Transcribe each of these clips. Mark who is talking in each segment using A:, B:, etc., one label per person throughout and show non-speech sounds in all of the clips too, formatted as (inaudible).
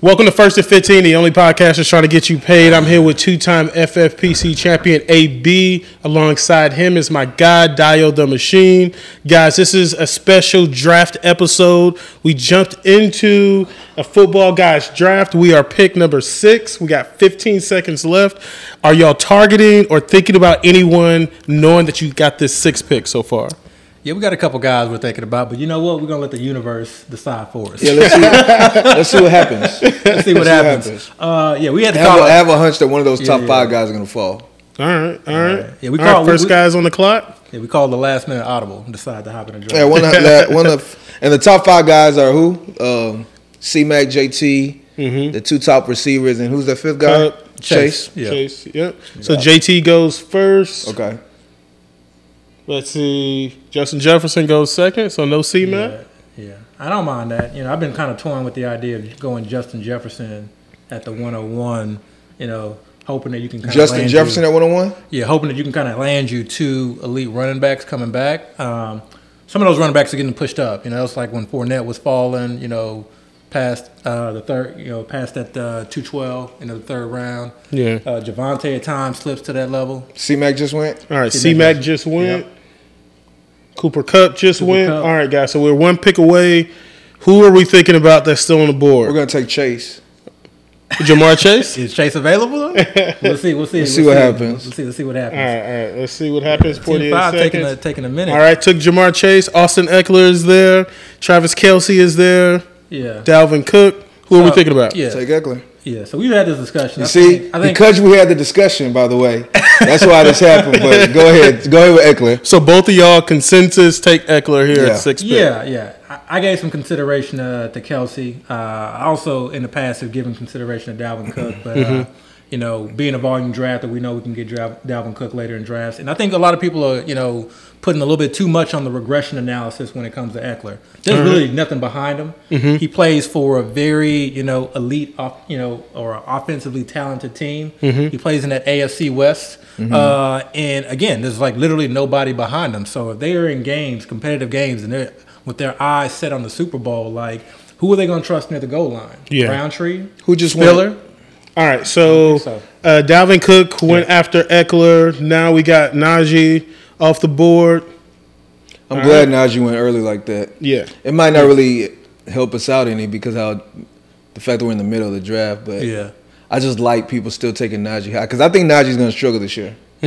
A: Welcome to First and 15, the only podcast that's trying to get you paid. I'm here with two time FFPC champion AB. Alongside him is my guy, Dio the Machine. Guys, this is a special draft episode. We jumped into a football guys draft. We are pick number six. We got 15 seconds left. Are y'all targeting or thinking about anyone knowing that you got this six pick so far?
B: Yeah, we got a couple guys we're thinking about, but you know what? We're gonna let the universe decide for us.
C: Yeah, let's see. let's see what happens.
B: (laughs) Let's
C: (laughs)
B: see what happens. Uh, yeah, we had to
C: I have,
B: call.
C: a, I have a hunch that one of those
B: Yeah,
C: top
B: yeah.
C: five guys are gonna fall.
A: All right, all right.
B: Yeah, we
A: All right,
B: call- we-
A: first
B: we-
A: guys on the clock.
B: yeah, we called the last minute audible and decided to hop in the draft.
C: Yeah, one of that, one of and the top five guys are who? Um, C Mac, JT, the two top receivers, and who's the fifth guy?
A: Uh,
B: Mm-hmm. Chase. Yeah.
A: Chase, yep. So JT goes first.
C: Okay.
A: Let's see. Justin Jefferson goes second, so no C Mac.
B: yeah, yeah. I don't mind that. You know, I've been kind of torn with the idea of going Justin Jefferson at the 101. You know, hoping that you can kind
C: Justin Jefferson at one on one.
B: yeah, hoping that you can kind of land you two elite running backs coming back. Um, some of those running backs are getting pushed up. You know, it's like when Fournette was falling. You know, past uh, the third. You know, past that uh, two twelve in the third round.
A: Yeah.
B: Uh, Javante at times slips to that level.
C: C Mac just went.
A: All right, C
B: C-Mac
A: Mac just went. Cooper Cup just
B: Cooper
A: went.
B: Kupp.
A: All right, guys. So we're one pick away. Who are we thinking about that's still on the
C: We're
A: board?
C: gonna take Chase.
A: Jamar Chase.
C: (laughs)
B: Is Chase available? we'll see. We'll see. We'll
C: see what happens.
B: We'll see. Let's see what
A: All right,
B: happens.
A: all right. Let's see what happens.
B: Team
A: Forty-eight
B: five taking a,
A: seconds.
B: taking a minute.
A: All right, took Jamar Chase. Austin Eckler is there. Travis Kelsey is there.
B: Yeah.
A: Dalvin Cook. Who are we
B: So,
A: thinking about?
B: Yeah.
C: Take Eckler.
B: yeah. So we've had this discussion.
C: You
B: I
C: see,
B: think- I think
C: because we had the discussion, by
B: (laughs)
C: the way, that's why this happened. But go ahead, go ahead with Eckler.
A: So both of y'all consensus take Eckler here
C: Yeah.
A: at six. pick.
B: Yeah, yeah. I, I gave some consideration uh, to Kelsey. Uh, I also, in the past, have given consideration to Dalvin Cook, but uh, you know, being a volume drafter, we know we can get Dra- Dalvin Cook later in drafts, and I think a lot of people are, you know, putting a little bit too much on the regression analysis when it comes to Eckler. There's really nothing behind him. He plays for a very, you know, elite, off, you know, or a offensively talented team. He plays in that AFC West. Uh, and again, there's like literally nobody behind them. So if they are in games, competitive games, and they're with their eyes set on the Super Bowl, like who are they going to trust near the goal line?
A: Yeah.
B: Roundtree,
C: Who just won?
B: Spiller.
A: All right, so,
B: so.
A: Uh, Dalvin Cook went after Eckler. Now we got Najee off the board.
C: I'm glad Najee went early like that.
A: Yeah,
C: It might not really help us out any because how the fact that we're in the middle of the draft, but
B: Yeah.
C: I just like people still taking Najee high because I think Najee's gonna struggle this year.
B: Hmm.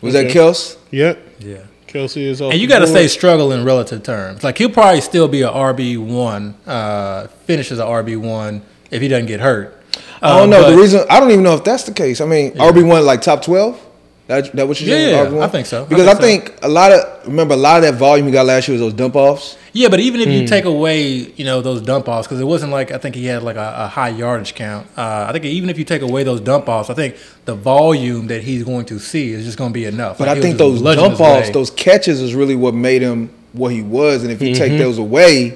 C: Was
A: Okay.
C: that Kels?
A: yep.
B: Yeah.
A: Kelsey is off.
B: And you
A: the
B: got to
A: board.
B: say struggle in relative terms. Like he'll probably still be a RB one, uh, finishes a RB one if he doesn't get hurt.
C: I don't
B: Um,
C: know.
B: but-
C: the reason I don't even know if that's the case. I mean, RB one like top twelve. That that what you're saying?
B: Yeah,
C: RB1?
B: I think so. I
C: Because I
B: think so.
C: think, a lot of remember a lot of that volume he got last year was those dump offs.
B: Yeah, but even if
C: Hmm.
B: you take away, you know, those dump offs, because it wasn't like I think he had like a, a high yardage count. Uh, I think even if you take away those dump offs, I think the volume that he's going to see is just going to be enough.
C: But
B: Like,
C: I
B: he'll
C: think
B: just
C: those
B: bludgeon
C: dump
B: his way.
C: offs, those catches, is really what made him what he was. And if you
B: Mm-hmm.
C: take those away,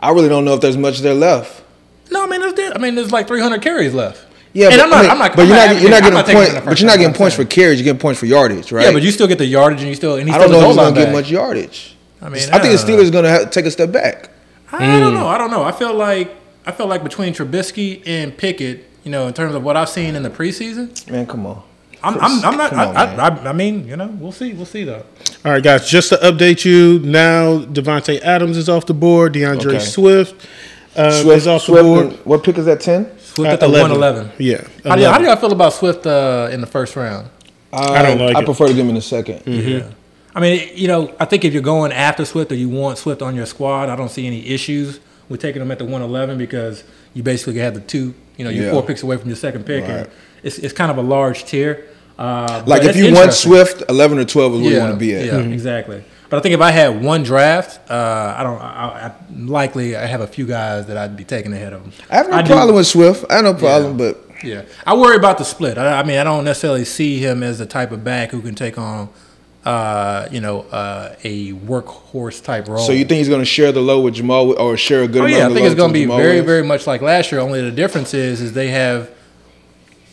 C: I really don't know if there's much there left.
B: No, I mean, there's, I mean, there's like 300 carries left.
C: Yeah,
B: and
C: but,
B: I'm not,
C: I mean,
B: I'm not,
C: but
B: I'm
C: you're not, you're not
B: advocating- I'm taking him
C: getting
B: in
C: points.
B: the
C: But
B: first
C: you're not
B: round,
C: getting
B: I'm
C: points for
B: saying.
C: carries. You're getting points for yardage, right?
B: Yeah, but you still get the yardage, and you still, and he's
C: I
B: still the
C: don't know if
B: goal
C: he's
B: line
C: going to get
B: back.
C: much yardage.
B: I
C: I,
B: mean,
C: think the
B: uh,
C: Steelers Mm. going to have, take a step back.
B: I don't know. I don't know. I feel like I feel like between Trubisky and Pickett, you know, in terms of what I've seen in the preseason,
C: Man, come on.
B: I'm, I'm, I'm not.
C: Come on,
B: I,
C: man.
B: I, I, I mean, you know, we'll see. We'll see though.
A: All right, guys. Just to update you, now Devonte Adams is off the board. DeAndre
C: Okay.
A: Swift, um, is off the board.
C: and- what pick is that? Ten.
B: Swift
A: Uh,
B: at the
A: 11.
B: 111.
A: Yeah,
B: How do, y'all, how
A: 11.
B: do y'all feel about Swift uh, in the first round?
C: I
A: don't
B: Uh,
A: like
C: I
A: it.
C: prefer to give him in the 2nd
B: Yeah. I mean, you know, I think if you're going after Swift or you want Swift on your squad, I don't see any issues with taking him at the 111 because you basically have the two, you know, you're
C: Yeah.
B: four picks away from your second pick. And
C: Right.
B: it's, it's kind of a large tier. Uh, but
C: Like if
B: it's
C: you want
B: interesting.
C: Swift, eleven or twelve is where you want to be at. Mm-hmm.
B: Yeah, exactly. But I think if I had one draft, uh, I don't. I, I, likely, I have a few guys that I'd be taking ahead of them.
C: I have no
B: do-
C: problem with Swift. I have no problem, but
B: Yeah, I worry about the split. I, I mean, I don't necessarily see him as the type of back who can take on, uh, you know, uh, a workhorse type role.
C: so you think he's going to share the load with Jamal Wi- or share a good
B: Oh
C: amount
B: yeah, I
C: of the
B: think it's
C: load
B: going to
C: to
B: be
C: Jamal
B: very,
C: Williams?
B: very much like last year. Only the difference is, is they have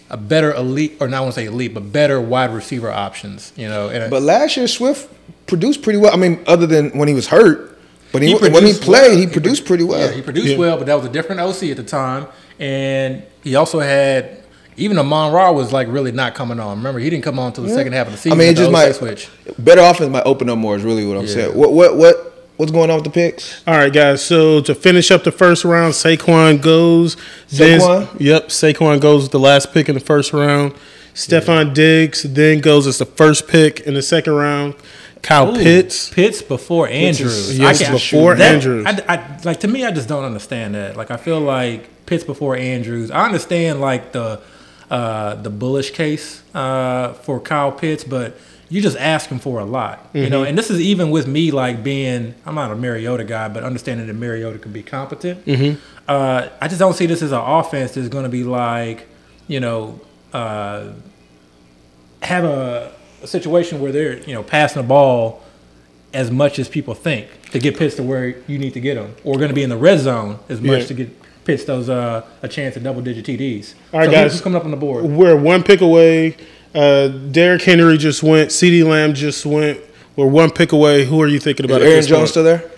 B: a better elite, or not I want to say elite, but better wide receiver options. You know, and
C: But last year Swift produced pretty well. I mean, other than when he was hurt, but he, when he
B: produced
C: played,
B: well.
C: he produced pretty well.
B: Yeah, he produced
A: Yeah.
B: well, but that was a different OC at the time. and he also had. Even Amon Ra was like really not coming on. Remember, he didn't come on until the second half of the season.
C: I mean, it
B: with the
C: just might
B: Osei switch.
C: better offense might open up more. Is really what I'm
B: Yeah.
C: saying. What what what what's going on with the picks?
A: All right, guys. So to finish up the first round, Saquon goes. Then-
C: Saquon?
A: yep, Saquon goes with the last pick in the first round. Stefan Diggs then goes as the first pick in the second round. Kyle Pitts.
B: Pitts before Andrews.
A: is- yes,
B: can't-
A: before
B: that-
A: Andrews.
B: I, I- like to me, I just don't understand that. Like I feel like Pitts before Andrews. I understand like the uh, the bullish case uh, for Kyle Pitts, but you just ask him for a lot, you
A: Mm-hmm.
B: know. And this is even with me like being I'm not a Mariota guy, but understanding that Mariota can be competent.
A: Mm-hmm.
B: Uh, I just don't see this as an offense that's going to be like you know. Uh, have a, a situation where they're you know passing the ball as much as people think to get Pitts to where you need to get them, or going to be in the red zone as much
A: Yeah.
B: to get Pitts those uh, a chance at double digit TDs.
A: All right,
B: so
A: guys.
B: who's coming up on the board?
A: We're one pick away. Uh, Derrick Henry just went. CeeDee Lamb just went. We're one pick away. Who are you thinking
C: Is
A: about? at
C: Aaron
A: this
C: Jones
A: point?
C: still there?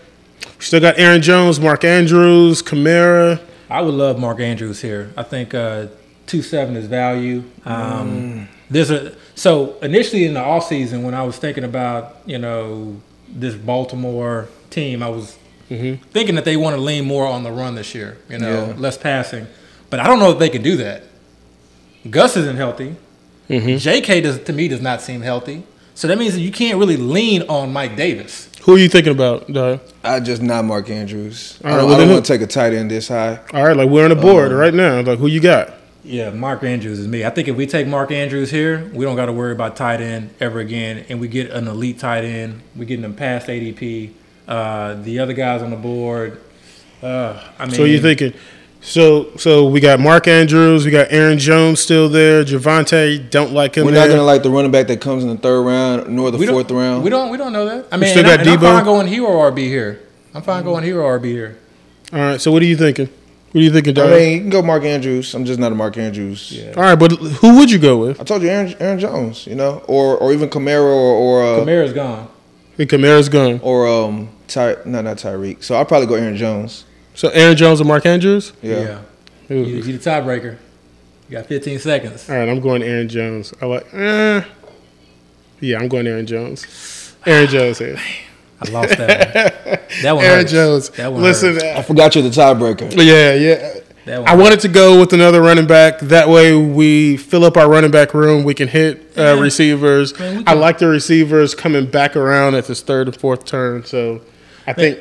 A: Still got Aaron Jones, Mark Andrews, Kamara.
B: I would love Mark Andrews here. I think uh, two seven is value. Um, There's a so initially in the offseason when I was thinking about you know this Baltimore team, I was thinking that they want to lean more on the run this year. You know,
C: Yeah.
B: less passing. But I don't know if they can do that. Gus isn't healthy. J.K. does to me does not seem healthy. So that means that you can't really lean on Mike Davis.
A: Who are you thinking about? Dawg?
C: I just not Mark Andrews.
A: All
C: I
A: right,
C: don't,
A: well,
C: I
A: then
C: don't
A: who-
C: want to take a tight end this high.
A: All right, like we're on the board right now. Like who you got?
B: Yeah, Mark Andrews is me. I think if we take Mark Andrews here, we don't got to worry about tight end ever again, and we get an elite tight end. We getting them past ADP. Uh, the other guys on the board. Uh, I mean,
A: So you thinking? So so we got Mark Andrews, we got Aaron Jones still there. Javante don't like him.
C: We're
A: there.
C: not gonna like the running back that comes in the third round nor the
B: we don't-
C: fourth round.
B: We don't. We don't know that. I mean,
A: still
B: and I,
A: got
B: and I'm
A: Debo? Mm-hmm.
B: fine going hero RB here. I'm fine going hero RB here.
A: All right. So what are you thinking? What are you thinking,
C: I
A: Doug?
C: mean, you can go Mark Andrews. I'm just not a Mark Andrews. Yeah.
A: All right, but who would you go with?
C: I told you Aaron, Aaron Jones, you know, or or even Camaro or or uh,
B: Kamara's gone.
A: And Kamara's gone.
C: or um Ty no not Tyreek. So I'll probably go Aaron Jones.
A: So Aaron Jones and Mark Andrews.
C: Yeah.
A: Ooh.
B: You, you the tiebreaker. You got 15 seconds.
A: All right, I'm going Aaron Jones. I like. Eh. Yeah, I'm going Aaron Jones. Aaron Jones here.
B: I lost that. One.
A: (laughs)
B: That one.
A: Aaron
B: hurts.
A: Jones.
B: That one.
A: Listen.
B: hurts.
A: uh,
C: I forgot you're the tiebreaker.
A: Yeah, yeah.
B: That one
A: I wanted to go with another running back. That way, we fill up our running back room. We can hit uh,
B: Yeah.
A: receivers.
B: Man, we
A: I
B: can-
A: like the receivers coming back around at this third and fourth turn. So, I think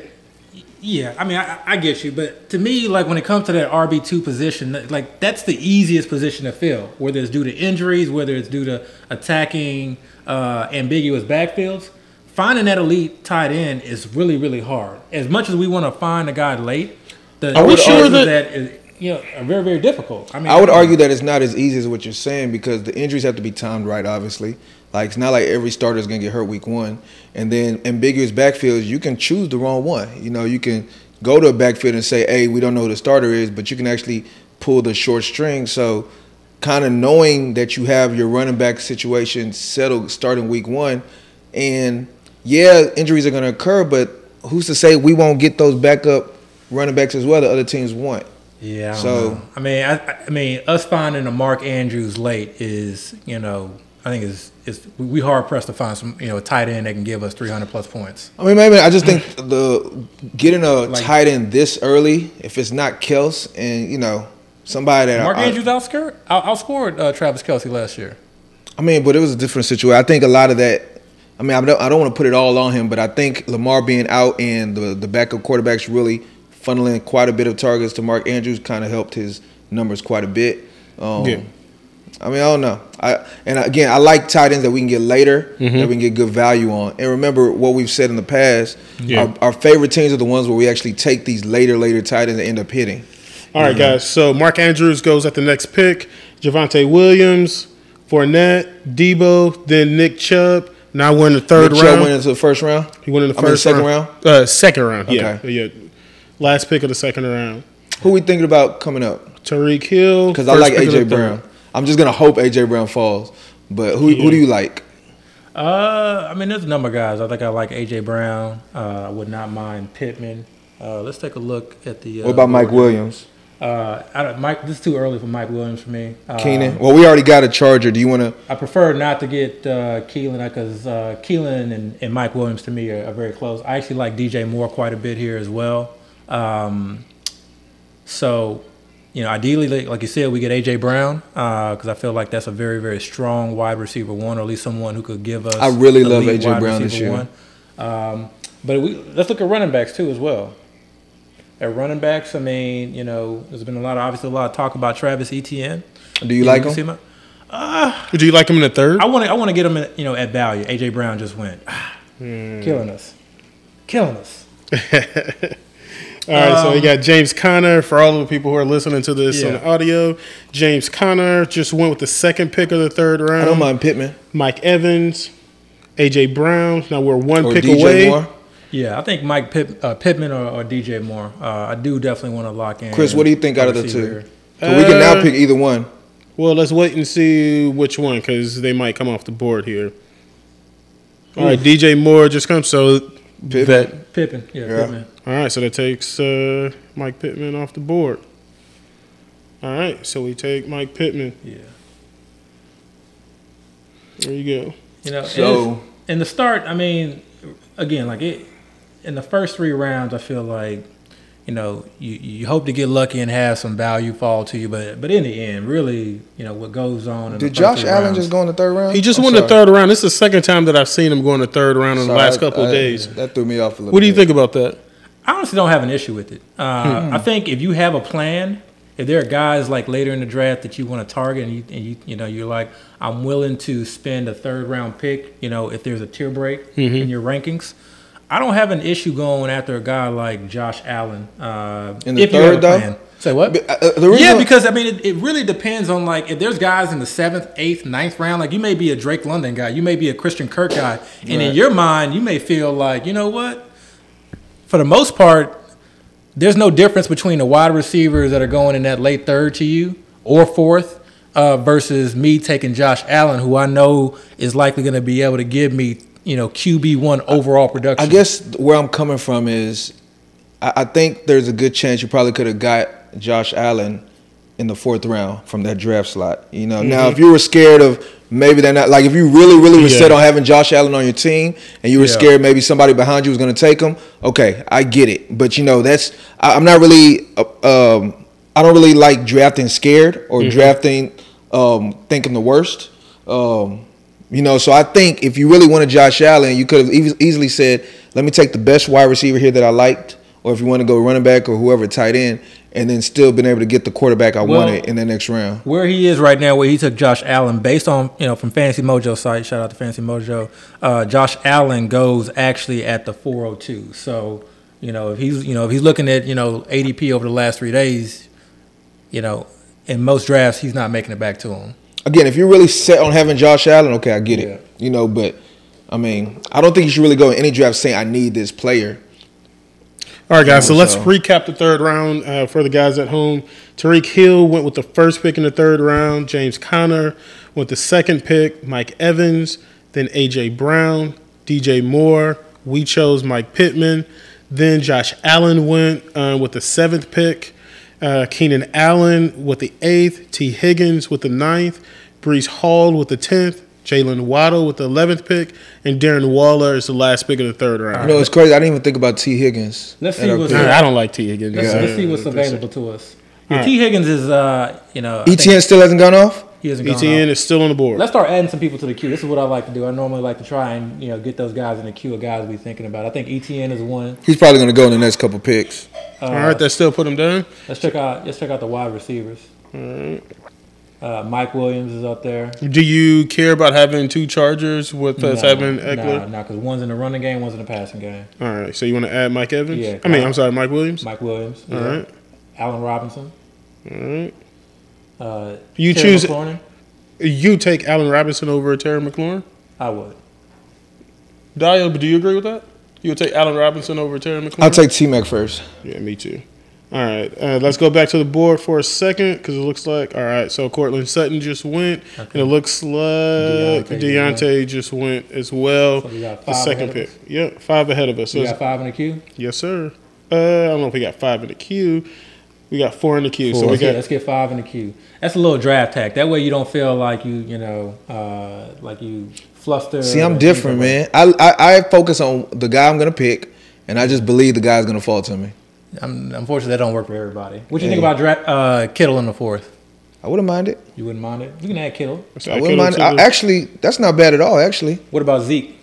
B: Yeah, I mean, I, I get you, but to me, like when it comes to that RB two position, that- like that's the easiest position to fill. Whether it's due to injuries, whether it's due to attacking uh, ambiguous backfields, finding that elite tight end is really, really hard. As much as we want to find a guy late, the
A: Are we
B: chances
A: sure
B: of
A: that-
B: that is you know are very, very difficult. I mean,
C: I would argue that it's not as easy as what you're saying because the injuries have to be timed right, obviously. Like it's not like every starter is gonna get hurt week one, and then ambiguous backfields you can choose the wrong one. You know, you can go to a backfield and say, "Hey, we don't know who the starter is," but you can actually pull the short string. So, kind of knowing that you have your running back situation settled starting week one, and yeah, injuries are gonna occur, but who's to say we won't get those backup running backs as well that other teams want?
B: Yeah. I don't
C: So-
B: know. I mean, I, I mean, us finding a Mark Andrews late is, you know, I think is is we- we hard pressed to find some, you know, a tight end that can give us 300 plus points.
C: I mean, maybe I just think
B: (clears throat)
C: the getting a
B: Like-
C: tight end this early, if it's not Kels and you know somebody that
B: Mark
C: I,
B: Andrews outscored out- outscored uh, Travis Kelsey last year.
C: I mean, but it was a different situation. I think a lot of that. I mean, I don't, I don't want to put it all on him, but I think Lamar being out and the the backup quarterbacks really funneling quite a bit of targets to Mark Andrews kind of helped his numbers quite a bit. Um,
A: Yeah.
C: I mean, I don't know. I and again, I like tight ends that we can get later,
A: Mm-hmm.
C: that we can get good value on. And remember what we've said in the past:
A: Yeah.
C: our, our favorite teams are the ones where we actually take these later, later tight ends and end up hitting.
A: All right, guys. So Mark Andrews goes at the next pick. Javante Williams, Fournette, Debo, then Nick Chubb. Now we're in the third
C: Nick Chubb
A: round.
C: went into the first round.
A: he went in the
C: I mean,
A: first
C: second
A: round. Uh, second round. Yeah,
C: Okay.
A: yeah. Last pick of the second round.
C: Who we thinking about coming up?
A: Tariq Hill.
C: Because I
A: first
C: like
A: pick of the
C: AJ
A: third.
C: Brown. I'm just gonna hope AJ Brown falls. But who
A: Yeah.
C: who do you like?
B: Uh, I mean, there's a number of guys. I think I like AJ Brown. Uh, I would not mind Pittman. Uh, let's take a look at the. Uh,
C: What about Mike
B: board.
C: Williams?
B: Uh, I don't, Mike, this is too early for Mike Williams for me. Um,
A: Uh,
C: Keenan. Well, we already got a Charger. Do you want to?
B: I prefer not to get uh, Keelan because uh, Keelan and, and Mike Williams to me are, are very close. I actually like DJ Moore quite a bit here as well. Um, so, you know, ideally, like, like you said, we get AJ Brown because I feel like that's a very, very strong wide receiver one, or at least someone who could give us.
C: I really love
B: elite
C: A.J.
B: wide
C: Brown this
B: receiver
C: year.
B: one. Um, but we let's look at running backs too as well. At running backs, I mean, you know, there's been a lot, of, obviously, a lot of talk about Travis Etienne.
C: Do you like
B: can see
C: him?
B: my-
A: Do you like him in the third?
B: I want to. I want to get him, at, you know, at value. AJ Brown just went, (sighs)
C: Hmm.
B: killing us, killing us.
A: All right, so we
C: Um,
A: got James Conner. For all of the people who are listening to this on
B: Yeah.
A: audio, James Conner just went with the second pick of the third round.
C: I don't mind Pittman
A: Mike Evans, AJ Brown. Now we're one
C: or
A: pick
C: DJ
A: away.
C: Moore.
B: Yeah, I think Mike Pip, uh, Pittman or, or DJ Moore. Uh, I do definitely want to lock in.
C: Chris, what do you think
B: a
C: out of the
B: receiver
C: two?
B: here.
C: 'Cause we can now
A: Uh,
C: pick either one.
A: Well, let's wait and see which one because they might come off the board here. All right, DJ Moore just comes. So
C: Pittman.
A: that
B: Pittman, yeah,
C: Yeah.
B: Pittman.
A: all right, so that takes uh, Mike Pittman off the board. All right, so we take Mike Pittman.
B: Yeah,
A: There you go.
B: you know. and
C: So-
B: it's- in the start, I mean, again, like it in the first three rounds, I feel like you know you, you hope to get lucky and have some value fall to you, but but in the end, really, you know what goes on. In
C: Did
B: the first
C: Josh
B: three
C: Allen
B: rounds-
C: just go in the third round?
A: He just
C: I'm
A: won the
C: sorry.
A: third round. This is the second time that I've seen him go in the third round in the
C: Sorry,
A: last
C: I-
A: couple of
C: I-
A: days.
C: That threw me off a little.
A: What do you
C: bit.
A: think about that?
B: I honestly don't have an issue with it. Uh, I think if you have a plan, if there are guys like later in the draft that you want to target, and you, and you you know you're like, I'm willing to spend a third round pick, you know, if there's a tier break in your rankings. I don't have an issue going after a guy like Josh Allen. Uh,
C: In the
B: if you have a
C: third, though?
B: plan. say what?
C: But, uh, uh, the reason
B: yeah,
C: why-
B: because I mean, it, it really depends on like if there's guys in the seventh, eighth, ninth round. Like you may be a Drake London guy, you may be a Christian Kirk guy, and in
C: Right.
B: your mind, you may feel like you know what. For the most part, there's no difference between the wide receivers that are going in that late third to you or fourth. Uh, versus me taking Josh Allen, who I know is likely going to be able to give me, you know, QB one overall production.
C: I guess where I'm coming from is, I, I think there's a good chance you probably could have got Josh Allen in the fourth round from that draft slot. You know, now
B: Mm-hmm.
C: if you were scared of maybe they're not like if you really really were
A: Yeah.
C: set on having Josh Allen on your team and you were
B: Yeah.
C: scared maybe somebody behind you was going to take him. Okay, I get it, but you know that's I, I'm not really. Uh, um, I don't really like drafting scared
B: Mm-hmm.
C: or drafting um, thinking the worst. Um, you know, so I think if you really wanted Josh Allen, you could have eas- easily said, "Let me take the best wide receiver here that I liked," or if you want to go running back or whoever tight end, and then still been able to get the quarterback I
B: Well-
C: wanted in the next round.
B: where he is right now, where he took Josh Allen, based on you know from Fantasy Mojo site. Shout out to Fantasy Mojo. Uh, Josh Allen goes actually at the 402. So you know if he's you know if he's looking at you know ADP over the last three days, you know in most drafts he's not making it back to him.
C: Again, if you're really set on having Josh Allen, okay, I get it. You know, but I mean, I don't think you should really go in any draft saying I need this player.
A: All right, guys. So
C: Yeah,
A: let's
C: so-
A: recap the third round uh, for the guys at home. Tariq Hill went with the first pick in the third round. James Conner went the second pick. Mike Evans, then AJ Brown, DJ Moore. We chose Mike Pittman. Then Josh Allen went uh, with the seventh pick. Uh, Keenan Allen with the eighth. T. Higgins with the ninth. Brees Hall with the tenth. Jalen Waddle with the eleventh pick, and Darren Waller is the last pick of the third round.
C: You know, it's crazy. I didn't even think about T. Higgins.
B: Let's
C: at
B: see
C: our
B: what's-
C: pick.
A: Nah, I don't like T. Higgins.
B: Let's,
C: Yeah.
B: let's see what's
A: That's it.
B: available to us. Yeah, T Higgins is uh you know I think
A: E
C: ETN E still hasn't gone off.
B: he hasn't gone
A: ETN
B: off.
A: E is still on the board.
B: Let's start adding some people to the queue. This is what I like to do. I normally like to try and you know get those guys in the queue of guys we thinking about. I think ETN is one. uh,
C: He's probably going to go in the next couple picks.
A: All right, that still put him down.
B: Let's check out. Let's check out the wide receivers. Uh, Mike Williams is up there.
A: Do you care about having two Chargers with us having Eckler?
B: No, because one's in the running game, one's in the passing game.
A: All right, so you want to add Mike Evans?
B: Yeah,
A: I mean,
B: uh,
A: I'm sorry, Mike Williams.
B: Mike Williams.
A: All right,
B: Allen Robinson.
A: all right.
B: Uh,
A: You
B: Terry
A: choose-
B: McLaurin?
A: You take Allen Robinson over Terry McLaurin.
B: I would.
A: Dio, do you agree with that? You would take Allen Robinson over Terry McLaurin.
C: I'll take T. Mac first.
A: Yeah, me too. All right, uh, let's go back to the board for a second because it looks like all right. So Cortland Sutton just went, and it looks like Deontay,
B: Deontay just
A: just went as well.
B: So we got
A: the
B: five
A: second
B: ahead of
A: pick. Yep, five ahead of us. So
B: You
A: it's-
B: got five in the queue.
A: Yes, sir. Uh, I don't know if we got five in the queue. We got four in the queue. So
B: Let's,
A: we
B: get,
A: got
B: let's get five in the queue. That's a little draft hack. That way you don't feel like you, you know, uh, like you fluster.
C: See,
B: or
C: I'm different,
B: anything
C: man. I, I I focus on the guy I'm gonna pick, and I just believe the guy's gonna fall to me.
B: like- I'm, unfortunately, that don't work for everybody. What do you think
C: Hey.
B: about dra- uh, Kittle in the fourth?
C: I wouldn't mind it.
B: You wouldn't mind it. You can add Kittle.
C: I wouldn't mind. I, actually, that's not bad at all. Actually,
B: What about Zeke?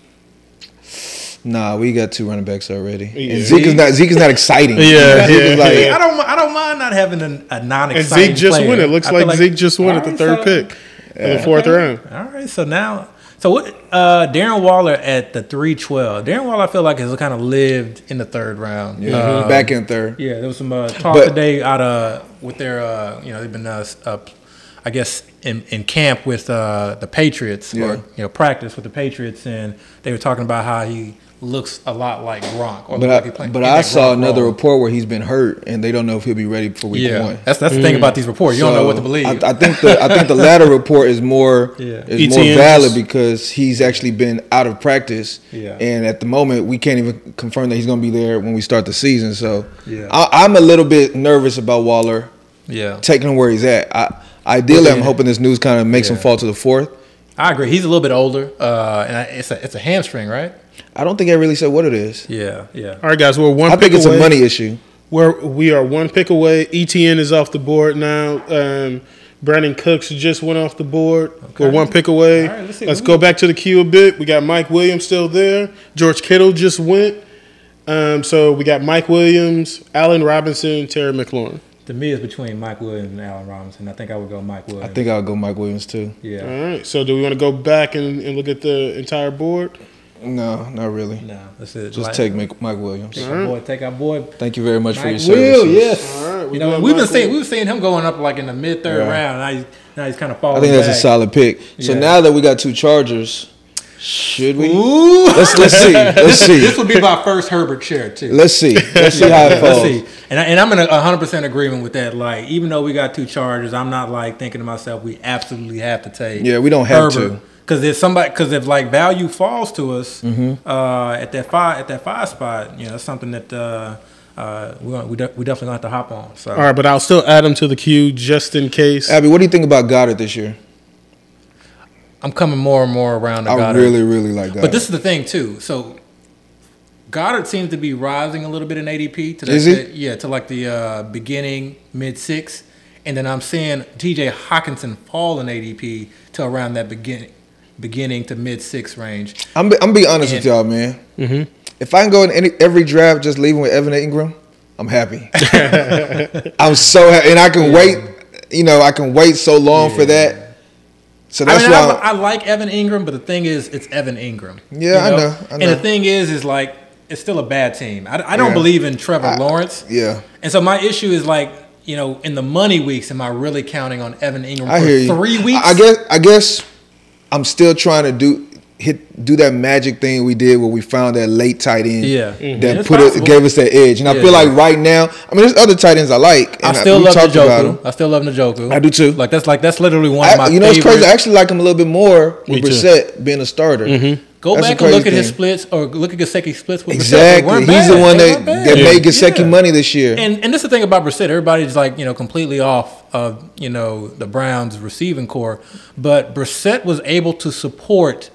C: nah, we got two running backs already,
A: Yeah.
C: and Zeke is not Zeke is not exciting.
A: Yeah,
C: Zeke is
A: yeah,
C: like,
A: yeah.
B: I don't. mi- I don't mind not having an, a
A: and
B: non-exciting.
A: Zeke just
B: player.
A: won. It looks
B: I feel
A: like, Zeke just won at the
B: Alright,
A: third
B: so-
A: pick in the fourth round.
B: All right, so now, so what? Uh, Darren Waller at the three twelve. Darren Waller, I feel like has kind of lived in the third round.
C: Yeah,
A: Mm-hmm.
B: Uh,
C: back in third.
B: yeah. There was some uh, talk
C: But-
B: today out of with their, uh, you know, they've been uh, s- up, I guess, in, in camp with uh, the Patriots
C: Yeah.
B: or you know practice with the Patriots, and they were talking about how he looks a lot like Gronk. Or
C: But
B: look like he
C: I,
B: playing-
C: but
B: in
C: I
B: that
C: saw
B: Gronk
C: another
B: role.
C: report where he's been hurt, and they don't know if he'll be ready for week
B: Yeah,
C: one.
B: that's that's the thing about these reports. You don't know what to
C: So,
B: believe.
C: I, I think the I think the latter report is more
B: (laughs) Yeah.
C: is
A: ETNs.
C: more valid because he's actually been out of practice.
B: Yeah.
C: And at the moment, we can't even confirm that he's going to be there when we start the season. So
B: Yeah.
C: I, I'm a little bit nervous about Waller
B: yeah,
C: taking him where he's at. I, ideally, I'm hoping this news kind of makes him
B: Yeah.
C: fall to the fourth.
B: I agree. He's a little bit older, uh, and I, it's a it's a hamstring, right?
C: I don't think I really said what it is.
B: Yeah, yeah.
A: All right, guys, we're one
C: I
A: pick
C: think it's
A: away.
C: a money issue.
A: We're, we are one pick away. ETN is off the board now. Um, Brandon Cooks just went off the board. We're one pick away.
B: All right, let's
A: let's
B: see.
A: go back to the queue a bit. We got Mike Williams still there. George Kittle just went. Um, so we got Mike Williams, Allen Robinson, Terry McLaurin.
B: To me, it's between Mike Williams and Allen Robinson. I think Mm. I would go Mike Williams.
C: I think I'll go Mike Williams too.
B: yeah.
A: All right. So do we want to go back and, and look at the entire board?
C: No, not really.
B: No, that's it.
C: Just
B: Like-
C: take Mike, Mike Williams.
B: take Mm. our boy. Take our boy.
C: Thank you very much for your
B: Mike
C: service.
B: Will, yes.
A: All right, we
B: you know,
A: going
B: we've been
A: Mike
B: seeing
A: Williams.
B: we've seen him going up like in the mid third
C: Yeah.
B: round. Now he's now he's kind of falling.
C: I think that's
B: back.
C: a solid pick. So
B: Yeah.
C: now that we got two Chargers, should we?
B: Ooh, (laughs)
C: Let's let's see. Let's see.
B: this would be my first Herbert chair too.
C: Let's see. Let's
B: (laughs)
C: see how
B: Let's
C: it falls.
B: see. And, I, and I'm in a 100% agreement with that. Like, even though we got two charges, I'm not like thinking to myself, we absolutely have to take.
C: Yeah, we don't have to.
B: Because if somebody, because if like value falls to us
C: Mm-hmm.
B: uh, at that five at that five spot, you know, that's something that uh, uh, we gonna- we, de- we definitely gonna have to hop on. So
A: All right, but I'll still add him to the queue just in case.
C: Abby, what do you think about Goddard this year?
B: I'm coming more and more around to
C: I
B: Goddard.
C: really, really like Goddard.
B: but this is the thing too. So Goddard seems to be rising a little bit in ADP to that,
C: Is he?
B: that- yeah to like the uh, beginning mid six, and then I'm seeing T.J. Hawkinson fall in ADP to around that beginning beginning to mid six range.
C: I'm be, I'm be honest with
B: Yeah.
C: y'all, man. If I can go in any, every draft just leaving with Evan Ingram,
B: (laughs)
C: I'm happy.
A: (laughs)
C: I'm so happy, and I can wait. You know, I can wait so long for that. So
B: I
C: that's
B: mean,
C: why.
B: I,
C: I'm-
B: I like Evan Ingram, but the thing is, it's Evan Ingram.
C: Yeah, I know, I
B: And
C: know.
B: the thing is, is like it's still a bad team. I, I don't
C: Yeah.
B: believe in Trevor Lawrence.
C: yeah.
B: And so my issue is like, you know, in the money weeks, am I really counting on Evan Ingram
C: I
B: for
C: hear you.
B: three weeks?
C: I I guess I guess I'm still trying to do hit do that magic thing we did where we found that late tight end.
B: Yeah. Mhm.
C: That
B: And it's
C: put it,
B: possible.
C: gave us that edge. And I
B: Yeah.
C: feel like right now, I mean there's other tight ends I like.
B: I
C: And
B: still
C: we
B: love
C: talked about
B: Njoku.
C: them.
B: I still love Njoku.
C: I do too.
B: Like that's like that's literally one
C: I-
B: of my.
C: you know it's crazy.
B: favorites.
C: I actually like him a little bit more with
A: Me too.
C: Brissett being a starter.
B: Go
C: That's
B: back
C: the
B: and look
C: crazy
B: at his
C: thing.
B: splits or look at Gasecki's splits with Brissett. They
C: Exactly.
B: weren't
C: He's
B: bad.
C: the one
B: They
C: that,
B: weren't bad.
C: that made Gasecki
B: Yeah.
C: money this year.
B: And and this is the thing about Brissett. Everybody's like you know completely off of you know the Browns receiving core, but Brissett was able to support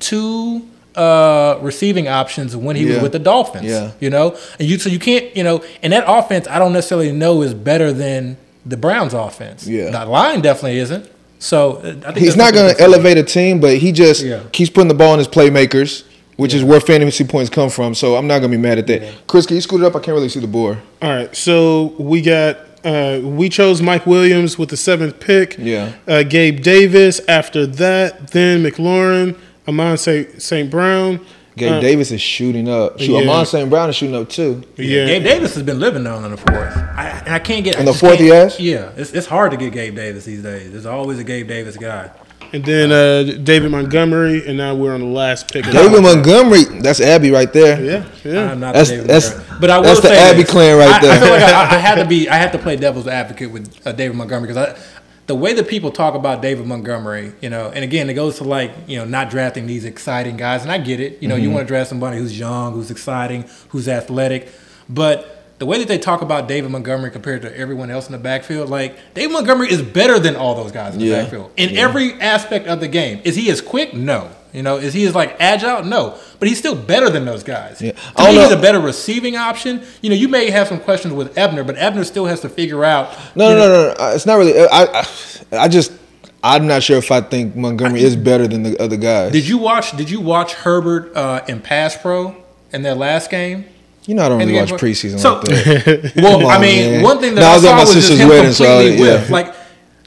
B: two uh receiving options when he was
C: Yeah.
B: with the Dolphins.
C: Yeah.
B: You know, and you so you can't you know, and that offense I don't necessarily know is better than the Browns offense.
C: Yeah.
B: that line definitely isn't. So uh, I think that's
C: He's not
B: something
C: going
B: that's-
C: to elevate a team, but he just
B: Yeah.
C: keeps putting the ball in his playmakers, which is where fantasy points come from. So I'm not going to be mad at that. Chris, can you scoot it up? I can't really see the board.
A: All right, so we got uh, we chose Mike Williams with the seventh pick.
C: Yeah.
A: Uh, Gabe Davis after that, then McLaurin, Amon St. Brown.
C: Gabe
A: Uh,
C: Davis is shooting up. Shoot,
A: yeah.
C: Amon St. Brown is shooting up too.
A: Yeah.
B: Gabe Davis has been living down in the fourth. I, and I can't get
C: In
B: I
C: the
B: just
C: fourth, he
B: can't-
C: has?
B: Yeah, it's, it's hard to get Gabe Davis these days. There's always a Gabe Davis guy.
A: And then uh, David Montgomery, and now we're on the last pick. of the-
C: David Montgomery, that's Abby right there.
A: Yeah, yeah.
B: I'm not
C: That's-
B: the David
C: that's-
B: Montgomery. But I will
C: that's the
B: say
C: Abby
B: this.
C: clan right
B: I- I,
C: there.
B: feel like I, I had to
C: (laughs)
B: be. I had to play devil's advocate with uh, David Montgomery because the way that people talk about David Montgomery, you know, and again, it goes to like you know not drafting these exciting
C: Mm-hmm.
B: guys, and I get it. You know, you want to draft somebody who's young, who's exciting, who's athletic, but. the way that they talk about David Montgomery compared to everyone else in the backfield, like David Montgomery is better than all those guys in the
C: Yeah.
B: backfield in every aspect of the game. Is he as quick? No. You know, is he as like agile? No. But he's still better than those guys.
C: Yeah.
B: To
C: I don't
B: me, he's
C: know-
B: a better receiving option. You know, you may have some questions with Ebner, but Ebner still has to figure out.
C: No, no, no, no, no. It's not really. I, I, I just, I'm not sure if I think Montgomery is better than the other guys.
B: Did you watch? Did you watch Herbert uh, in pass pro in their last game?
C: You know, I don't
B: And
C: really watch
B: the game-
C: preseason
B: So-
C: like
B: (laughs)
C: that.
B: Well,
C: Come
B: I
C: on,
B: mean,
C: man.
B: one thing that
C: No,
B: I,
C: I was at
B: saw
C: my
B: was just
C: sister's
B: him
C: wedding, so I-
B: completely
C: yeah.
B: whiffed. Like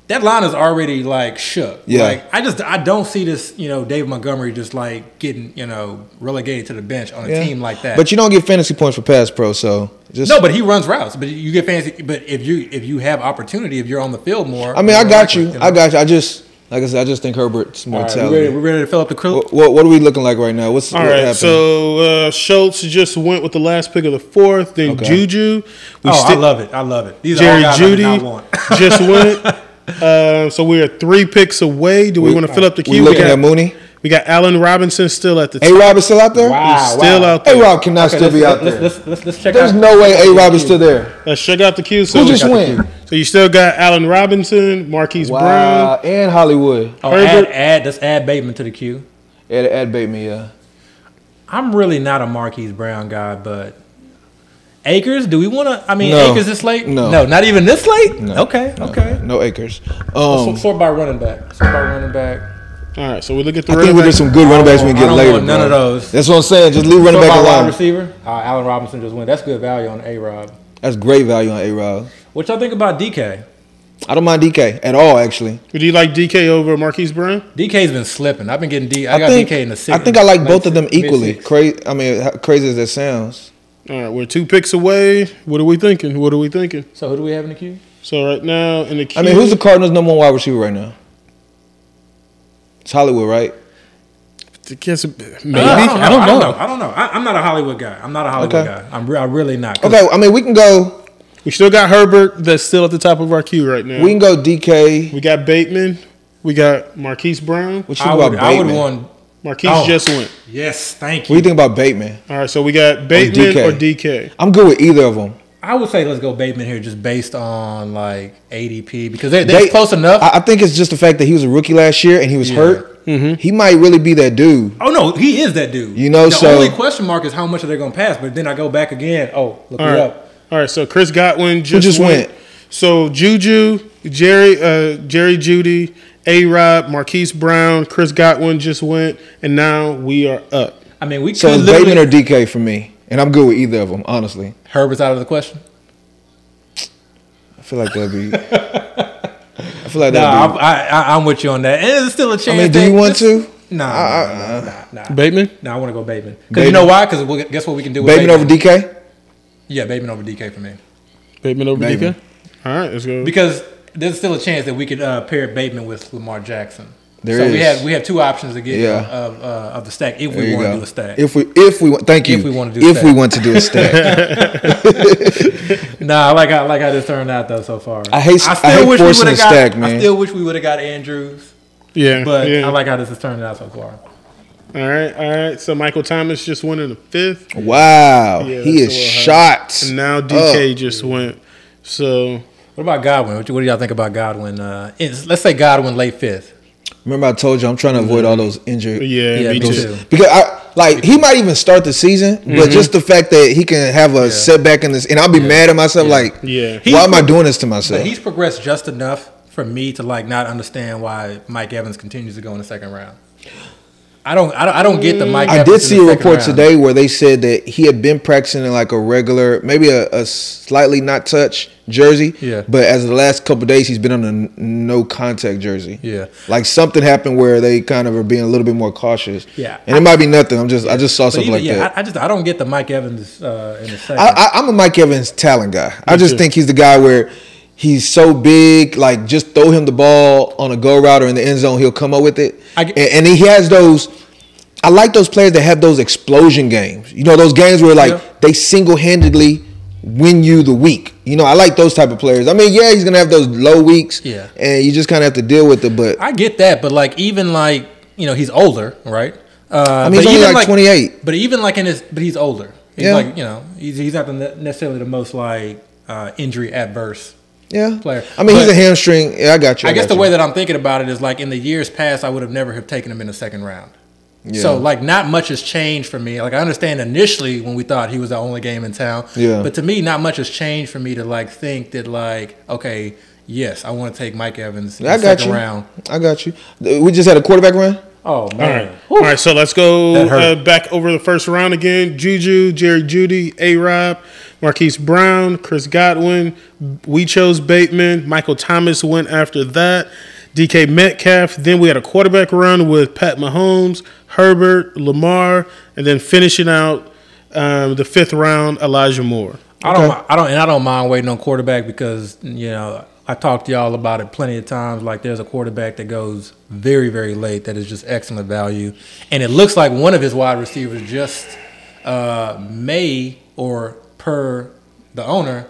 B: that line is already like shook.
C: Yeah.
B: Like I just I don't see this. You know, Dave Montgomery just like getting you know relegated to the bench on a
C: Yeah.
B: team like that.
C: But you don't get fantasy points for pass pro, so just
B: no, but he runs routes. But you get fancy. But if you if you have opportunity, if you're on the field more,
C: I mean, I
B: more
C: got
B: likely,
C: you.
B: know.
C: I got you. I just, like I said, I just think Herbert's more
B: All right, we ready,
C: talented.
B: we ready to fill up the crew.
C: What, what, what are we looking like right now? What's
A: All
C: what
A: right,
C: happened?
A: so uh, Schultz just went with the last pick of the fourth. Then
C: Okay.
A: Juju. We
B: oh, I
A: sti-
B: love it. I love it. These
A: Jerry
B: are all guys I, did not
A: Judy
C: (laughs)
B: want.
A: (laughs) just went. Uh, so we are three picks away. Do we, want to fill up the
C: we
A: queue?
C: looking
A: got,
C: at Mooney.
A: we got Allen Robinson still at the
C: A
A: top.
C: Rob is still out there.
B: Wow.
A: He's still
B: wow.
A: out there.
C: A Rob cannot still
B: let's,
C: be out
B: let's,
C: there.
B: let's, let's, let's check
C: There's
B: out.
C: no way A Rob is still there.
A: Let's check out the queue. So,
C: Who
A: we
C: just
A: Uh, got the
C: went?
A: queue. so you still got Allen Robinson, Marquise Brown.
C: Wow, and Hollywood.
B: Oh, add,
A: Herbert-
B: add, let's add Bateman to the queue.
C: Add, add Bateman, yeah.
B: I'm really not a Marquise Brown guy, but Akers, do we want to? I mean,
C: No.
B: Akers this late?
C: No.
B: no, not even this late.
C: No.
B: Okay,
C: No,
B: okay.
C: No acres.
B: So
C: Um,
B: sort by running back. Sort by running back.
A: All right, so we look at the
C: I
A: running
C: think we
A: back.
C: get some good running backs we can
B: I
C: get
B: don't
C: later.
B: want none
C: bro.
B: of those.
C: That's what I'm saying. Just leave running
B: Sort
C: back
B: by wide
C: alone.
B: receiver. Uh, Allen Robinson just went. That's good value on A Rob.
C: That's great value on A Rob.
B: What y'all think about DK?
C: I don't mind DK at all, actually.
A: Would you like DK over Marquise Brown?
B: DK's been slipping. I've been getting D. I got
C: think,
B: DK in the six.
C: I think I like
B: late
C: both of them
B: six, mid
C: equally.
B: six.
C: Crazy. I mean, how crazy as that sounds.
A: All right, we're two picks away. What are we thinking? What are we thinking?
B: So who do we have in the queue?
A: So right now in the queue,
C: I mean, who's the Cardinals' number one wide receiver right now? It's Hollywood, right?
A: the guess, maybe?
C: Uh.
B: I don't know. I don't know. I don't know. I, I'm not a Hollywood guy. I'm not a Hollywood
C: Okay.
B: guy. I'm, re- I'm really not. 'Cause
C: Okay. I mean, we can go.
A: we still got Herbert that's still at the top of our queue right now.
C: We
A: We,
C: can go DK.
A: got Bateman. We got Marquise Brown.
C: What you think
B: I
C: about
B: would, I would
C: Bateman?
B: want.
A: Marquise
B: Oh.
A: just went.
B: Yes, thank
C: What do
B: you.
C: you think about Bateman?
A: All right, so we got Bateman
C: DK.
A: or DK.
C: I'm good with either of them.
B: I would say let's go Bateman here just based on like ADP because they, they're
C: They-
B: close enough.
C: I, I think it's just the fact that he was a rookie last year and he was hurt. He might really be that dude.
B: oh no, he is that dude.
C: You know,
B: the
C: so-
B: only question mark is how much are they going to pass? But then I go back again. Oh, look
A: All
B: it
A: right,
B: up.
A: all right. So Chris Godwin just,
C: just
A: went.
C: went?
A: So Juju, Jerry, uh, Jerry Judy, A Rob, Marquise Brown, Chris Godwin just went, and now we are up.
B: I mean, we
C: So
B: could
C: it's
B: literally.
C: Bateman or DK for me, and I'm good with either of them. Honestly,
B: Herbert's out of the question.
C: I feel like that'd
B: (laughs)
C: be. I feel like
B: Nah,
C: that'd
B: I'm- I, I, I'm with you on that. And there's still a chance.
C: be. I mean, do
B: that-
C: you want to?
B: Nah, nah, nah, nah, nah.
A: Bateman.
B: Nah, I want to go Bateman because you know
C: Bateman.
B: why? Because we'll, guess what we can do with
C: Bateman over DK?
B: Yeah, Bateman over DK for me.
A: Bateman over
C: Bateman.
A: DK. All right, let's go.
B: because there's still a chance that we could uh, pair Bateman with Lamar Jackson.
C: There
B: so we
C: is.
B: have we have two options to get
C: Yeah.
B: of, uh, of the stack if
C: There
B: we
C: you
B: want to
C: go.
B: do a stack.
C: If we, if we, want- thank you.
B: If we wanna do a
C: if we
B: stack.
C: want to do
B: (laughs)
C: a stack,
B: nah, I like how, I like how this turned out though so far.
C: I hate- I hate
B: we
C: forcing
B: would've
C: the
B: got,
C: stack,
B: I
C: man.
B: still wish we would have got Andrews,
A: yeah,
B: but
A: yeah.
B: I like how this is turning out so far.
A: all right, all right. So Michael Thomas just went in the fifth,
C: wow,
A: Yeah,
C: he
A: that's
C: is
A: a little high.
C: shot.
A: and now DK just went. So
B: What about Godwin? What, do- what do y'all think about Godwin? Uh, it's- let's say Godwin late fifth.
C: Remember, I told you I'm trying to avoid all those injury.
A: yeah,
B: Yeah,
A: me
B: me
A: too. Mm-hmm.
B: too.
C: Because I like he might even start the season, but just the fact that he can have a setback in this, and I'll be mad at myself. Like,
A: Yeah.
C: why
B: He's-
C: am I doing this to myself?
B: But he's progressed just enough for me to like not understand why Mike Evans continues to go in the second round. I don't, I don't, I don't get the Mike.
C: I
B: Evans in
C: did
B: the
C: see a
B: second
C: report
B: round.
C: today where they said that he had been practicing in like a regular, maybe a, a slightly not touch jersey.
B: Yeah.
C: But as of the last couple of days, he's been on a n- no contact jersey.
B: Yeah.
C: Like something happened where they kind of are being a little bit more cautious.
B: Yeah.
C: And it might be nothing. I'm just I just saw
B: But
C: something
B: even,
C: like
B: yeah,
C: that.
B: I, I just I don't get the Mike Evans uh, in the second.
C: I, I, I'm a Mike Evans talent guy. I just
A: too.
C: think he's the guy where he's so big, like just throw him the ball on a go route or in the end zone, he'll come up with it.
B: I get-
C: and, and he has those. I like those players that have those explosion games. You know, those games where like
B: Yeah.
C: they single handedly win you the week. You know, I like those type of players. I mean, yeah, he's gonna have those low weeks.
B: Yeah.
C: And you just kind of have to deal with it. But
B: I get that, but like even like you know he's older, right? Uh,
C: I mean, he's
B: but
C: only
B: even,
C: like 28.
B: But even like in his, but he's older. He's
C: Yeah.
B: like you know he's he's not the ne- necessarily the most like uh, injury adverse
C: Yeah.
B: player.
C: I mean, he's
B: But-
C: a hamstring. Yeah, I got you.
B: I guess
C: got
B: the
C: you.
B: way that I'm thinking about it is like in the years past, I would have never have taken him in the second round.
C: Yeah.
B: So like, not much has changed for me. Like I understand initially when we thought he was the only game in town.
C: Yeah.
B: But to me, not much has changed for me to like think that like okay, yes, I want to take Mike Evans in
C: I
B: the
C: got
B: second
C: you.
B: round.
C: I got you. We just had a quarterback run.
B: Oh
A: All right.
B: man.
A: All right, so let's go
B: That hurt.
A: uh, back over the first round again. Juju, Jerry Judy, A Rob, Marquise Brown, Chris Godwin. We chose Bateman. Michael Thomas went after that. DK Metcalf. Then we had a quarterback run with Pat Mahomes, Herbert, Lamar, and then finishing out um, the fifth round, Elijah Moore.
B: I don't.
C: Okay.
B: mi- I don't. And I don't mind waiting on quarterback because you know I talked to y'all about it plenty of times. Like there's a quarterback that goes very very late that is just excellent value, and it looks like one of his wide receivers just uh, may or per the owner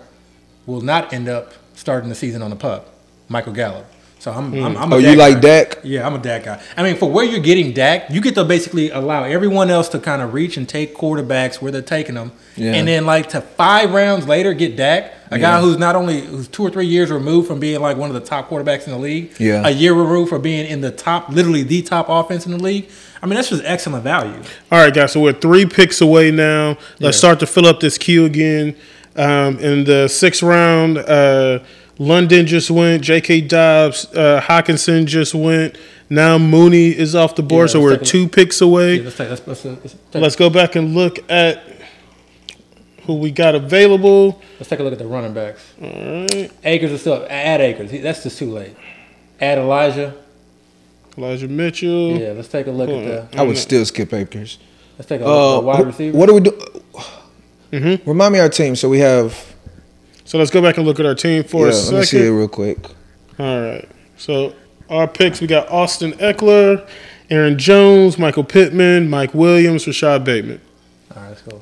B: will not end up starting the season on the pub. Michael Gallup. So I'm. I'm, I'm a
C: Oh, you
B: Dak
C: like
B: guy.
C: Dak?
B: Yeah, I'm a Dak guy. I mean, for where you're getting Dak, you get to basically allow everyone else to kind of reach and take quarterbacks where they're taking them,
C: Yeah.
B: and then like to five rounds later get Dak, a guy who's not only who's two or three years removed from being like one of the top quarterbacks in the league,
C: Yeah.
B: a year removed from being in the top, literally the top offense in the league. I mean, that's just excellent value.
A: All right, guys. So we're three picks away now. Let's start to fill up this queue again. Um, in the sixth round, uh, London just went. J.K. Dobbs, uh, Hawkinson just went. Now Mooney is off the board,
B: Yeah,
A: so
B: let's
A: we're
B: take a
A: two picks away.
B: Yeah, let's take, let's, let's, let's, take,
A: Let's go back and look at who we got available.
B: let's take a look at the running backs.
A: All right,
B: Acres is still add Acres. That's just too late. Add Elijah.
A: Elijah Mitchell.
B: Yeah, let's take a look at the.
C: I would still skip Akers.
B: Let's take a
C: Uh,
B: look at the wide
C: wh-
B: receiver.
C: What do we do? Remind me our team. So we have.
A: So let's go back and look at our team for
C: yeah,
A: a
C: let me see it
A: second.
C: real quick.
A: All right. So our picks we got Austin Eckler, Aaron Jones, Michael Pittman, Mike Williams, Rashad Bateman.
B: All right, let's go.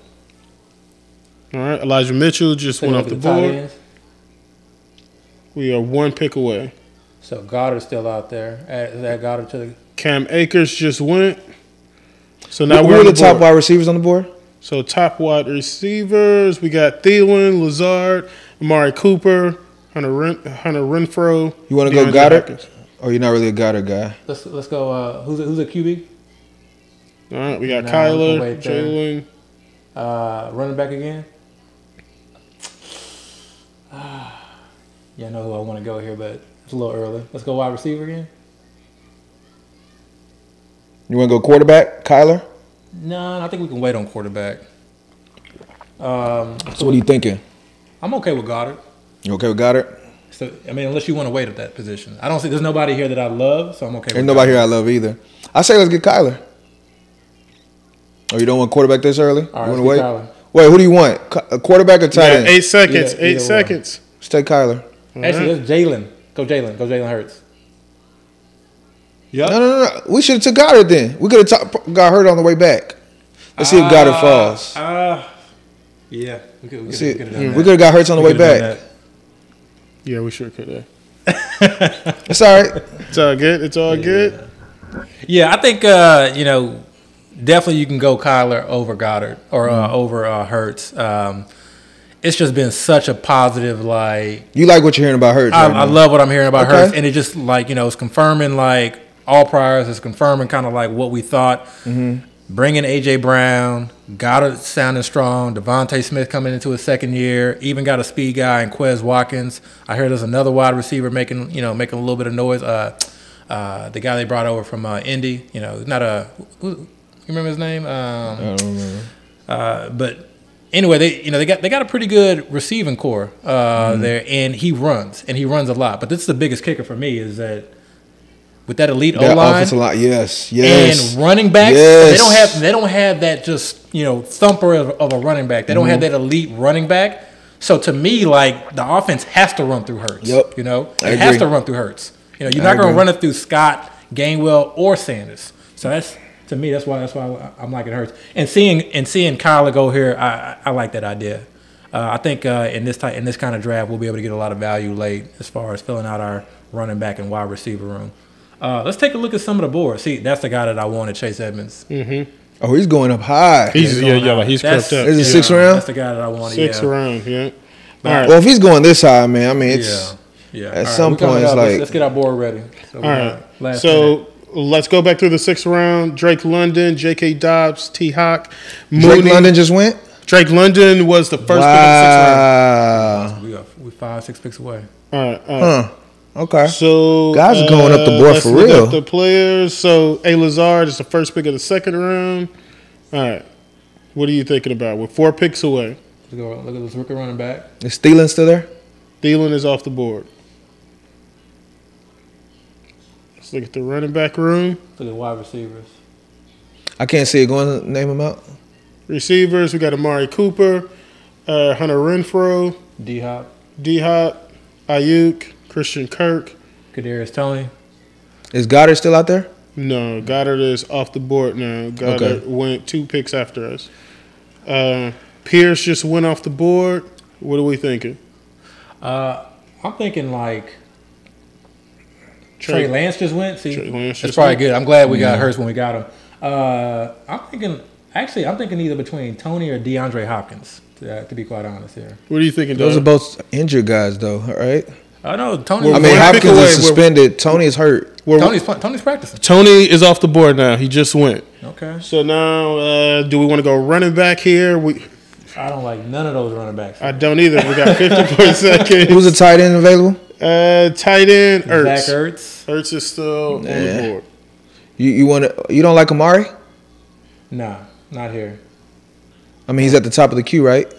A: All right, Elijah Mitchell just
B: Take a
A: went off
B: look at
A: the
B: the tight
A: board.
B: ends.
A: We are one pick away.
B: So Goddard's still out there. Add, add Goddard to the.
A: Cam Akers just went. So now
C: Now,
A: we're
C: we're
A: on
C: the
A: the
C: top
A: board.
C: wide receivers on the board.
A: So top wide receivers, we got Thielen, Lazard, Amari Cooper, Hunter, Ren- Hunter Renfro.
C: You want to go
A: DeAndre
C: Goddard?
A: Hopkins.
C: Or Oh, you're not really a Goddard guy.
B: Let's let's go. Uh, who's a, who's a QB?
A: All right, we got
B: Nah, we'll
A: Kyler,
B: wait there.
A: Jalen.
B: Uh, running back again. (sighs) Ah, yeah, I know who I want to go here, but it's a little early. Let's go wide receiver again.
C: You want to go quarterback, Kyler?
B: No, I think we can wait on quarterback. Um,
C: So what are you thinking?
B: I'm okay with Goddard.
C: You okay with Goddard?
B: So I mean, unless you want to wait at that position, I don't see. There's nobody here that I love, so I'm okay.
C: Ain't
B: with Goddard.
C: nobody here I love either. I say let's get Kyler. Oh, you don't want quarterback this early?
B: All right,
C: you want to wait?
B: let's get
C: Wait, who do you want? Ky- A quarterback or tight
A: Yeah,
C: end?
A: eight seconds.
B: Either-
A: eight
B: either one.
A: seconds.
C: Let's take Kyler.
B: Actually, that's Jalen. Go Jalen. Go Jalen Hurts.
C: No, no, no. We should have took Goddard then. We could have t- got hurt on the way back. Let's see if Goddard
B: Uh,
C: falls.
B: Uh, yeah, we could, we
C: Let's
B: could, we
C: see.
B: could have done that.
C: We could have got hurt on the way
B: We could've done
C: back.
A: Yeah, we sure could have.
C: It's all right.
A: It's all good. It's all good.
B: that. Yeah, I think uh, you know definitely you can go Kyler over Goddard or uh, over uh, Hertz. Um, it's just been such a positive like
C: You like what you're hearing about Hurts.
B: I,
C: right
B: I
C: now.
B: love what I'm hearing about
C: Okay.
B: Hurts, and it just like you know it's confirming like all priors. It's confirming kind of like what we thought.
C: Mm-hmm.
B: Bringing AJ Brown, Goddard sounding strong, Devontae Smith coming into his second year, even got a speed guy in Quez Watkins. I heard there's another wide receiver making you know making a little bit of noise. Uh, uh, the guy they brought over from uh, Indy, you know, not a who, you remember his name? Um,
C: I don't remember.
B: uh, but anyway, they you know they got they got a pretty good receiving core uh,
C: Mm-hmm.
B: there, and he runs and he runs a lot. But this is the biggest kicker for me is that with that elite O
C: That
B: line
C: offensive line. Yes. Yes.
B: and running backs, they
C: Yes.
B: don't have they don't have that just you know thumper of, of a running back. They don't have
C: Mm-hmm.
B: that elite running back. So to me, like the offense has to run through Hurts.
C: Yep.
B: You know, it
C: I
B: has to
C: agree.
B: run through Hurts. You know, you're
C: I
B: not going to
C: agree.
B: run it through Scott, Gainwell, or Sanders. So that's to me. That's why. That's why I'm liking Hurts. And seeing and seeing Kyler go here, I I, I like that idea. Uh, I think uh, in this type in this kind of draft, we'll be able to get a lot of value late as far as filling out our running back and wide receiver room. Uh, let's take a look at some of the boards. See, that's the guy that I wanted, Chase Edmonds.
C: Oh, he's going up high.
A: He's yeah, yeah, like he's
B: That's-
A: crept up.
C: Is it
B: yeah,
C: six round?
B: That's the guy that I wanted.
A: Six
B: yeah.
A: round, yeah. All right.
C: well, if he's going this high, man, I mean, it's
B: Yeah. Yeah.
C: at some
B: we coming
C: point, it's
B: up. Let's-
C: like-
B: let's get our board ready. So we
A: All
B: got
A: right.
B: last
A: so let's go back through the sixth round. Drake London, J.K. Dobbs, T. Hawk, Mooney.
C: Drake London just went.
A: Drake London was the first
C: wow.
B: minute. we are we five six picks away.
A: pick in the sixth round. All right. All right.
C: Huh. Okay.
A: So
C: Guys are going up the board
A: let's
C: for
A: look
C: real.
A: up The players. So A Lazard is the first pick of the second round. All right. What are you thinking about? We're four picks away.
B: Let's go. Look at this rookie running back.
C: Is Thielen still there?
A: Thielen is off the board. Let's look at the running back room.
B: Look at wide receivers.
C: I can't see it going. Name him out.
A: Receivers, we got Amari Cooper, uh, Hunter Renfro,
B: D Hop,
A: D Hop, Ayuk, Christian Kirk.
B: Kadarius Tony.
C: Is Goddard still out there?
A: No, Goddard is off the board now. Goddard
C: Okay.
A: went two picks after us. Uh, Pierce just went off the board. What are we thinking?
B: Uh, I'm thinking like
A: Trey-
B: Trey Lance just went. See,
A: Trey Lance
B: that's
A: just
B: probably
A: went.
B: good. I'm glad we got Hurst when we got him. Uh, I'm thinking actually, I'm thinking either between Tony or DeAndre Hopkins. To, uh, to be quite honest here,
A: What are you thinking,
C: Those are
A: Doug?
C: both injured guys, though. All right.
B: I know Tony.
A: Well,
C: I mean,
A: one pick
C: Hopkins
A: away,
C: is
A: we're-
C: suspended. Tony is hurt.
A: We're-
B: Tony's pl- Tony's practicing.
A: Tony is off the board now. He just went.
B: Okay,
A: So now, uh, do we want to go running back here? We
B: I don't like none of those running backs.
A: I don't either. We got (laughs) 54
C: Who's
A: seconds.
C: the tight end available?
A: Uh, tight end, Ertz.
B: Zach
A: Ertz.
B: Ertz.
A: is still on
C: Nah.
A: the board.
C: You you want to? You don't like Amari?
B: Nah, not here.
C: I mean, he's at the top of the queue, right?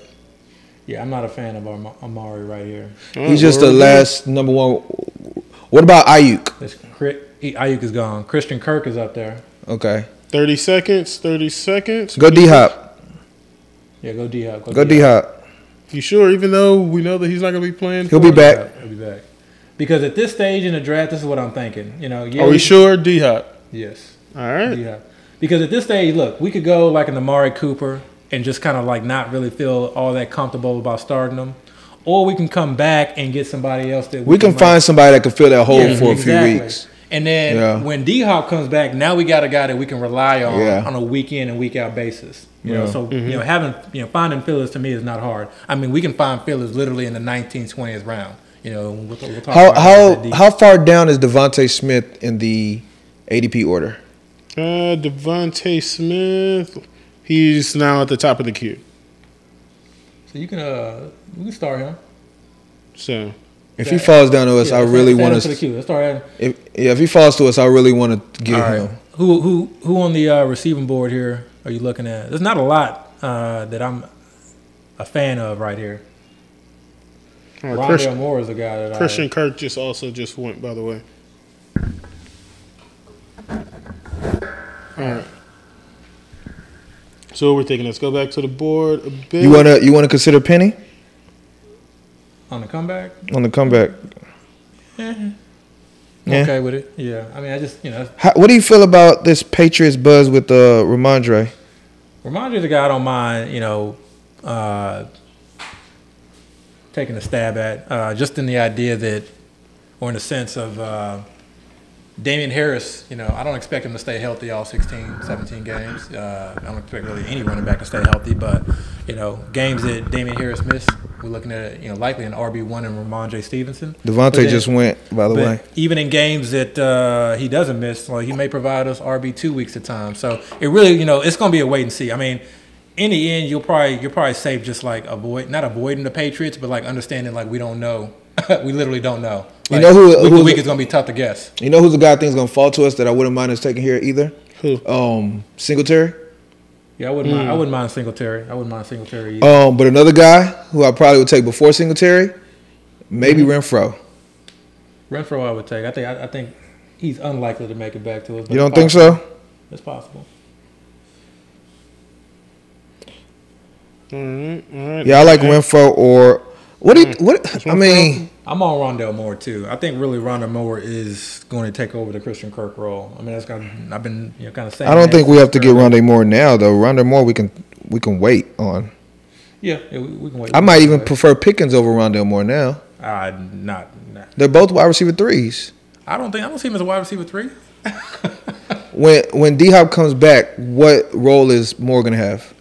B: Yeah, I'm not a fan of Am- Amari right here.
A: Alright,
C: He's just
A: where
C: the
A: we going?
C: last number one. What about Ayuk?
B: This Chri- he- Ayuk is gone. Christian Kirk is up there.
C: Okay,
A: 30 seconds, 30 seconds.
C: go D Hop.
B: Yeah, go D Hop.
C: Go D Hop.
A: You sure? Even though we know that he's not going to be playing.
C: He'll
A: for
C: be
A: us?
C: back.
B: I'll be back. Because at this stage in the draft, this is what I'm thinking. You know, yeah,
C: Oh,
A: Are
B: we-
A: we sure? D Hop.
B: Yes,
A: All right.
B: yeah. Because at this stage, look, we could go like an Amari Cooper and just kind of like not really feel all that comfortable about starting them, or we can come back and get somebody else that
C: We can
B: like-
C: find somebody that can fill that hole
B: Yeah,
C: for a
B: exactly.
C: few weeks.
B: And then
C: Yeah.
B: when D Hop comes back, now we got a guy that we can rely on
C: Yeah.
B: on a week in and week out basis. You know,
C: Yeah.
B: so you know having you know finding fillers to me is not hard. I mean, we can find fillers literally in the 19th, 20th round. You know, and we'll, we'll talk
C: How
B: about that
C: how
B: deep.
C: how far down is Devonte Smith in the ADP order?
A: Uh, Devonte Smith. He's now at the top of the queue.
B: So you can uh we can start him.
A: So
C: If he falls down to us,
B: Yeah,
C: I
B: let's
C: really
B: add- add
C: want
B: him to the
C: to.
B: queue. Let's start him.
C: If, yeah, if he falls to us, I really want to get
B: All right.
C: him.
B: Who who who on the uh, receiving board here are you looking at? There's not a lot uh, that I'm a fan of right here.
A: all right, uh,
B: Rondell
A: Christian,
B: Moore is a guy that I-
A: Christian Kirk just also just went. By the way. All right. So what we're thinking. Let's go back to the board a bit.
C: You wanna you wanna consider Penny
B: on the comeback.
C: on the comeback? Yeah.
B: okay with it. Yeah, I mean, I just you know,
C: How, what do you feel about this Patriots buzz with uh, Ramondre?
B: remind you the guy I don't mind. You know, uh, taking a stab at uh, just in the idea that, or in the sense of uh, Damian Harris. You know, I don't expect him to stay healthy all 16, 17 games. Uh, I don't expect really any running back to stay healthy, but you know, games that Damian Harris missed, we're looking at you know likely an RB one and Ramondre Stevenson. But
C: Devontae
B: then-
C: just went, by the
B: But
C: way.
B: even in games that uh, he doesn't miss, like he may provide us RB two weeks at time. So it really, you know, it's going to be a wait and see. I mean, in the end, you'll probably you're probably safe just like avoid not avoiding the Patriots, but like understanding like we don't know, (laughs) we literally don't know.
C: You
B: Like,
C: know who-
B: week to
C: who's-
B: week is going to be tough to guess.
C: You know who's the guy I think is gonna fall to us that I wouldn't mind us taking here either?
A: Who?
C: Um, Singletary.
B: Yeah, I wouldn't
C: Mm.
B: mind. I wouldn't mind Singletary. I wouldn't mind Singletary. Either.
C: Um, but another guy who I probably would take before Singletary, maybe
B: Mm-hmm.
C: Renfro.
B: Renfro, I would take. I think I, I think he's unlikely to make it back to us. but
C: You
B: it's
C: don't think
B: possible.
C: so?
B: It's possible.
A: All right. All right.
C: Yeah, I
B: Mm-hmm.
C: like Renfro or what? Do
B: Mm.
C: you, what? I mean,
B: I'm on Rondell Moore too. I think really Rondell Moore is going to take over the Christian Kirk role. I mean, that's kind of, I've been you know, kind of saying.
C: I don't
B: that
C: think we have to get
B: for-
C: Rondé Moore now though. Rondé Moore, we can we can wait on.
B: Yeah, yeah, we, we can wait.
C: I might even
B: Wait.
C: prefer Pickens over Rondé Moore now.
B: Uh, not, not.
C: They're both wide receiver threes.
B: I don't think I don't see him as a wide receiver three.
C: when when D Hop comes back, what role is Moore gonna have?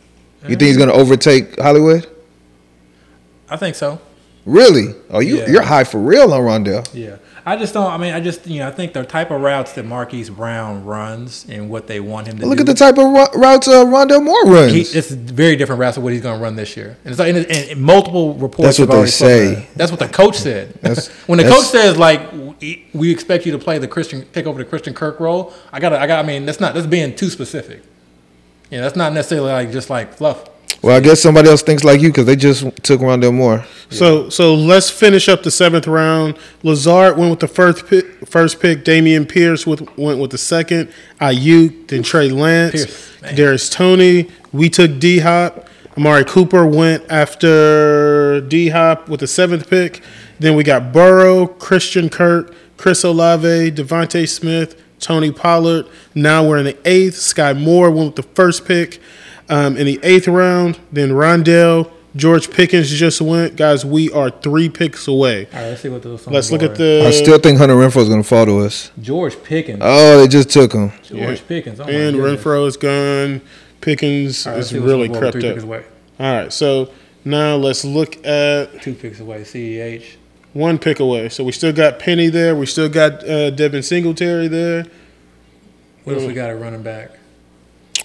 C: You think he's
B: Mm.
C: gonna overtake Hollywood?
B: (laughs) I think so.
C: Really? Oh, you
B: Yeah.
C: you're high for real on Rondell.
B: Yeah, I just don't. I mean, I just you know, I think the type of routes that Marquise Brown runs and what they want him to
C: Look
B: do.
C: at the type of ro- routes uh, Rondell Moore runs.
B: He, it's very different routes of what he's going to run this year, and it's like, and, and, and multiple reports.
C: That's what
B: have already
C: they
B: spoken
C: say.
B: to that. That's what the coach said.
C: That's-
B: (laughs) when the
C: that's-
B: coach says like, "We- "We expect you to play the Christian, take over the Christian Kirk role," I got, to I got. to I mean, that's not that's being too specific. Yeah, that's not necessarily like just like fluff.
C: well, I guess somebody else thinks like you because they just took Rondell Moore.
A: So so let's finish up the seventh round. Lazard went with the first pick. First pick. Damian Pierce with, went with the second. Ayuk, then Trey
B: Pierce,
A: Lance,
B: man.
A: Darius Tony. We took D Hop. Amari Cooper went after D Hop with the seventh pick. Then we got Burrow, Christian Kirk, Chris Olave, Devontae Smith, Tony Pollard. Now we're in the eighth. Sky Moore went with the first pick um, in the eighth round. Then Rondell, George Pickens just went. Guys, we are three picks away.
B: All right, let's see what those.
A: Let's look at
C: I
B: Mm.
A: the Uh,
C: still think Hunter Renfro is gonna fall to us.
B: George Pickens.
C: Oh, they just took him.
B: George Pickens. Oh my
A: and
B: goodness.
A: Renfro is gone. Pickens
B: All right, let's
A: is
B: see what's on the
A: really
B: board with
A: crept
B: three
A: up.
B: Picks away.
A: All right, so now let's look at
B: Two picks away. Ceh.
A: one pick away. So we still got Penny there. We still got uh, Devin Singletary there.
B: What
A: Mm.
B: else we got at running back?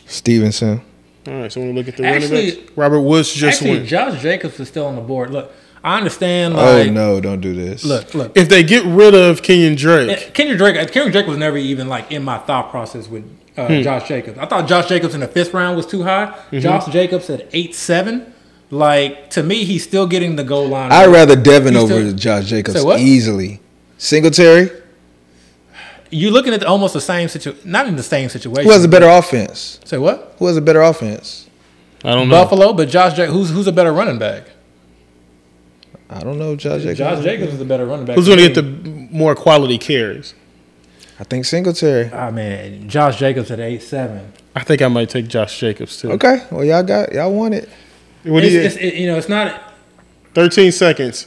C: Stevenson.
A: All right, so when we look at the
B: Actually-
A: running backs, Robert Woods just
B: Actually,
A: went.
B: Josh Jacobs is still on the board. Look, I understand.
C: Oh
B: Like,
C: no, don't do this.
B: Look, look.
A: If they get rid of Kenyon Drake,
B: Uh, Kendrick Drake, Kendrick Drake was never even like in my thought process with uh,
C: Hmm.
B: Josh Jacobs. I thought Josh Jacobs in the fifth round was too high.
C: Mm-hmm.
B: Josh Jacobs at eight seven, like to me, he's still getting the goal line.
C: I'd rather Devin
B: He's
C: over
B: still-
C: Josh Jacobs
B: Say what?
C: easily. Singletary,
B: You're looking at almost the same situation, not in the same situation.
C: who has a better offense?
B: Say what?
C: Who has a better offense?
A: I don't
B: Buffalo, but Josh Jacobs, who's who's a better running back?
C: I don't know Josh Jacobs.
B: Josh Jacobs is a better running back.
A: Who's going to get the
B: me.
A: more quality carries?
C: I think Singletary.
B: Ah man, Josh Jacobs at eight seven.
A: I think I might take Josh Jacobs too.
C: Okay, well y'all got y'all want it.
A: What do you?
B: It's- it's- it- you know, it's not.
A: 13 seconds.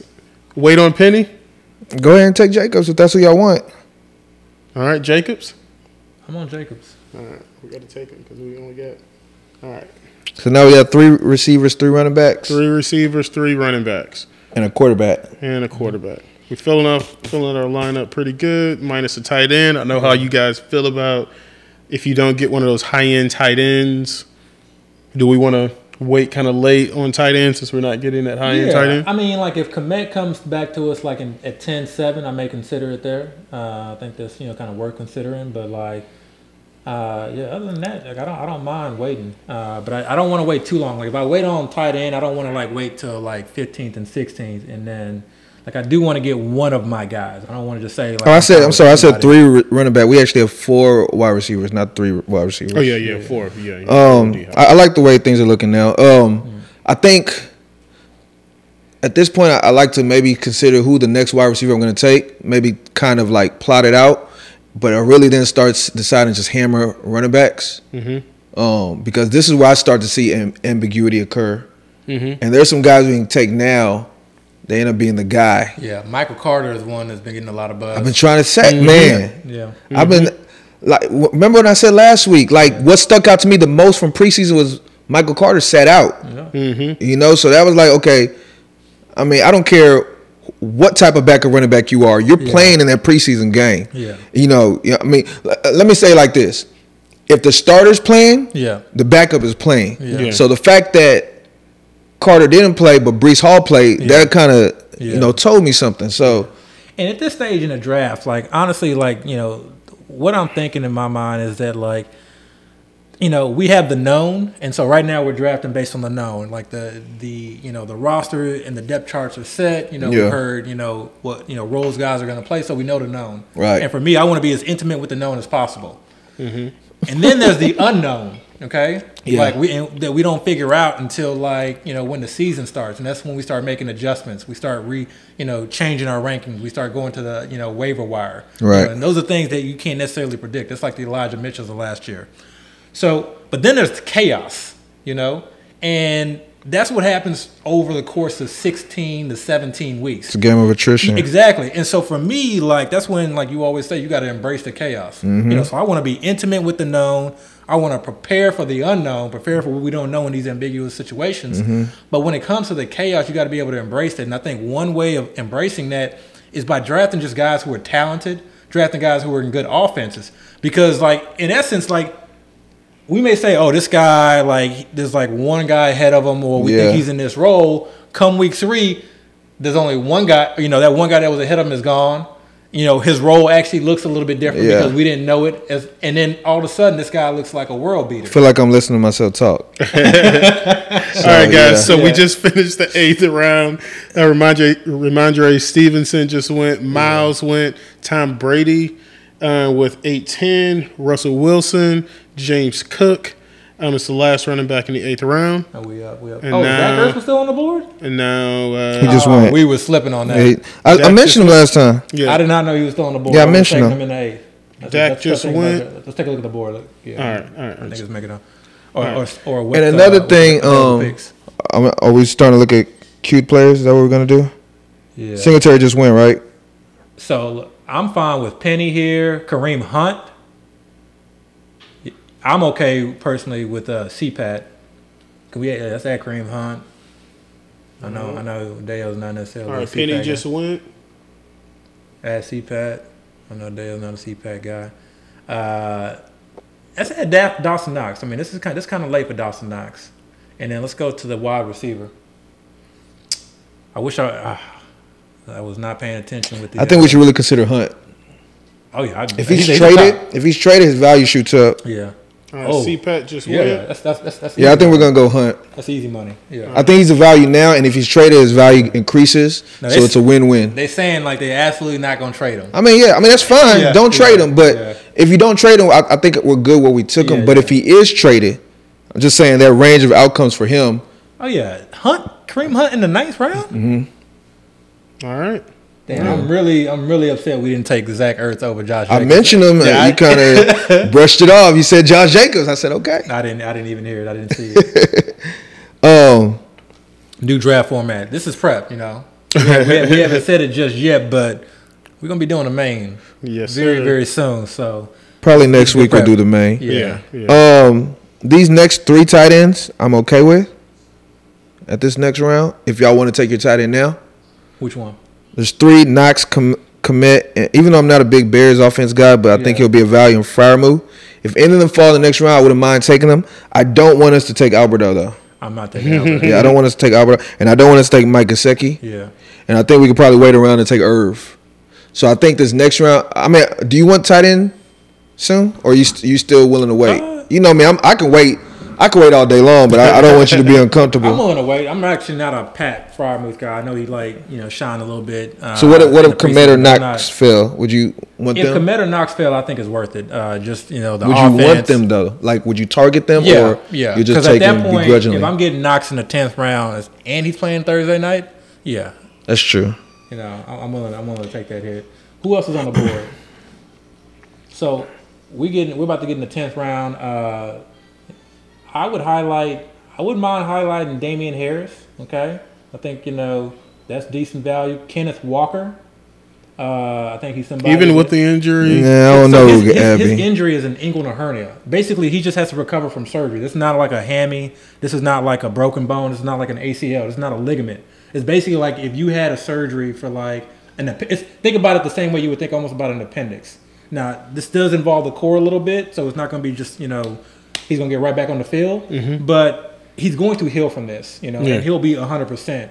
A: Wait on Penny.
C: Go ahead and take Jacobs if that's who y'all want.
A: All right, Jacobs.
B: I'm on Jacobs.
A: All right, we got to take him because we only got. All right,
C: So now we got three receivers, three running backs,
A: three receivers, three running backs,
C: and a quarterback.
A: and a quarterback. We're filling up, filling our lineup pretty good, minus a tight end. I know how you guys feel about if you don't get one of those high end tight ends. Do we want to wait kind of late on tight end since we're not getting that high end tight end?
B: I mean, like if Komet comes back to us like in, at 10-7, I may consider it there. Uh, I think that's you know kind of worth considering, but like. Uh, yeah. Other than that, like I don't, I don't mind waiting. Uh, but I, I don't want to wait too long. Like if I wait on tight end, I don't want to like wait till like fifteenth and sixteenth, and then like I do want to get one of my guys. I don't want to just say like.
C: Oh, I said I'm sorry. I said
B: somebody.
C: three r- running back. We actually have four wide receivers, not three wide receivers.
A: Oh yeah, yeah, four. Yeah. yeah.
C: Um,
A: Yeah.
C: I, I like the way things are looking now. Um, I think at this point, I, I like to maybe consider who the next wide receiver I'm going to take. Maybe kind of like plot it out, but I really then starts deciding just hammer running backs. Mm-hmm. Um, because this is where I start to see am- ambiguity occur. Mm-hmm. And there's some guys we can take now. They end up being the guy.
B: Yeah, Michael Carter is one that's been getting a lot of buzz.
C: I've been trying to say, man.
B: yeah.
C: I've been
B: Mm-hmm.
C: like, w- remember when I said last week? Like, what stuck out to me the most from preseason was Michael Carter sat out.
B: Mm-hmm.
C: You know, so that was like, okay. I mean, I don't care what type of back or running back you are. You're playing in that preseason game.
B: Yeah.
C: You know, you know, I mean, l- uh, let me say it like this: if the starter's playing,
B: Yeah.
C: the backup is playing.
B: Yeah. Yeah.
C: So the fact that Carter didn't play, but Brees Hall played, that kind of
B: Yeah.
C: you know told me something. So
B: And at this stage in the draft, like honestly, like you know, what I'm thinking in my mind is that like, you know, we have the known, and so right now we're drafting based on the known. Like the the you know the roster and the depth charts are set. You know,
C: Yeah.
B: we heard you know what you know roles guys are going to play, so we know the known.
C: Right.
B: And for me, I want to be as intimate with the known as possible. And then there's the unknown. Okay.
C: Yeah.
B: Like we and that we don't figure out until like you know when the season starts, and that's when we start making adjustments. We start re you know changing our rankings. We start going to the you know waiver wire. You know,
C: Right.
B: and those are things that you can't necessarily predict. That's like the Elijah Mitchells of last year. So, but then there's chaos. You know, and That's what happens over the course of 16 to 17 weeks.
C: It's a game of attrition.
B: Exactly. And so for me, like that's when like you always say you got to embrace the chaos. You know, so I want to be intimate with the known. I want to prepare for the unknown, prepare for what we don't know in these ambiguous situations. But when it comes to the chaos, you got to be able to embrace it. And I think one way of embracing that is by drafting just guys who are talented, drafting guys who are in good offenses. Because like in essence, like we may say, oh, this guy, like there's like one guy ahead of him, or we
C: Yeah.
B: think he's in this role. Come week three, there's only one guy. You know, that one guy that was ahead of him is gone. You know, his role actually looks a little bit different
C: Yeah.
B: because we didn't know it. As, and then all of a sudden, this guy looks like a world beater.
C: I feel like I'm listening to myself talk.
A: All right, guys.
C: yeah.
A: So we just (laughs) finished the eighth round. Uh, Ramondre, Ramondre Stevenson just went. Miles went. Tom Brady uh, with eight ten. Russell Wilson. James Cook. Um, it's the last running back in the eighth round,
B: Oh, we up, we up.
A: And
B: oh, Zach
A: now-
B: Ertz was still on the board.
A: and now
C: He
A: uh,
C: just
B: Oh,
C: went.
B: we were slipping on that.
C: Hey, I, I
A: Dak
C: mentioned him last time.
A: yeah.
B: I did not know he was still on the board.
C: Yeah, I
B: was
C: mentioned
B: taking
C: him.
B: in the eighth. Let's-
A: Dak
B: let's-
A: just
B: let's take a look
A: went.
B: at- Let's take a look at the board. Look, yeah.
A: All right, all right, all
B: I think
A: right.
B: it's making up. Or, or, or with,
C: And another
B: with
C: thing,
B: the other
C: um,
B: picks.
C: I'm, are we starting to look at cute players? Is that what we're gonna do?
B: yeah.
C: Singletary just went right.
B: So look, I'm fine with Penny here, Kareem Hunt. I'm okay personally with uh, CPAT. Can we? Yeah, that's that Kareem Hunt. I know, I know. Dale's not necessarily.
A: All
B: a
A: right.
B: CPAT
A: Penny
B: guy.
A: just went.
B: at CPAT. I know Dale's not a CPAT guy. Uh, let's add Da- Dawson Knox. I mean, this is kind. This kind of late for Dawson Knox. And then let's go to the wide receiver. I wish I. Uh, I was not paying attention with the.
C: I think we should really consider Hunt.
B: Oh yeah. I,
C: If he's,
B: a top.
C: traded, if he's traded, his value shoots up.
B: Yeah.
A: All right.
B: Oh.
A: CPAT just
B: Yeah,
A: went.
B: that's that's that's, that's
C: Yeah, I
B: easy.
C: think we're gonna go Hunt.
B: that's easy money. Uh, Yeah,
C: I think he's a value now, and if he's traded, his value increases.
B: No,
C: so
B: it's-
C: it's a win-win.
B: they saying like they're absolutely not gonna trade him.
C: I mean, yeah, I mean that's fine.
B: Yeah,
C: don't
B: yeah,
C: trade him, but
B: yeah.
C: if you don't trade him, I, I think we're good where we took him.
B: Yeah,
C: But
B: yeah.
C: if he is traded, I'm just saying that range of outcomes for him.
B: Oh yeah, Hunt, Kareem Hunt in the ninth round.
C: Mm-hmm.
A: All right.
B: Damn, I'm really I'm really upset we didn't take Zach Ertz over Josh.
C: I
B: Jacobs.
C: mentioned him,
B: Yeah,
C: and you kind (laughs) of brushed it off. You said Josh Jacobs. I said okay.
B: I didn't I didn't even hear it. I didn't
C: (laughs)
B: see it.
C: Um,
B: New draft format. This is prep. You know, we, have, we, have, we haven't said it just yet, but we're gonna be doing the main
A: Yes.
B: very
A: sir.
B: very soon. So
C: probably next week we'll
B: prep.
C: do the main.
B: yeah.
A: Yeah. Yeah.
C: Um, these next three tight ends, I'm okay with. At this next round, if y'all want to take your tight end now,
B: Which one?
C: There's three Knox com- commit. And even though I'm not a big Bears offense guy, but I think
B: Yeah.
C: he'll be a value in Fryermuth. If any of them fall in the next round, I wouldn't mind taking them. I don't want us to take Alberto though.
B: I'm not taking. Albert.
C: (laughs) Yeah, I don't want us to take Alberto, and I don't want us to take Mike Gesicki.
B: Yeah.
C: And I think we could probably wait around and take Irv. So I think this next round. I mean, do you want tight end soon, or you st- you still willing to wait?
B: Uh,
C: you know me. I'm, I can wait. I can wait all day long, but I, I don't want you
B: (laughs)
C: to be uncomfortable.
B: I'm on the way. I'm actually not a Pat Fryermuth guy. I know he like you know shined a little bit. Uh,
C: so what if what
B: in
C: if
B: the
C: Komet or
B: preseason, but I'm
C: Knox
B: not-
C: fell? Would you want
B: If
C: them?
B: Komet or Knox fell, I think it's worth it. Uh, just you know the
C: Would
B: offense.
C: you want them though? Like, would you target them,
B: Yeah,
C: or
B: yeah.
C: you just
B: 'Cause at
C: take
B: that
C: them
B: point,
C: begrudgingly?
B: If I'm getting Knox in the tenth round and he's playing Thursday night, yeah,
C: That's true.
B: you know I- I'm willing. I'm willing to take that hit. Who else is on the board? so we getting we're about to get in the tenth round. Uh, I would highlight. I wouldn't mind highlighting Damian Harris. Okay, I think you know that's decent value. Kenneth Walker. Uh, I think he's somebody.
A: Even with
B: that-
A: the injury.
C: Yeah, I don't
B: so
C: know,
B: His, his- his
C: Abby.
B: injury is an inguinal hernia. Basically, he just has to recover from surgery. This is not like a hammy. This is not like a broken bone. This is not like an ACL. This is not a ligament. It's basically like if you had a surgery for like an app- it's, think about it the same way you would think almost about an appendix. Now, this does involve the core a little bit, so it's not going to be just you know he's going to get right back on the field,
C: Mm-hmm.
B: but he's going to heal from this, you know,
A: Yeah.
B: and he'll be hundred percent.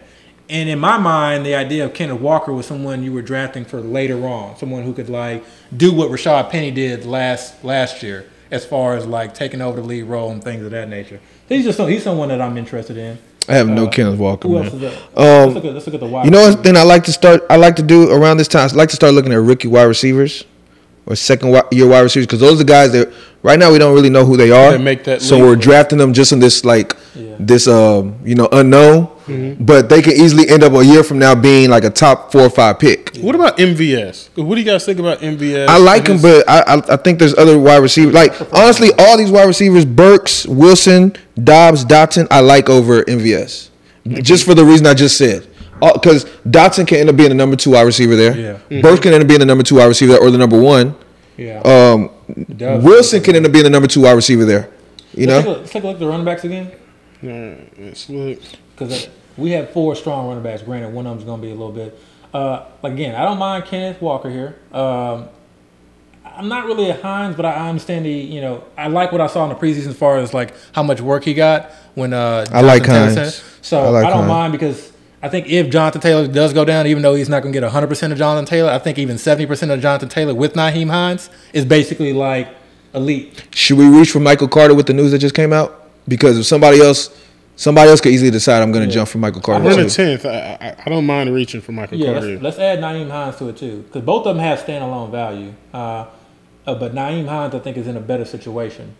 B: And in my mind, the idea of Kenneth Walker was someone you were drafting for later on, someone who could like do what Rashad Penny did last last year, as far as like taking over the lead role and things of that nature. He's just some, he's someone that I'm interested in.
C: I have no Kenneth Walker.
B: uh, Who else
C: Man.
B: is that?
C: Um,
B: let's, look at, let's look at the wide.
C: You know
B: receivers.
C: what thing I like to start? I like to do around this time. I like to start looking at rookie wide receivers, or second wi- year wide receivers because those are guys that right now we don't really know who they are.
A: They make that
C: so
A: leap.
C: we're drafting them just in this like
B: Yeah.
C: this um you know unknown,
A: Mm-hmm.
C: but they can easily end up a year from now being like a top four or five pick.
A: What about MVS? What do you guys think about MVS?
C: I like
A: And
C: him, but I, I I think there's other wide receivers. Like honestly, all these wide receivers: Burks, Wilson, Dobbs, Dotson. I like over MVS, just for the reason I just said. Because Dotson can end up being the number two wide receiver there.
B: Yeah.
C: Burks can end up being the number two wide receiver there, or the number one.
B: Yeah.
C: Um,
B: Does.
C: Wilson can end up being the number two wide receiver there. You
B: Let's
C: know,
B: take a- let's take a look at the running backs again.
A: Let's look.
B: because uh, we have four strong running backs. Granted, one of them's going to be a little bit. Uh, again, I don't mind Kenneth Walker here. Um, I'm not really a Hines, but I I understand the you know I like what I saw in the preseason as far as like how much work he got when uh,
C: I like
B: Jonathan Taylor
C: Hines.
B: said- So
C: I
B: I,
C: like
B: don't
C: Hines.
B: mind because I think if Jonathan Taylor does go down, even though he's not going to get 100 percent of Jonathan Taylor, I think even 70 percent of Jonathan Taylor with Naheem Hines is basically like elite.
C: should we reach for Michael Carter with the news that just came out? Because if somebody else, somebody else could easily decide I'm going to jump for Michael Carter.
A: We're in
C: too.
A: the tenth. I, I, I don't mind reaching for Michael
B: Yeah,
A: Carter.
B: let's, let's add Naeem Hines to it too, because both of them have standalone value. Uh, uh, but Naeem Hines, I think, is in a better situation.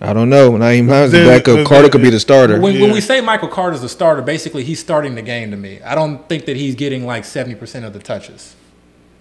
C: I don't know. Naeem Hines the
A: Then-
C: backup.
A: then-
C: Carter could be the starter.
B: When, when
A: Yeah.
B: we say Michael Carter's a starter, basically he's starting the game to me. I don't think that he's getting like seventy percent of the touches.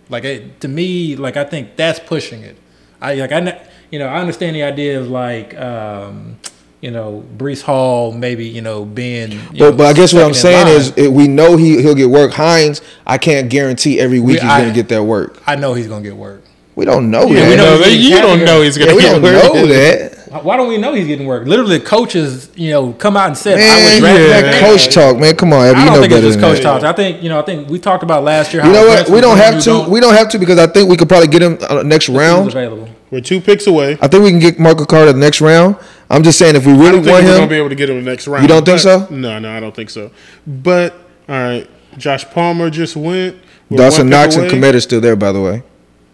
B: Like it, to me, like I think that's pushing it. I like I kn- you know I understand the idea of like um, you know Brees Hall maybe you know being. you know,
C: But, but I guess what I'm
B: second in
C: saying is
B: line.
C: eh, we know he he'll get work. Hines, I can't guarantee every week
B: We-
C: he's going
B: I-
C: to get that work.
B: I know he's gonna get work.
C: We don't know
A: Yeah,
C: that.
A: we know
B: he's
A: that-
B: getting
A: you don't
B: caviar.
A: know he's
C: Yeah,
A: gonna
C: we
A: get
C: don't know that.
B: Why don't we know he's getting work? Literally, coaches you know come out and said I
C: Man,
B: would draft
A: yeah.
B: that man.
C: that coach talk, man. Come on, Abby,
B: I
C: you
B: don't
C: know
B: think it's
C: better
B: just
C: than
B: coach
C: that.
B: talk. I think you know. I think we talked about last year.
C: You know what? We don't have to.
B: do
C: We don't have to because I think we could probably get him uh, next round.
B: available.
A: We're two picks away.
C: I think we can get Michael Carter the next round. I'm just saying if we
A: I
C: really
A: don't think
C: want
A: we're gonna be
C: him,
A: able to get him the next round.
C: You don't think
A: but-
C: so?
A: No, no, I don't think so. But all right, Josh Palmer just went. We're one
C: Dawson
A: pick
C: Knox and
A: away.
C: Komet are still there, by the way.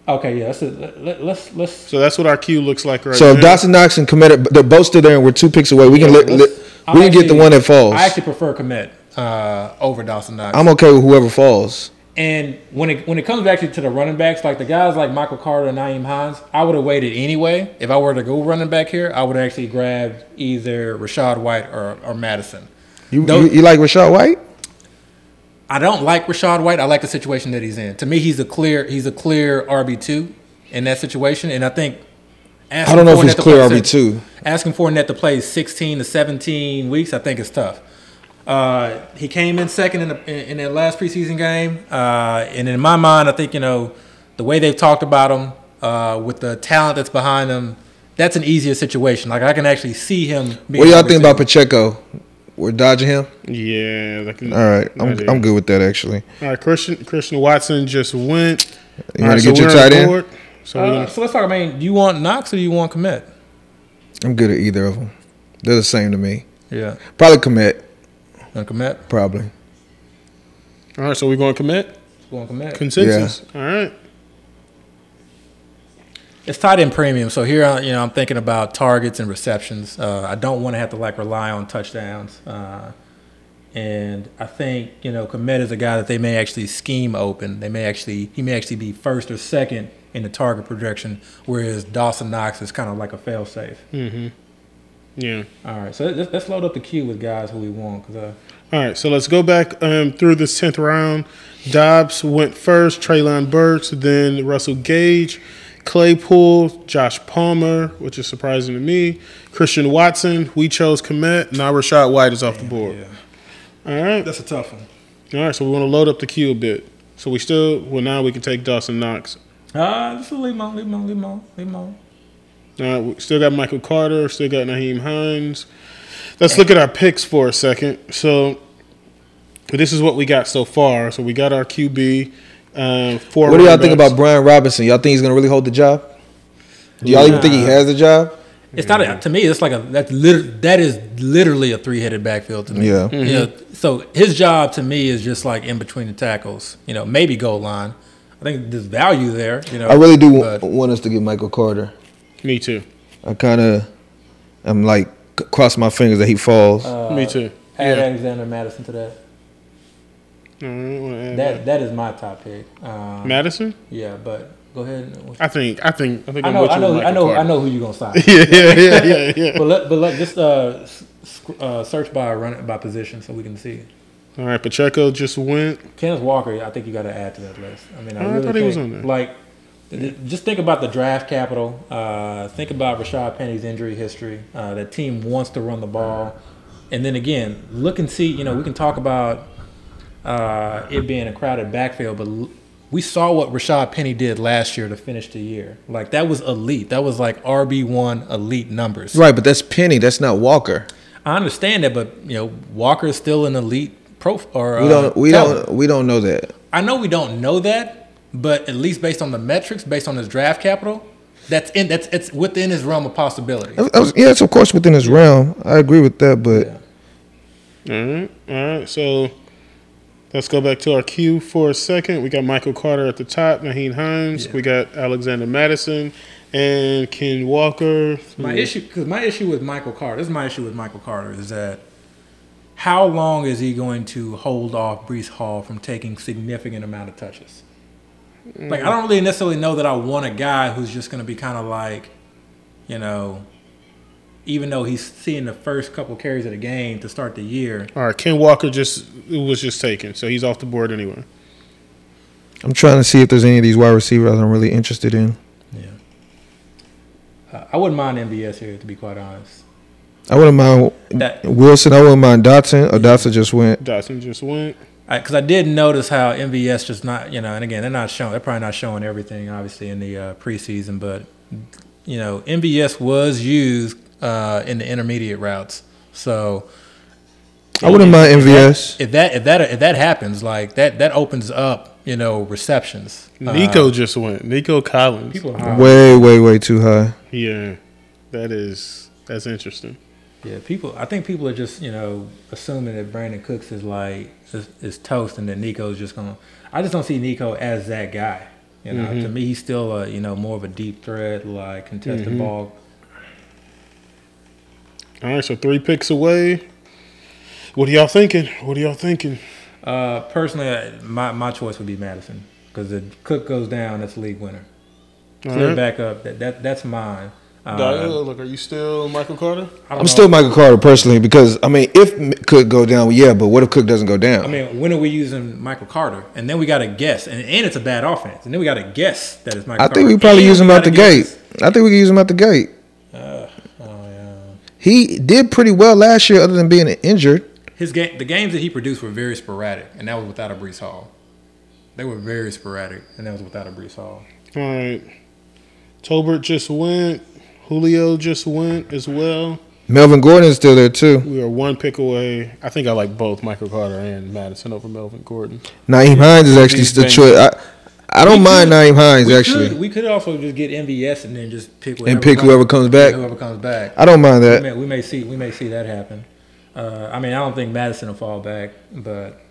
B: Okay, yeah. That's it. Let, let, let's let's.
A: So that's what our queue looks like right now.
C: So if Dawson Knox and Komet, they're both still there, and we're two picks away. We can
B: let's-
C: li- li-
B: I'm
C: we can get the
B: actually-
C: one that falls.
B: I actually prefer commit uh, over Dawson Knox.
C: I'm okay with whoever falls.
B: and when it when it comes actually to the running backs, like the guys like Michael Carter and Naeem Hines, I would have waited anyway. If I were to go running back here, I would actually grab either Rashad White or, or Madison.
C: You, you,
B: Don't-
C: you like Rashad White?
B: I don't like Rashad White. I like the situation that he's in. To me, he's a clear he's a clear RB two in that situation, and I think asking
C: I don't know if
B: Fournette
C: he's
B: to
C: clear
B: play-
C: RB2.
B: Asking Fournette to play sixteen to seventeen weeks, I think is tough. Uh, he came in second in, the, in, in that last preseason game, uh, and in my mind, I think you know the way they've talked about him uh, with the talent that's behind him. That's an easier situation. Like I can actually see him. Being
C: What y'all
B: number
C: think
B: two.
C: about Pacheco? We're dodging him.
A: yeah, like,
C: All right, I'm,
A: idea.
C: I'm good with that actually.
A: All right, Christian Christian Watson just went.
C: You
A: All
C: want
A: right,
C: to get your
A: we're on
C: tight end?
A: board. So we're
B: Uh,
A: gonna,
B: so let's talk. I mean, do you want Knox or do you want Commit?
C: I'm good at either of them. They're the same to me.
B: Yeah.
C: Probably Komet.
B: Gonna commit.
C: Probably.
A: all right, so we're going to commit
B: Gonna commit.
A: consensus. All right,
B: It's tied in premium, so here uh, you know I'm thinking about targets and receptions. Uh, I don't want to have to like rely on touchdowns, uh, and I think you know Komet is a guy that they may actually scheme open. They may actually he may actually be first or second in the target projection, whereas Dawson Knox is kind of like a fail safe.
A: Mm-hmm. yeah.
B: All right, so let's, let's load up the queue with guys who we want. 'cause, uh,
A: All right, so let's go back um, through this tenth round. Dobbs went first, Traylon Burks, then Russell Gage, Claypool, Josh Palmer, which is surprising to me. Christian Watson, we chose Komet. Now Rashad White is off the board. All right,
B: that's a tough one.
A: all right. So we want to load up the queue a bit. So we still well now we can take Dawson Knox.
B: Ah, just leave him on, leave him on, leave him on, leave him on.
A: All right, Uh, we still got Michael Carter, still got Naheem Hines. Let's look at our picks for a second. So this is what we got so far. So we got our QB. Uh, four
C: What do y'all
A: running
C: think
A: backs.
C: about Brian Robinson? Y'all think he's gonna really hold the job? Do y'all even think he
B: Nah.
C: has the job?
B: It's not a, to me. It's like a that's lit, that is literally a three headed backfield to me.
C: Yeah.
A: Mm-hmm.
B: You know, so his job to me is just like in between the tackles. You know, maybe goal line. I think there's value there. You know,
C: I really do
B: but-
C: w- want us to get Michael Carter.
A: Me too.
C: I kind of, I'm like c- cross my fingers that he falls.
B: Uh,
A: Me too.
B: add
A: Yeah.
B: Alexander Madison to that.
A: All right, wanna add
B: That that is my top pick. Um,
A: Madison.
B: yeah, but Go ahead.
A: I think I think I think
B: I
A: I'm
B: know,
A: with you
B: I
A: on
B: know, I
A: Michael
B: know,
A: Carter.
B: I know who you're gonna sign.
A: yeah, yeah, (laughs) yeah, yeah, yeah.
B: but let, but let just uh, s- sc- uh, search by run it by position so we can see.
A: All right, Pacheco just went.
B: Kenneth Walker, I think you got to add to that list. I mean, I
A: Oh, I
B: really
A: thought
B: think,
A: he was on there.
B: like, th- th- just think about the draft capital. Uh, think about Rashad Penny's injury history. Uh, that team wants to run the ball, and then again, look and see. You know, we can talk about uh, it being a crowded backfield, but l- we saw what Rashad Penny did last year to finish the year. Like that was elite. That was like RB one elite numbers.
C: Right, but that's Penny. That's not Walker.
B: I understand that, but you know, Walker is still an elite pro. Or
C: We
B: uh,
C: don't. We
B: talent.
C: don't. We don't know that.
B: I know we don't know that, but at least based on the metrics, based on his draft capital, that's in that's it's within his realm of possibility.
C: I was- yeah, it's of course within his realm. I agree with that, but
A: All right, all right. So let's go back to our queue for a second. We got Michael Carter at the top, Naheem Hines. We got Alexander Madison and Ken Walker.
B: My issue, because my issue with Michael Carter, this is my issue with Michael Carter, is that how long is he going to hold off Brees Hall from taking significant amount of touches? Like I don't really necessarily know that I want a guy who's just going to be kind of like, you know, even though he's seeing the first couple carries of the game to start the year.
A: All right, Ken Walker just was just taken, so he's off the board anyway.
C: I'm trying to see if there's any of these wide receivers I'm really interested in.
B: Uh, I wouldn't mind MBS here, to be quite honest.
C: I wouldn't mind
B: That
C: Wilson. I wouldn't mind Dotson. Or Dotson just went.
A: Dotson just went.
B: because I, did notice how MVS just not you know, and again they're not showing they're probably not showing everything obviously in the uh, preseason, but you know MVS was used uh, in the intermediate routes, so
C: I wouldn't mind MVS.
B: if that if that if that happens like that that opens up you know receptions. Uh,
A: Nico just went. Nico Collins.
B: people are high.
C: Way, way, way too high.
A: Yeah, that is that's interesting.
B: Yeah, people. I think people are just you know assuming that Brandon Cooks is like is, is toast, and that Nico's just gonna. I just don't see Nico as that guy. You know,
C: Mm-hmm.
B: to me, he's still a you know more of a deep threat, like contested
C: Mm-hmm.
B: ball.
A: All right, so three picks away. What are y'all thinking? What are y'all thinking?
B: Uh, personally, I- my my choice would be Madison because if Cook goes down, that's a league winner.
A: All
B: Clear
A: right.
B: back up. That, that that's mine. Uh,
A: Dio, look, are you still Michael Carter?
B: I don't know.
C: I'm still Michael Carter personally because I mean, if M- Cook go down, yeah, but what if Cook doesn't go down?
B: I mean, when are we using Michael Carter? And then we got to guess, and, and it's a bad offense. And then we got to guess that it's Michael.
C: I think
B: Carter.
C: we probably
B: And
C: use him out
B: gotta
C: the
B: guess.
C: gate. I think we can use him out the gate.
B: Oh yeah.
C: He did pretty well last year, other than being injured.
B: His game, the games that he produced were very sporadic, and that was without a Brees Hall. They were very sporadic, and that was without a Brees Hall.
A: All right. Tolbert just went. Julio just went as well.
C: Melvin Gordon is still there too.
A: We are one pick away. I think I like both Michael Carter and Madison over Melvin Gordon.
C: Naeem Hines is actually
A: He's
C: still.
A: banged.
C: Cho- I, I don't mind Naeem Hines
B: we
C: actually.
B: could, we could also just get MVS and then just pick whoever
C: and pick
B: comes-
C: whoever comes back.
B: Whoever comes back,
C: I don't mind
B: we
C: that.
B: may, we may see we may see that happen. Uh, I mean, I don't think Madison will fall back, but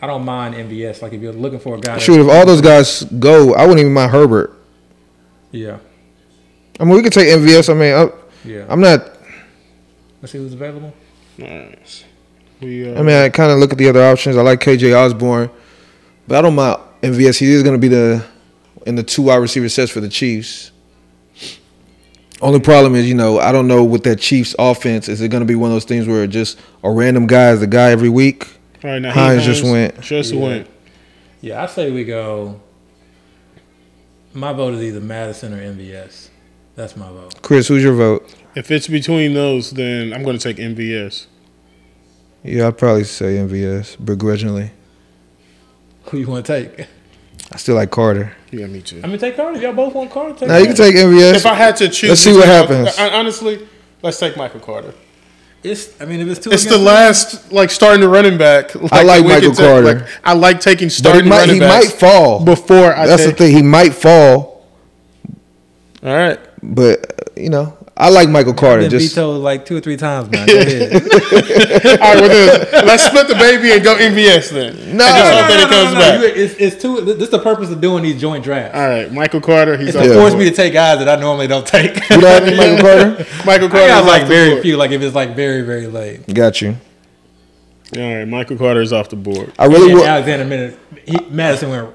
B: I don't mind MVS. Like if you're looking for a guy, that-
C: Shoot, if all those guys go, I wouldn't even mind Herbert.
B: yeah,
C: I mean, we could take MVS. I mean, I,
B: yeah.
C: I'm not.
B: Let's see who's available.
A: All right. We uh, are,
C: I mean, I kind of look at the other options. I like KJ Osborne, but I don't mind MVS. He is going to be the in the two wide receiver sets for the Chiefs. Only problem is, you know, I don't know with that Chiefs offense. Is it going to be one of those things where just a random guy is the guy every week?
A: all right, now
C: Hines just went.
A: Just
B: Yeah.
A: went.
B: Yeah, I say we go. My vote is either Madison or MVS. That's my vote.
C: Chris, who's your vote?
A: If it's between those, then I'm going to take MVS.
C: Yeah, I'd probably say MVS begrudgingly.
B: Who you want to take?
C: I still like Carter.
A: Yeah, me too.
B: I mean, take Carter. Y'all both want Carter. Take
C: Now you can
B: Carter.
C: take MVS.
A: If I had to choose,
C: Let's see what
A: between-
C: happens.
A: I- honestly, let's take Michael Carter.
B: It's. I mean, if it's two.
A: It's
B: against
A: the
B: one-
A: last, like starting the running back.
C: like
A: we
C: Michael
A: could take-
C: Carter.
A: like, I like taking
C: but he
A: starting
C: might,
A: running
C: he might
A: backs
C: fall.
A: before I.
C: That's the
A: take,
C: thing. He might fall,
A: All right.
C: but uh, you know, I like Michael Carter.
B: Been
C: Just
B: vetoed like two or three times
C: (laughs)
B: now. Go ahead. no,
A: All right, well, then,
B: (laughs)
A: let's split the baby and go MVS then. And
C: No.
A: just
C: No,
A: hope that it comes back.
B: You- it's, it's two. This is the purpose of doing these joint drafts.
A: All right, Michael Carter. He's
B: It's
A: off
B: to
A: the
B: force
A: board.
B: me to take guys that I normally don't take.
C: you
B: I (laughs)
C: don't have any Michael Carter.
A: Michael Carter.
B: got like very
A: board.
B: few. Like if it's like very very late.
C: Got you.
A: All right, Michael Carter is off the board.
B: (laughs)
C: I really
B: And
C: would.
B: Alexander minute. He, Madison went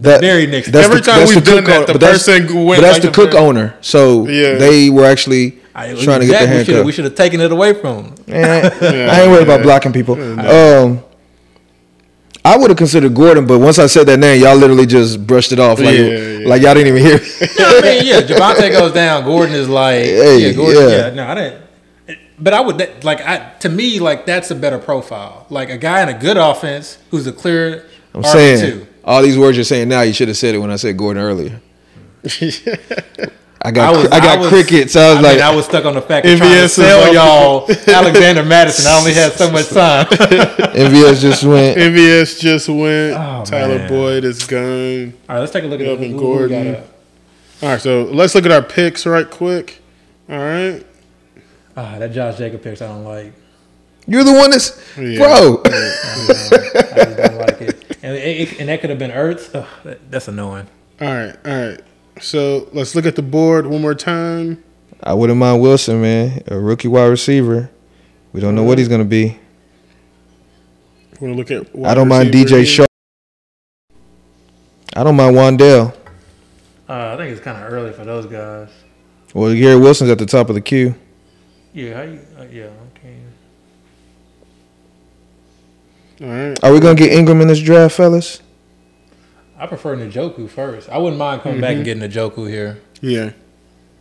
C: that,
B: very next
C: that's
A: Every
C: the,
A: time
C: that's
A: we've
C: the
A: done
C: cook
A: that,
C: owner,
A: the
C: but that's-
A: person who went
C: But that's
A: like
C: the
A: the
C: cook
A: first-
C: owner, so
A: Yeah.
C: they were actually
B: I-
C: trying to get
B: exactly, we should've- We
C: the (laughs) handcuff.
B: should have taken it away from him.
C: Man, I ain't worried about blocking people. Um, I would have considered Gordon, but once I said that name, y'all literally just brushed it off like,
A: Yeah, yeah.
C: like y'all didn't
A: (laughs)
C: even hear. (laughs) me.
B: Yeah, I mean, yeah, Javante goes down. Gordon is like,
C: Hey,
B: yeah, Gordon,
C: yeah.
B: yeah. no, I didn't. But I would that- like I to me like that's a better profile. Like a guy in a good offense who's a clear
C: I'm
B: RB2.
C: saying all these words you're saying now. You should have said it when I said Gordon earlier. I got I, got crickets. I was
B: I
C: like,
B: mean, I was stuck on the fact of trying
A: MVS
B: to
A: is
B: sell
A: open.
B: y'all
C: (laughs)
B: Alexander Madison. I only had so much time.
C: MVS just
A: (laughs)
C: went.
A: MVS just went.
B: Oh,
A: Tyler
B: man.
A: Boyd is gone.
B: All right, let's take a look at
A: Melvin
B: who- who
A: Gordon.
B: got up.
A: All right, so let's look at our picks right quick. All right.
B: Ah, that Josh Jacob picks I don't like.
C: You're the one that's
A: Yeah.
C: bro.
B: I
C: (laughs)
B: just don't like it. And, it, it- and that could have been Ertz. Ugh, that, that's annoying.
A: All right. All right. So let's look at the board one more time.
C: I wouldn't mind Wilson, man. A rookie wide receiver. We don't know what he's gonna be.
A: We're gonna look at.
C: I don't mind DJ Shaw. I don't mind Wandell.
B: Uh, I think it's kind of early for those guys.
C: Well, Gary Wilson's at the top of the queue.
B: Yeah, how you, uh, yeah, okay.
A: All right.
C: Are we gonna get Ingram in this draft, fellas?
B: I prefer Njoku first. I wouldn't mind coming back and
C: Mm-hmm.
B: getting Njoku here.
A: Yeah.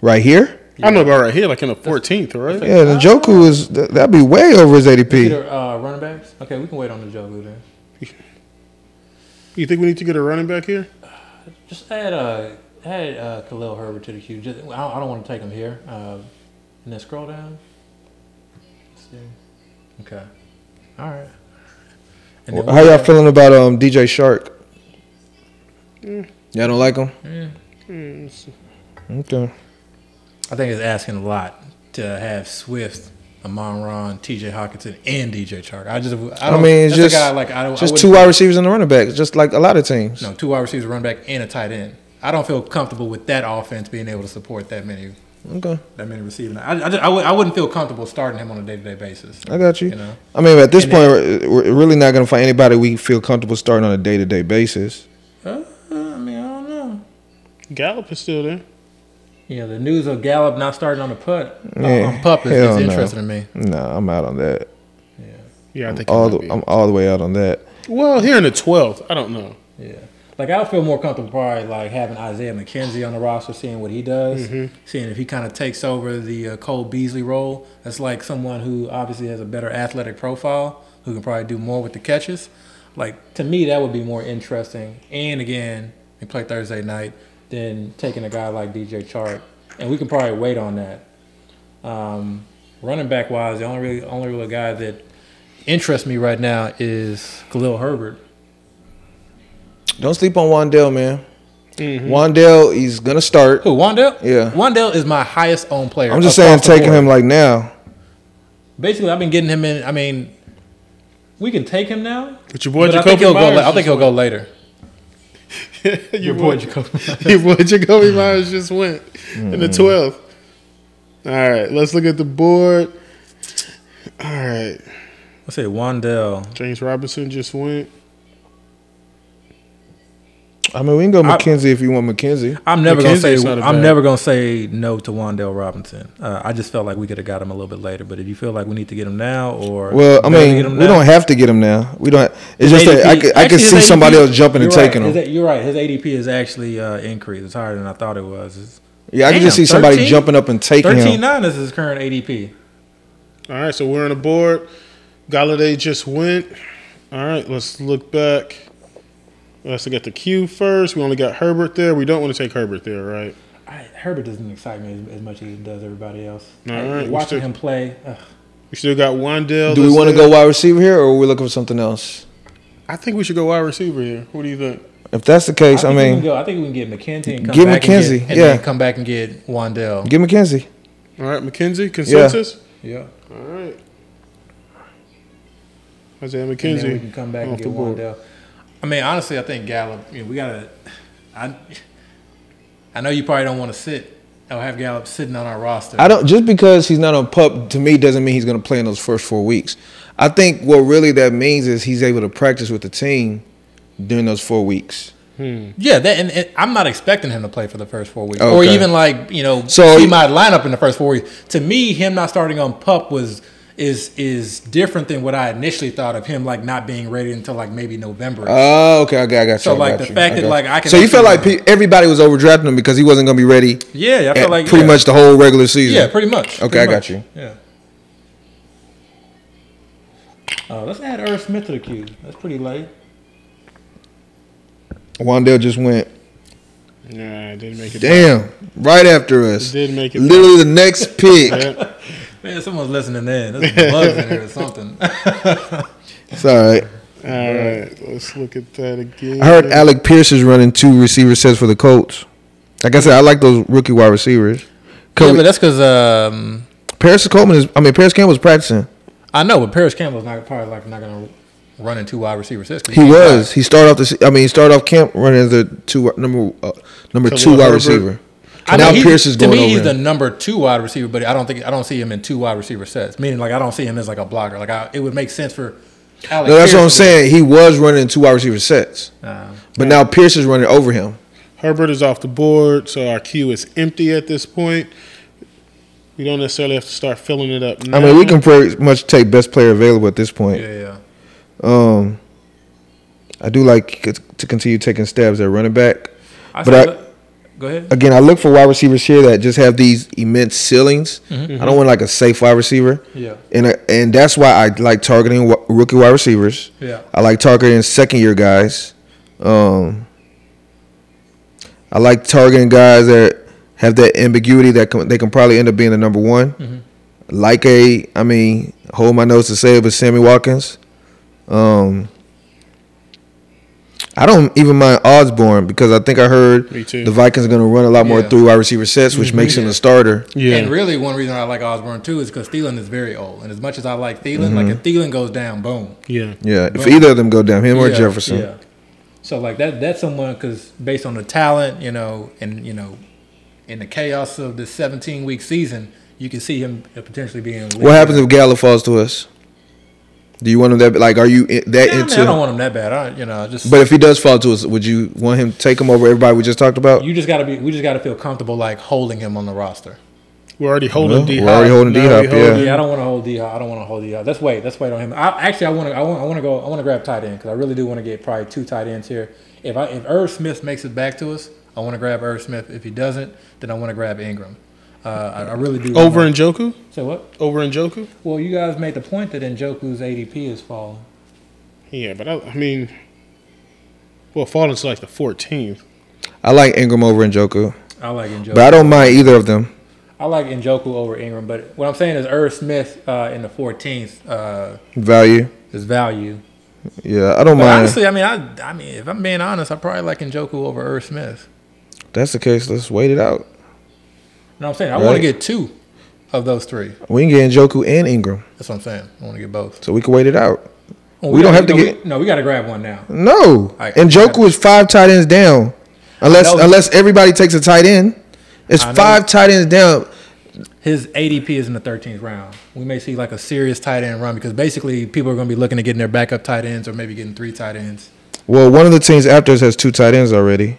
C: Right here?
A: I know about right here, like in the 14th, right?
C: Yeah,
B: Uh-huh.
C: Njoku is th- that'd be way over his ADP.
B: Either uh, running backs. Okay, we can wait on Njoku then.
A: You think we need to get a running back here?
B: Just add uh, add uh, Khalil Herbert to the queue. Just, I, don't, I don't want to take him here. Uh, and then scroll down. Let's see. Okay. All right. And then
C: How y'all feeling about um DJ Shark?
B: Mm.
C: Y'all don't like him? Okay.
B: I think it's asking a lot to have Swift, Amon Ron, T.J. Hawkinson, and D.J. Chark. I just I,
C: I,
B: don't,
C: mean, it's
B: that's a
C: just
B: guy, like I don't I
C: just
B: wouldn't-
C: two wide receivers and a running back, just like a lot of teams.
B: No, two wide receivers, running back, and a tight end. I don't feel comfortable with that offense being able to support that many
C: Okay,
B: that many receiving. I I, just, I, w- I wouldn't feel comfortable starting him on a day to day basis.
C: I got you.
B: You know,
C: I mean, at this
B: And
C: point, we're we're really not going to find anybody we feel comfortable starting on a day to day basis.
B: uh, I mean, I don't know.
A: Gallup is still there.
B: Yeah, the news of Gallup not starting on the putt
C: Yeah,
B: on pup is,
C: hell
B: is
C: no.
B: interesting to me.
C: Nah, I'm out on that.
A: Yeah, I think.
C: All
A: All
C: the, I'm all the way out on that.
A: well, here in the 12th, I don't know.
B: Yeah. Like I would feel more comfortable probably like having Isaiah McKenzie on the roster, seeing what he does, seeing if he kind of takes over the uh, Cole Beasley role. That's like someone who obviously has a better athletic profile, who can probably do more with the catches. Like to me, that would be more interesting. And again, they play Thursday night than taking a guy like DJ Chark, and we can probably wait on that. Um, running back wise, the only really, only real guy that interests me right now is Khalil Herbert.
C: Don't sleep on Wandell, man.
B: Mm-hmm.
C: Wandell, he's going to start.
B: Who Wandell?
C: Yeah.
B: Wandell is my highest owned player.
C: I'm just saying,
B: across the
C: taking
B: board.
C: him like now.
B: Basically, I've been getting him in. I mean, we can take him now,
A: But your boy
B: but I
A: Jacoby
B: think he'll go.
A: Myers.
B: la- I think he'll go later.
A: just- (laughs) your, boy,
B: Jacoby.
A: your boy Jacoby Myers just went in
C: Mm.
A: the 12th. All right, let's look at the board. All right,
B: (laughs) I say Wandell.
A: James Robinson just went.
C: I mean, we can go
B: I-
C: McKenzie if you want McKenzie.
B: I'm never gonna say.
A: McKenzie's not a
B: I'm
A: bad-
B: never gonna say no to Wandell Robinson. Uh, I just felt like we could have got him a little bit later. But if you feel like we need to get him now, or
C: Well, I
B: better to get
C: mean,
B: him
C: we
B: now-
C: don't have to get him now. We don't. It's just that I
B: ADP
C: could, I
B: actually,
C: could
B: his
C: see
B: ADP
C: somebody else jumping and
B: you're right.
C: taking
B: His
C: him.
B: A- you're right. His ADP is actually uh, increased. It's higher than I thought it was. It's
C: Yeah, I could just see
B: Damn,
C: somebody
B: 13?
C: jumping up and taking him.
B: 13.9 is his current ADP.
A: All right, so we're on the board. Galladay just went. All right, let's look back. Let's look at the queue first. We only got Herbert there. We don't want to take Herbert there, right?
B: I, Herbert doesn't excite me as, as much as it does everybody else.
A: All
B: Like,
A: right, we
B: watching
A: still-
B: him play, ugh,
A: We still got Wandell.
C: Do we
A: that's
C: want to
A: there.
C: go wide receiver here, or are we looking for something else?
A: I think we should go wide receiver here. What do you think?
C: If that's the
B: I,
C: case, I,
B: think we
C: mean,
B: can go. I think we can get McKenzie and come
C: Give
B: back
C: McKenzie,
B: and, get, and
C: yeah.
B: then come back and get Wandell.
C: get McKenzie.
A: All right, McKenzie, consensus?
B: Yeah,
A: All right. Isaiah
B: and then we can
A: McKenzie.
B: come back and
A: off
B: get
A: the board.
B: Wandell. I mean, honestly, I think Gallup. You know, we gotta. I I know you probably don't want to sit or have Gallup sitting on our roster.
C: I don't just because he's not on pup to me doesn't mean he's going to play in those first four weeks. I think what really that means is he's able to practice with the team during those four weeks.
B: Yeah, that, and, and I'm not expecting him to play for the first four weeks, or
C: Okay.
B: even like you know
C: So-
B: see my lineup in the first four weeks. To me, him not starting on pup was is is different than what I initially thought of him, like not being ready until like maybe November.
C: Oh, okay, I got, I got
B: So,
C: you. I
B: like,
C: got
B: the
C: you,
B: fact
C: I
B: that,
C: got
B: like,
C: you.
B: I can
C: so you felt like
B: actually-
C: pe- everybody was overdrafting him because he wasn't going to be ready.
B: yeah, I
C: at
B: feel like
C: pretty
B: yeah.
C: much the whole regular season.
B: Yeah, pretty much.
C: Okay,
B: pretty
C: I got
B: much.
C: you.
B: Yeah. Uh, let's add Irv Smith to the queue. That's pretty late.
C: Wandale just went.
A: Nah, it didn't make it.
C: Damn! Right after us.
A: Did make it
C: Literally
B: (laughs)
C: the next pick.
A: Yeah.
B: Man, someone's listening in. There's bugs in here or
C: (laughs)
B: something.
C: It's all right.
A: All right, let's look at that again.
C: I heard Alec Pierce is running two receiver sets for the Colts. Like I said, I like those rookie wide receivers.
B: yeah,
C: Cause
B: but that's because um,
C: Paris Coleman is. I mean, Paris Campbell was practicing.
B: I know, but Paris Campbell's not probably like not gonna run in two wide receiver sets. 'cause
C: He
B: can't
C: was.
B: block.
C: He started off the. se- I mean, he started off camp running as the two number uh, number
A: Khalil
C: two wide
A: Herbert.
C: receiver.
B: I
C: now
B: know he-
C: Pierce is going
B: to me.
C: over
B: he's the
C: him.
B: number two wide receiver, but I don't think I don't see him in two wide receiver sets. Meaning, like I don't see him as like a blocker. Like I, it would make sense for. Alec
C: No, that's what I'm
B: Pierce to-
C: saying. He was running two wide receiver sets,
B: Nah.
C: but now Pierce is running over him.
A: Herbert is off the board, so our queue is empty at this point. We don't necessarily have to start filling it up. Now.
C: I mean, we can pretty much take best player available at this point.
B: yeah, yeah.
C: Um, I do like c- to continue taking stabs at running back.
B: I
C: But
B: said
C: I-
B: that- go ahead.
C: Again, I look for wide receivers here that just have these immense ceilings. I don't want like a safe wide receiver.
B: Yeah.
C: And I- and that's why I like targeting wa- rookie wide receivers.
B: Yeah.
C: I like targeting second year guys. Um, I like targeting guys that have that ambiguity that can, they can probably end up being the number one.
B: Mm-hmm.
C: Like a, I mean, hold my nose to say it, but Sammy Watkins. Um, I don't even mind Osborne because I think I heard
A: Me too.
C: the Vikings are going to run a lot more
B: Yeah. Mm-hmm.
C: through wide receiver sets, which makes him a starter.
A: yeah,
B: And really, one reason I like Osborne too is because Thielen is very old, and as much as I like Thielen,
C: Mm-hmm.
B: like if Thielen goes down, boom.
A: yeah.
C: Yeah, if
B: But-
C: either of them go down, him or
B: Yeah,
C: Jefferson.
B: yeah. So like that that's someone because based on the talent, you know, and you know, in the chaos of the 17 week season, you can see him potentially being.
C: What happens if Gallup falls to us? Do you want him that? Like, are you i- that
B: Yeah, I, mean,
C: into?
B: I don't want him that bad. I, you know, I just
C: But if he does fall to us, would you want him to take him over everybody we just talked about?
B: you just gotta be. We just gotta feel comfortable like holding him on the roster.
A: We're already holding
C: Well,
A: D.
C: we're already holding
A: Now
C: D-Hop,
A: we holding-
C: Yeah.
B: Yeah, I don't want to hold D. I don't want to hold D. Let's wait. Let's wait on him. I, actually, I want to. I want. I want to go. I want to grab tight end because I really do want to get probably two tight ends here. If I if Irv Smith makes it back to us, I want to grab Irv Smith. If he doesn't, then I want to grab Ingram. Uh, I, I really do.
A: Over
B: wanna-
A: in Joku?
B: say what?
A: Over in Joku?
B: Well, you guys made the point that Njoku's ADP is falling.
A: Yeah, but I, I mean, well, Fallen's like the 14th.
C: I like Ingram over Njoku,
B: I like Njoku.
C: but I don't mind either of them.
B: I like Njoku over Ingram, but what I'm saying is Irv Smith uh, in the 14th uh,
C: Value,
B: is value.
C: yeah, I don't
B: But
C: mind.
B: honestly, I mean, I, I mean, if I'm being honest, I probably like Njoku over Irv Smith.
C: If that's the case. Let's wait it out.
B: You know what I'm saying? I want
C: Right.
B: to get two of those three.
C: We can get Njoku and Ingram,
B: That's what I'm saying. I want to get both.
C: so we can wait it out.
B: Well,
C: We don't have to
B: no,
C: get-
B: We, no, we got to grab one now.
C: No,
B: I-
C: Njoku is five tight ends down, unless
B: know.
C: unless everybody takes a tight end. It's
B: I know.
C: five tight ends down.
B: His ADP is in the 13th round. We may see like a serious tight end run because basically people are going to be looking at getting their backup tight ends or maybe getting three tight ends.
C: Well, one of the teams after us has two tight ends already,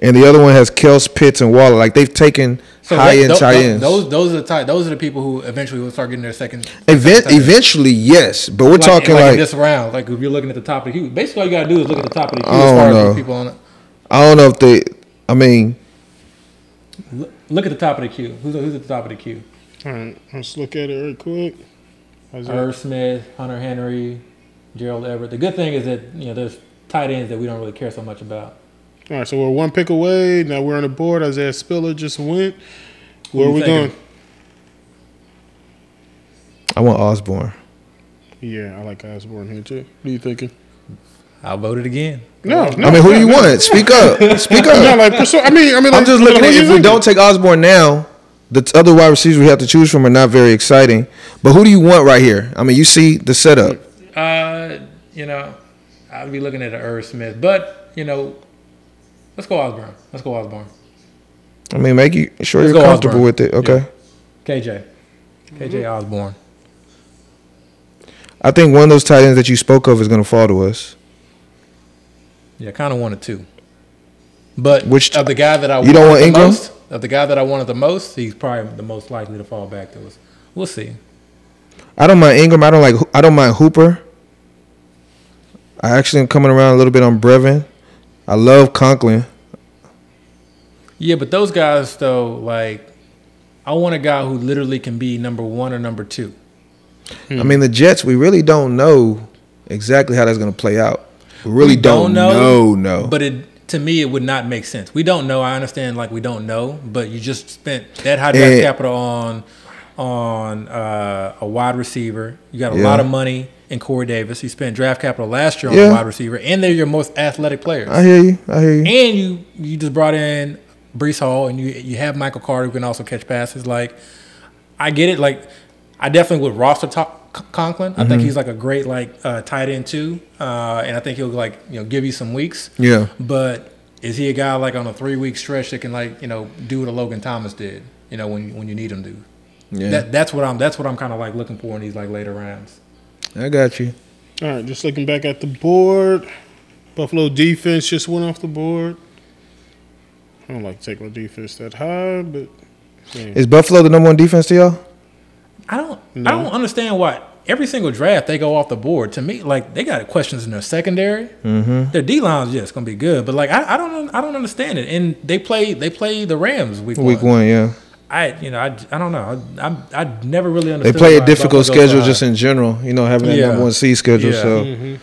C: and the other one has Kels, Pitts, and Waller. Like they've taken high
B: that-
C: end
B: tho-
C: tight
B: tho-
C: ends.
B: Those those are the tight, those are the people who eventually will start getting their second.
C: Event,
B: tight end.
C: eventually, yes, but we're
B: Like-
C: talking
B: in
C: like,
B: this round. Like if you're looking at the top of the queue, basically all you got to do is look at the top of the queue
C: I
B: as far
C: don't
B: as
C: know.
B: those people on. it.
C: I don't know if they. I mean,
B: Look- Look at the top of the queue. Who's who's at the top of the queue?
A: All right, let's look at it real quick. How's that?
B: Irv Smith, Hunter Henry, Gerald Everett. The good thing is that you know there's tight ends that we don't really care so much about.
A: All right, so we're one pick away. Now we're on the board. Isaiah Spiller just went. Where
B: you
A: are we
B: thinking?
C: I want Osborne.
A: going? Yeah, I like Osborne here too. What are you thinking?
B: I'll vote it again.
A: No, no
C: I mean, who
A: no,
C: do you
A: no.
C: want?
A: (laughs)
C: Speak up. Speak
A: No,
C: up.
A: like pursue, I mean, I mean, like,
C: I'm just
A: like,
C: looking
A: who
C: at
A: you
C: if we
A: thinking?
C: don't take Osborne now, the t- other wide receivers we have to choose from are not very exciting. But who do you want right here? I mean, you see the setup.
B: Uh, you know, I'd be looking at an Irv Smith, but you know, let's go Osborne. Let's go Osborne.
C: I mean, make you sure
B: Let's go
C: you're comfortable
B: Osborne.
C: with it. Okay.
B: KJ, KJ Osborne.
C: I think one of those tight ends that you spoke of is going to fall to us.
B: Yeah, kind of wanted two. But
C: Which-
B: which of the guy that I
C: You don't want
B: the
C: Ingram?
B: most, of the guy that I wanted the most, he's probably the most likely to fall back to us. We'll see.
C: I don't mind Ingram. I don't like. I don't mind Hooper. I actually am coming around a little bit on Brevin. I love Conklin.
B: Yeah, but those guys though, like, I want a guy who literally can be number one or number two.
C: I mean, the Jets. We really don't know exactly how that's going to play out. We really don't, know. No,
B: But it to me, it would not make sense. We don't know. I understand, like we don't know, but you just spent that high draft
C: And-
B: capital on on uh, a wide receiver. You got a
C: Yeah.
B: lot of money in Corey Davis. You spent draft capital last year on
C: Yeah.
B: a wide receiver, and they're your most athletic players.
C: I hear you. I hear you.
B: and you you just brought in Brees Hall, and you you have Michael Carter who can also catch passes. Like I get it. Like I definitely would roster top Con- Conklin. I
C: Mm-hmm.
B: think he's like a great like uh, tight end too, uh, and I think he'll like you know give you some weeks.
C: Yeah.
B: But is he a guy like on a three week stretch that can like you know do what a Logan Thomas did? You know when when you need him to.
C: Yeah,
B: That, that's what I'm. That's what I'm kind of like looking for in these like later rounds.
C: I got you.
A: All right, just looking back at the board. Buffalo defense just went off the board. I don't like to take my defense that high, but
C: Is Buffalo the number one defense to y'all?
B: I don't.
A: No.
B: I don't understand why every single draft they go off the board. To me, like they got questions in their secondary. Mm-hmm. Their D line's just gonna be good, but like I, I don't. I don't understand it. And they play. They play the Rams week,
C: Week
B: one.
C: one, yeah.
B: I you know I, I don't know. I, I I never really
C: They
B: understood.
C: play a
B: why
C: difficult
B: Buffalo goes
C: schedule
B: high.
C: just in general. You know, having that
B: Yeah.
C: number one seed schedule.
B: Yeah.
C: So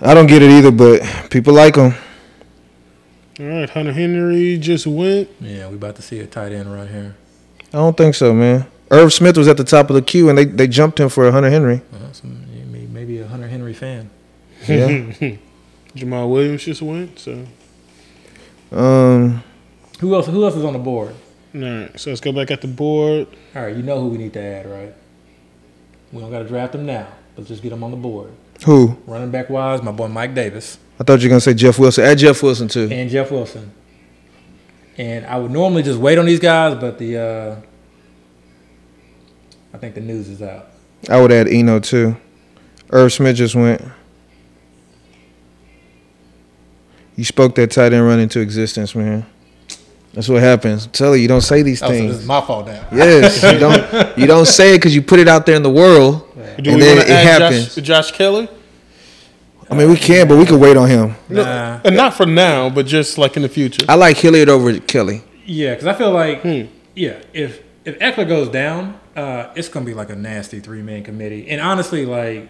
C: I don't get it either, but people like them.
A: all right, Hunter Henry just went.
B: yeah, we about to see a tight end right here.
C: I don't think so, man. Irv Smith was at the top of the queue, and they, they jumped him for Hunter Henry.
B: Uh, some, maybe- maybe a Hunter Henry fan.
C: (laughs) Yeah.
A: (laughs) Jamal Williams just went. So,
C: um.
B: Who else? Who else is on the board?
A: all right, so let's go back at the board.
B: All right, you know who we need to add, right? We don't got to draft them now. Let's just get them on the board.
C: Who?
B: Running back wise, my boy Mike Davis.
C: I thought you were gonna say Jeff Wilson. Add Jeff Wilson too.
B: and Jeff Wilson. And I would normally just wait on these guys, but the uh, I think the news is out.
C: I would add Eno too. Irv Smith just went. You spoke that tight end run into existence, man. That's what happens. I'm telling you, you don't say these
B: Oh, so this
C: things.
B: is my fault now.
C: Yes, you don't. You don't say it because you put it out there in the world.
A: Do
C: And
A: we
C: then
A: want
C: it
A: to add
C: happens.
A: Josh, Josh Kelly?
C: I mean, we can, but we can wait on him.
A: No,
B: Nah.
A: and not for now, but just like in the future.
C: I like Hilliard over Kelly.
B: Yeah, because I feel like
A: Hmm.
B: yeah, if if Eckler goes down, uh, it's gonna be like a nasty three man committee. And honestly, like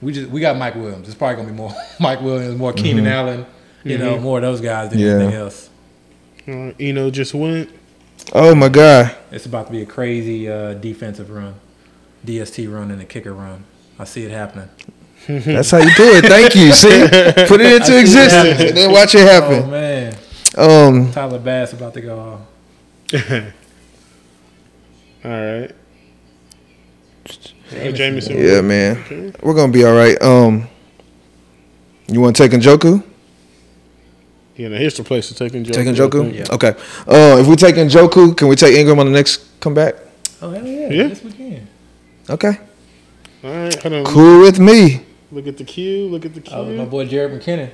B: we just we got Mike Williams. It's probably gonna be more (laughs) Mike Williams, more Keenan Allen, you know, more of those guys than
C: Yeah.
B: anything else.
A: All right, Eno just went. (laughs)
C: Oh my God,
B: It's about to be a crazy uh, defensive run, DST run, and a kicker run. I see it happening.
C: that's how you do it. Thank you. See, put it into existence and then watch it
B: Oh
C: happen.
B: man,
C: Um,
B: Tyler Bass about to go off.
A: All right. Oh, Jameson.
C: yeah, man, we're gonna be all right. Um, you want to take Njoku?
A: You know, here's the place to take Njoku.
C: Take
A: I think.
C: Njoku?
B: Yeah.
C: Okay. Uh, if we take Njoku, can we take Ingram on the next comeback?
B: Oh hell yeah,
A: Yeah.
B: this weekend.
C: Okay.
A: All right, hold on.
C: Cool with me.
A: Look at the queue. Look at the
B: Oh, my
A: queue.
B: boy Jared McKinnon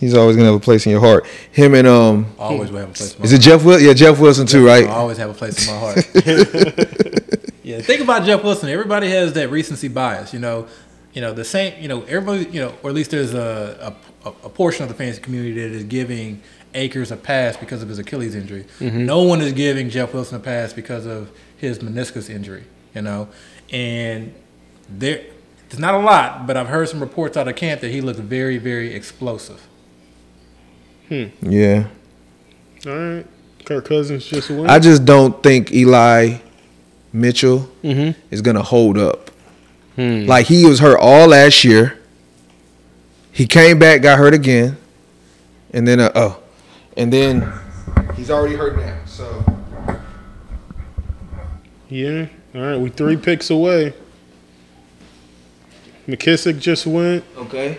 C: He's always gonna have a place in your heart. Him and um,
B: always will have a place. In my
C: is it Jeff Wilson? Yeah, Jeff Wilson too,
B: heart.
C: right?
B: I always have a place in my heart.
C: (laughs)
A: (laughs)
B: yeah, think about Jeff Wilson. Everybody has that recency bias, you know. You know the same. You know everybody. You know, or at least there's a a, a portion of the fantasy community that is giving Akers a pass because of his Achilles injury.
C: Mm-hmm.
B: No one is giving Jeff Wilson a pass because of his meniscus injury. You know, and there, there's not a lot, but I've heard some reports out of camp that he looks very, very explosive.
C: Yeah.
A: All right. Kirk Cousins just went.
C: I just don't think Eli Mitchell is gonna hold up.
A: Hmm.
C: Like he was hurt all last year. He came back, got hurt again, and then uh, oh, and then he's already hurt now. So
A: yeah. All right. We three picks away. McKissick just went.
C: okay,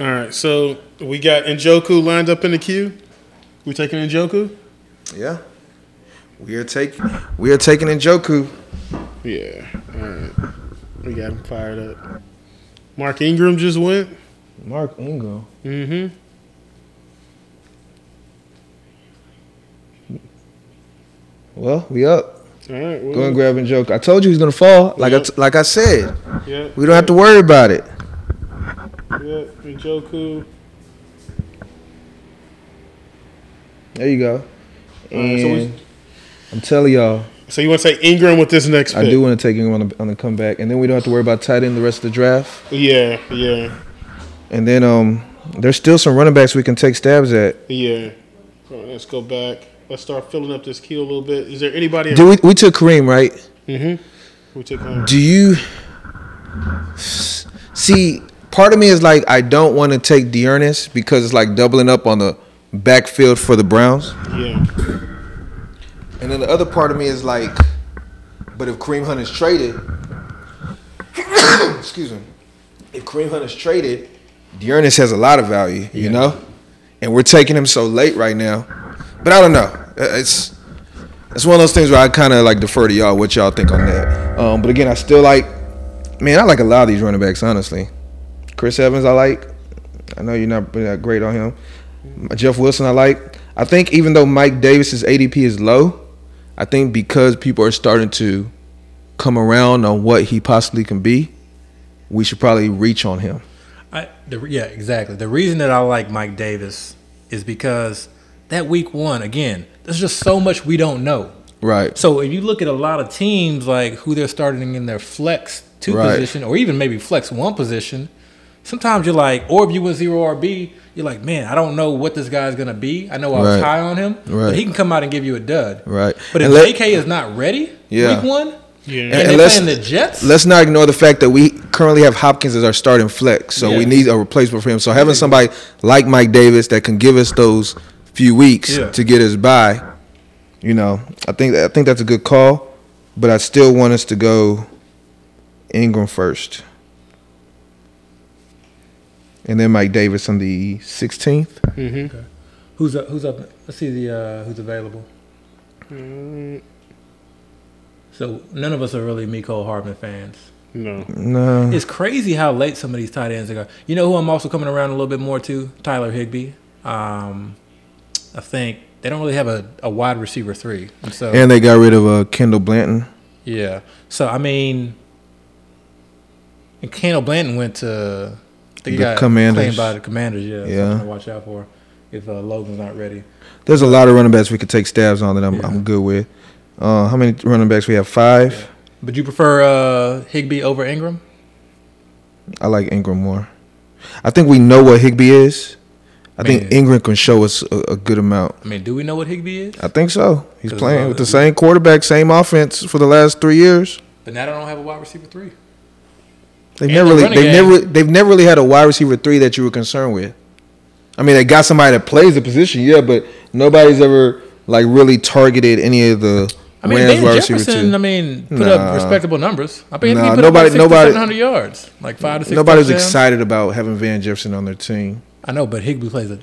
A: All right. So we got Njoku lined up in the queue. We taking Njoku?
C: yeah, we are taking we are taking in Joku.
A: Yeah. All right. We got him fired up. Mark Ingram just went.
C: Mark Ingram.
A: Mm-hmm.
C: Well, we up.
A: All right. Well,
C: Go and grab and joke. I told you he's gonna fall. Like I t- like I said,
A: Yeah.
C: we don't have to worry about it.
A: Yeah. Njoku.
C: There you go.
A: Alright,
C: And
A: so we-
C: I'm telling y'all,
A: So you want to take Ingram with this next pick? (laughs)
C: I do want to take him on the, on the comeback, and then we don't have to worry about tight end the rest of the draft.
A: Yeah. Yeah.
C: And then um, there's still some running backs we can take stabs at.
A: Yeah. All right, let's go back. Let's start filling up this queue a little bit. Is there anybody?
C: Do we, we took Kareem right?
A: mm-hmm. Who took home?
C: Do you see? Part of me is like I don't want to take Dearness because it's like doubling up on the backfield for the Browns.
A: Yeah.
C: And then the other part of me is like, but if Kareem Hunt is traded, (coughs) excuse me, if Kareem Hunt is traded, Dearness has a lot of value, you know, and we're taking him so late right now. But I don't know. Uh, It's it's one of those things where I kind of like defer to y'all what y'all think on that. Um, but again, I still like, man, I like a lot of these running backs honestly. Chris Evans, I like. I know you're not really that great on him. Jeff Wilson, I like. I think even though Mike Davis's ADP is low, I think because people are starting to come around on what he possibly can be, we should probably reach on him.
B: I, the, yeah, exactly. The reason that I like Mike Davis is because that week one, again, there's just so much we don't know.
C: Right.
B: So if you look at a lot of teams, like who they're starting in their flex two
C: Right.
B: position, or even maybe flex one position, sometimes you're like, or if you win zero RB, you're like, man, I don't know what this guy's gonna be. I know I was
C: Right.
B: high on him,
C: Right.
B: but he can come out and give you a dud.
C: Right.
B: But if
C: And let-
B: JK is not ready,
C: Yeah.
B: week one,
A: Yeah.
B: and, they're
C: let's-
B: playing the Jets.
C: Let's not ignore the fact that we currently have Hopkins as our starting flex, so we
B: Yeah.
C: need a replacement for him. So having somebody like Mike Davis that can give us those few weeks
B: Yeah.
C: to get us by, you know, I think I think that's a good call. But I still want us to go Ingram first, and then Mike Davis on the 16th.
A: Mm-hmm.
B: Who's up? Who's up? Let's see the uh, who's available. So none of us are really Miko Hardman fans.
A: No.
C: No,
B: It's crazy how late some of these tight ends are. You know who I'm also coming around a little bit more to? Tyler Higbee. Um, I think they don't really have a, a wide receiver three. And so
C: and they got rid of uh, Kendall Blanton.
B: yeah. So I mean, and Kendall Blanton went to I think he
C: The
B: got
C: Commanders.
B: claimed by the Commanders. Yeah,
C: Yeah.
B: Something to watch out for if uh, Logan's not ready.
C: There's a lot of running backs we could take stabs on that I'm,
B: Yeah.
C: I'm good with. Uh, how many running backs we have? Five.
B: But you prefer uh, Higbee over Ingram?
C: I like Ingram more. I think we know what Higby is. I think
B: Man.
C: Ingram can show us a, a good amount.
B: I mean, do we know what Higbee is?
C: I think so. He's
B: 'Cause
C: playing
B: of-
C: with the same quarterback, same offense for the last three years.
B: But now they don't have a wide receiver three.
C: They've
B: And
C: never
B: the
C: really,
B: running
C: they've
B: game.
C: never, they've never really had a wide receiver three that you were concerned with. I mean, they got somebody that plays the position, yeah, but nobody's ever like really targeted any of the
B: I mean,
C: Rams
B: Van
C: wide receiver
B: Jefferson. I
C: two.
B: mean, put
C: Nah.
B: up respectable numbers. I mean,
C: Nah,
B: he put
C: nobody-
B: up like
C: nobody-
B: nobody, 700 yards, like five to six.
C: Nobody's
B: touchdowns.
C: excited about having Van Jefferson on their team.
B: I know, but Higbee plays the,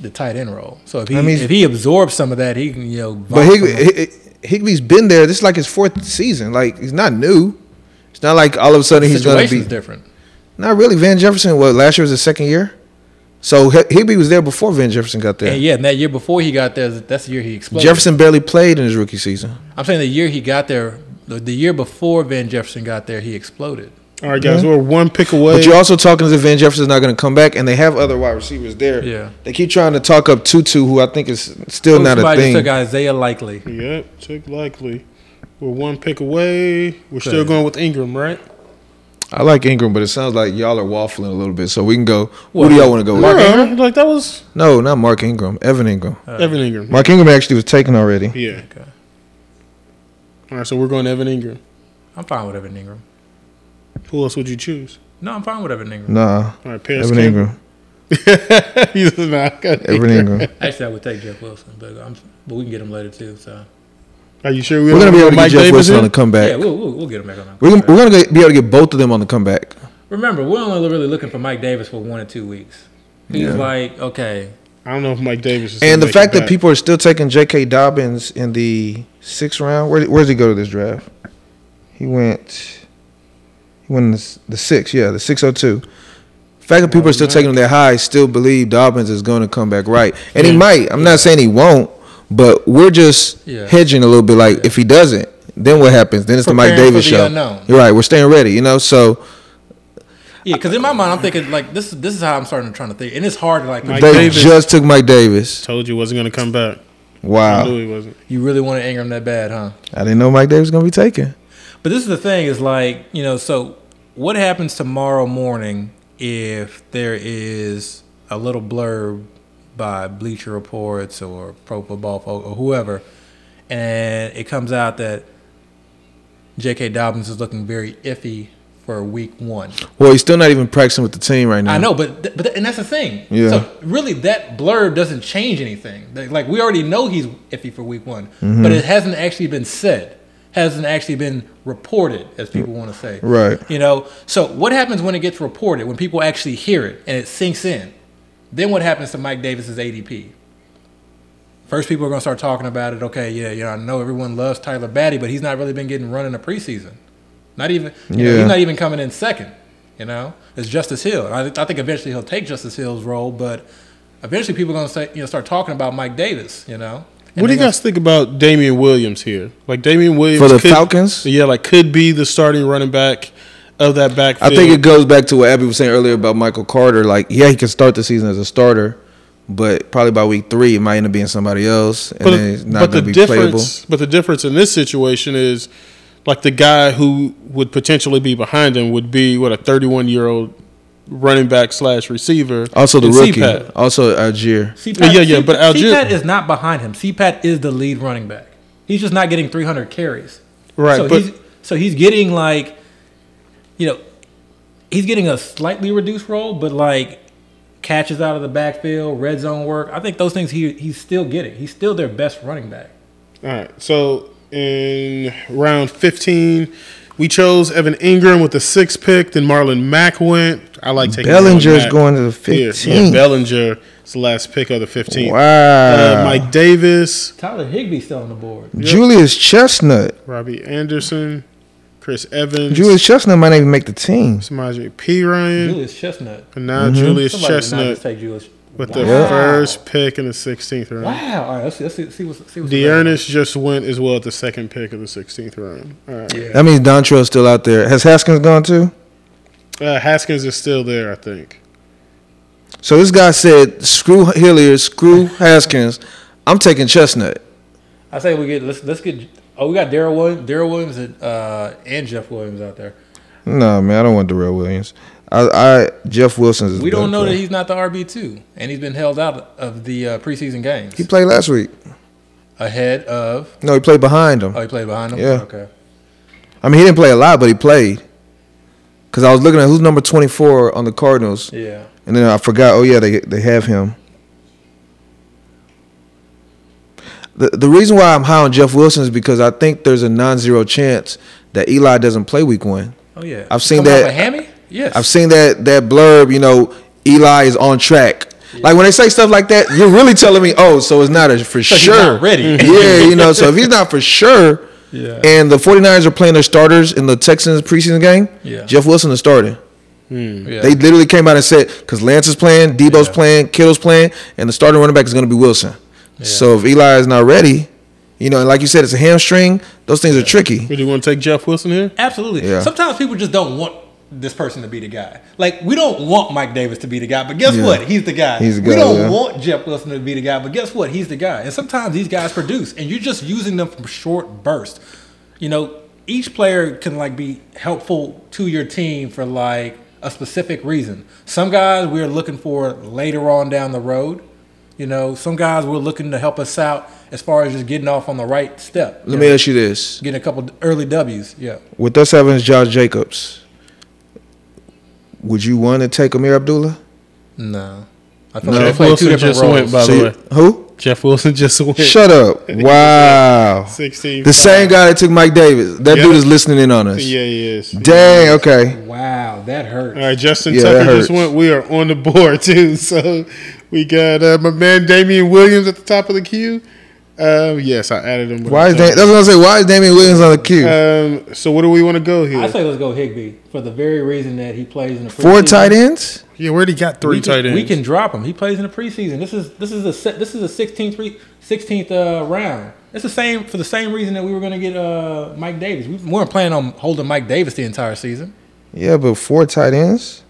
B: the tight end role. So if he
C: I mean-
B: if he absorbs some of that, he can you know. vomit
C: But Higby,
B: some of-
C: Hi- Hi- Higby's been there. This is like his fourth season. Like he's not new. It's not like all of a sudden he's going to
B: situation's
C: be.
B: different.
C: Not really. Van Jefferson. What last year was his second year, so Hi- Higby was there before Van Jefferson got there.
B: And yeah, and that year before he got there, that's the year he exploded.
C: Jefferson barely played in his rookie season.
B: I'm saying the year he got there, the, the year before Van Jefferson got there, he exploded.
A: All right, guys. We're one pick away.
C: But you're also talking as if Van Jefferson's not going to come back, and they have other wide receivers there.
B: Yeah.
C: They keep trying to talk up Tutu, who I think is still
B: Oh,
C: not a
B: somebody
C: thing.
B: just took Isaiah Likely.
A: Yep, took likely. We're one pick away. We're still
B: Crazy.
A: going with Ingram, right?
C: I like Ingram, but it sounds like y'all are waffling a little bit. So we can go.
B: What?
C: Who do y'all want to go
A: Mark
C: with?
A: Ingram? Like that was
C: No, not Mark Ingram. Evan Ingram.
B: Uh,
A: Evan Ingram.
C: Mark Ingram actually was taken already.
A: Yeah.
B: Okay.
A: All right, so we're going Evan Ingram.
B: I'm fine with Evan Ingram.
A: Who else would you choose?
B: No, I'm fine with Evan Ingram.
C: Nah,
A: All right, Paris
C: Evan
A: Campbell.
C: Ingram.
A: (laughs) He's not good.
C: Evan Ingram.
B: Actually, I would take Jeff Wilson, but I'm, but we can get him later too. So
A: Are you sure we
C: We're
A: don't
C: gonna be able to get
A: Mike
C: Jeff
A: Davis
C: Wilson on
A: in?
C: the comeback.
B: yeah, we'll, we'll, we'll get him back on. that.
C: we're, gonna, we're gonna get- be able to get both of them on the comeback.
B: Remember, we're only really looking for Mike Davis for one or two weeks. He's
C: Yeah.
B: like, okay,
A: I don't know if Mike Davis is.
C: And
A: gonna
C: the
A: make
C: fact
A: it
C: that
A: back.
C: people are still taking J.K. Dobbins in the sixth round. Where where does he go to this draft? He went. He when the, the six, yeah, the 602. The fact that people are still taking their high, still believe Dobbins is going to come back right, and he might. I'm not saying he won't, but we're just
B: Yeah.
C: hedging a little bit. Like if he doesn't, then what happens? Then it's the Mike
B: Preparing for
C: Davis
B: the
C: show.
B: unknown.
C: You're right. We're staying ready. You know, so
B: Yeah, because in my mind, I'm thinking like this. This is how I'm starting to trying to think, and it's hard to like.
A: Mike
C: they
A: Davis.
C: just took Mike Davis.
A: Told you wasn't gonna come back. I knew
C: Wow,
A: he wasn't.
B: you really want to anger him that bad, huh?
C: I didn't know Mike Davis was going to be taken.
B: But this is the thing is like, you know, so what happens tomorrow morning if there is a little blurb by Bleacher Reports or Pro Football Folk or whoever, and it comes out that J.K. Dobbins is looking very iffy for week one?
C: Well, he's still not even practicing with the team right now.
B: I know, but th- but th- and that's the thing.
C: Yeah.
B: So really, that blurb doesn't change anything. Like like, we already know he's iffy for week one,
C: Mm-hmm.
B: but it hasn't actually been said, hasn't actually been reported, as people want to say.
C: Right.
B: You know. So what happens when it gets reported? When people actually hear it and it sinks in, then what happens to Mike Davis's ADP? First, people are going to start talking about it. Okay, yeah, you know, I know everyone loves Tyler Batty, but he's not really been getting run in the preseason. Not even, you know,
C: Yeah.
B: he's not even coming in second. You know, it's Justice Hill. And I, th- I think eventually he'll take Justice Hill's role, but eventually people are going to say, you know, start talking about Mike Davis. You know, And
A: What do you
B: they're
A: guys think about Damian Williams here? Like Damian Williams
C: For the
A: could-
C: Falcons?
A: yeah, like could be the starting running back of that
C: I
A: backfield.
C: think it goes back to what Abby was saying earlier about Michael Carter. Like, yeah, he can start the season as a starter, but probably by week three, it might end up being somebody else, and then it's not going to be playable.
A: difference, but the difference in this situation is, like the guy who would potentially be behind him would be what a 31 year old running back slash receiver.
C: Also, the
A: in
C: rookie,
A: CPAT.
C: also Algier.
B: CPAT,
A: Yeah, yeah, but
B: CPAT
A: Algier-
B: is not behind him. CPAT is the lead running back. He's just not getting 300 carries.
A: Right,
B: So
A: but-
B: he's, so he's getting like, you know, he's getting a slightly reduced role, but like catches out of the backfield, red zone work. I think those things he he's still getting. He's still their best running back.
A: All right. So in round 15, we chose Evan Ingram with the sixth pick. Then Marlon Mack went. I like taking Marlon
C: Bellinger's
A: Mack.
C: going to the
A: Here,
C: 15.
A: yeah, Bellinger is the last pick of the 15.
C: Wow.
A: Uh, Mike Davis,
B: Tyler Higby's still on the board.
C: Julius Chestnut.
A: Robbie Anderson, Chris Evans,
C: Julius Chestnut might not even make the team.
A: Samaje P. Ryan,
B: Julius Chestnut.
A: and now Mm-hmm.
C: Mm-hmm.
A: Julius
B: Somebody did not just
A: Chestnut
B: take Julius.
A: with
B: wow.
A: the first pick in the 16th round.
B: Wow. All right. Let's, let's see, see what's see what's available.
A: Dearness just went as well at the second pick of the 16th round. All right.
B: Yeah.
C: That means Dontrell's still out there. Has Haskins gone too?
A: Uh, Haskins is still there, I think.
C: So this guy said, "Screw Hilliard, screw Haskins. I'm taking Chestnut."
B: I say we get let's let's get. Oh, we got Daryl Williams, Daryl Williams, and, uh, and Jeff Williams out there.
C: No, man, I don't want Darrell Williams. I, I Jeff Wilson's. Is
B: We don't
C: better
B: know
C: player.
B: that he's not the RB two, and he's been held out of the uh, preseason games
C: He played last week.
B: ahead of.
C: No, he played behind him.
B: Oh, he played behind him.
C: Yeah.
B: Okay.
C: I mean, he didn't play a lot, but he played. Cause I was looking at who's number twenty four on the Cardinals,
B: Yeah.
C: and then I forgot. Oh yeah, they they have him. The the reason why I'm high on Jeff Wilson is because I think there's a non-zero chance that Eli doesn't play Week One.
B: Oh yeah.
C: I've seen
B: Coming off
C: that-
B: a hammy. Yes.
C: I've seen that that blurb. You know, Eli is on track. Like when they say stuff like that, you're really telling me, oh, so it's not a for
B: he's
C: sure. Mm-hmm.
B: not ready.
C: yeah, you know. So if he's not for sure,
B: Mm-hmm. Yeah.
C: and the 49ers are playing their starters in the Texans preseason game,
B: Yeah.
C: Jeff Wilson is starting.
B: Yeah.
C: They literally came out and said, because Lance is playing, Debo's
B: Yeah.
C: playing, Kittle's playing, and the starting running back is going to be Wilson. So if Eli is not ready, you know, and like you said, it's a hamstring. Those things are tricky.
A: Would you want to take Jeff Wilson here?
B: Absolutely.
C: Yeah.
B: Sometimes people just don't want this person to be the guy. Like we don't want Mike Davis to be the guy, but guess
C: Yeah.
B: what? He's the guy.
C: He's the
B: we
C: guy,
B: don't
C: yeah.
B: want Jeff Wilson to be the guy, but guess what? He's the guy. And sometimes these guys produce, and you're just using them from short bursts. You know, each player can like be helpful to your team for like a specific reason. Some guys we're looking for later on down the road. You know, some guys we're looking to help us out as far as just getting off on the right step.
C: Let me ask you this.
B: Getting a couple early W's. Yeah.
C: with us having Josh Jacobs, would you want to take Amir Abdullah?
B: No. I
C: No.
B: like they
A: Jeff
B: play
A: Wilson
B: two different
A: just
B: roles.
A: went, by
C: So
A: the
C: you-
A: way.
C: who?
A: Jeff Wilson just went.
C: Shut
A: (laughs)
C: up! Wow,
A: 16.
C: the same guy that took Mike Davis. That
A: Yeah.
C: dude is listening in on us.
A: Yeah, he is.
C: Dang. Okay.
B: Wow, that hurt.
A: All right, Justin
C: Yeah, that
A: Tucker just
C: hurts.
A: went. We are on the (laughs) board too, so we got uh, my man Damian Williams at the top of the queue. Um, yes, I added him. Uh,
C: Why is Dam- that's what I say? Why is Damian Williams on the queue?
B: Uh,
A: Um, so where do we want to go
B: I
A: here?
B: say let's go Higby for the very reason that he plays in the
C: Four
B: preseason.
C: tight ends.
A: Yeah, we already got three
B: we
A: tight
B: can,
A: ends.
B: we can drop him. He plays in the preseason. This is this is a se- this is a sixteenth sixteenth uh, round. It's the same for the same reason that we were going to get uh, Mike Davis. We weren't planning on holding Mike Davis the entire season.
C: Yeah, but four tight ends.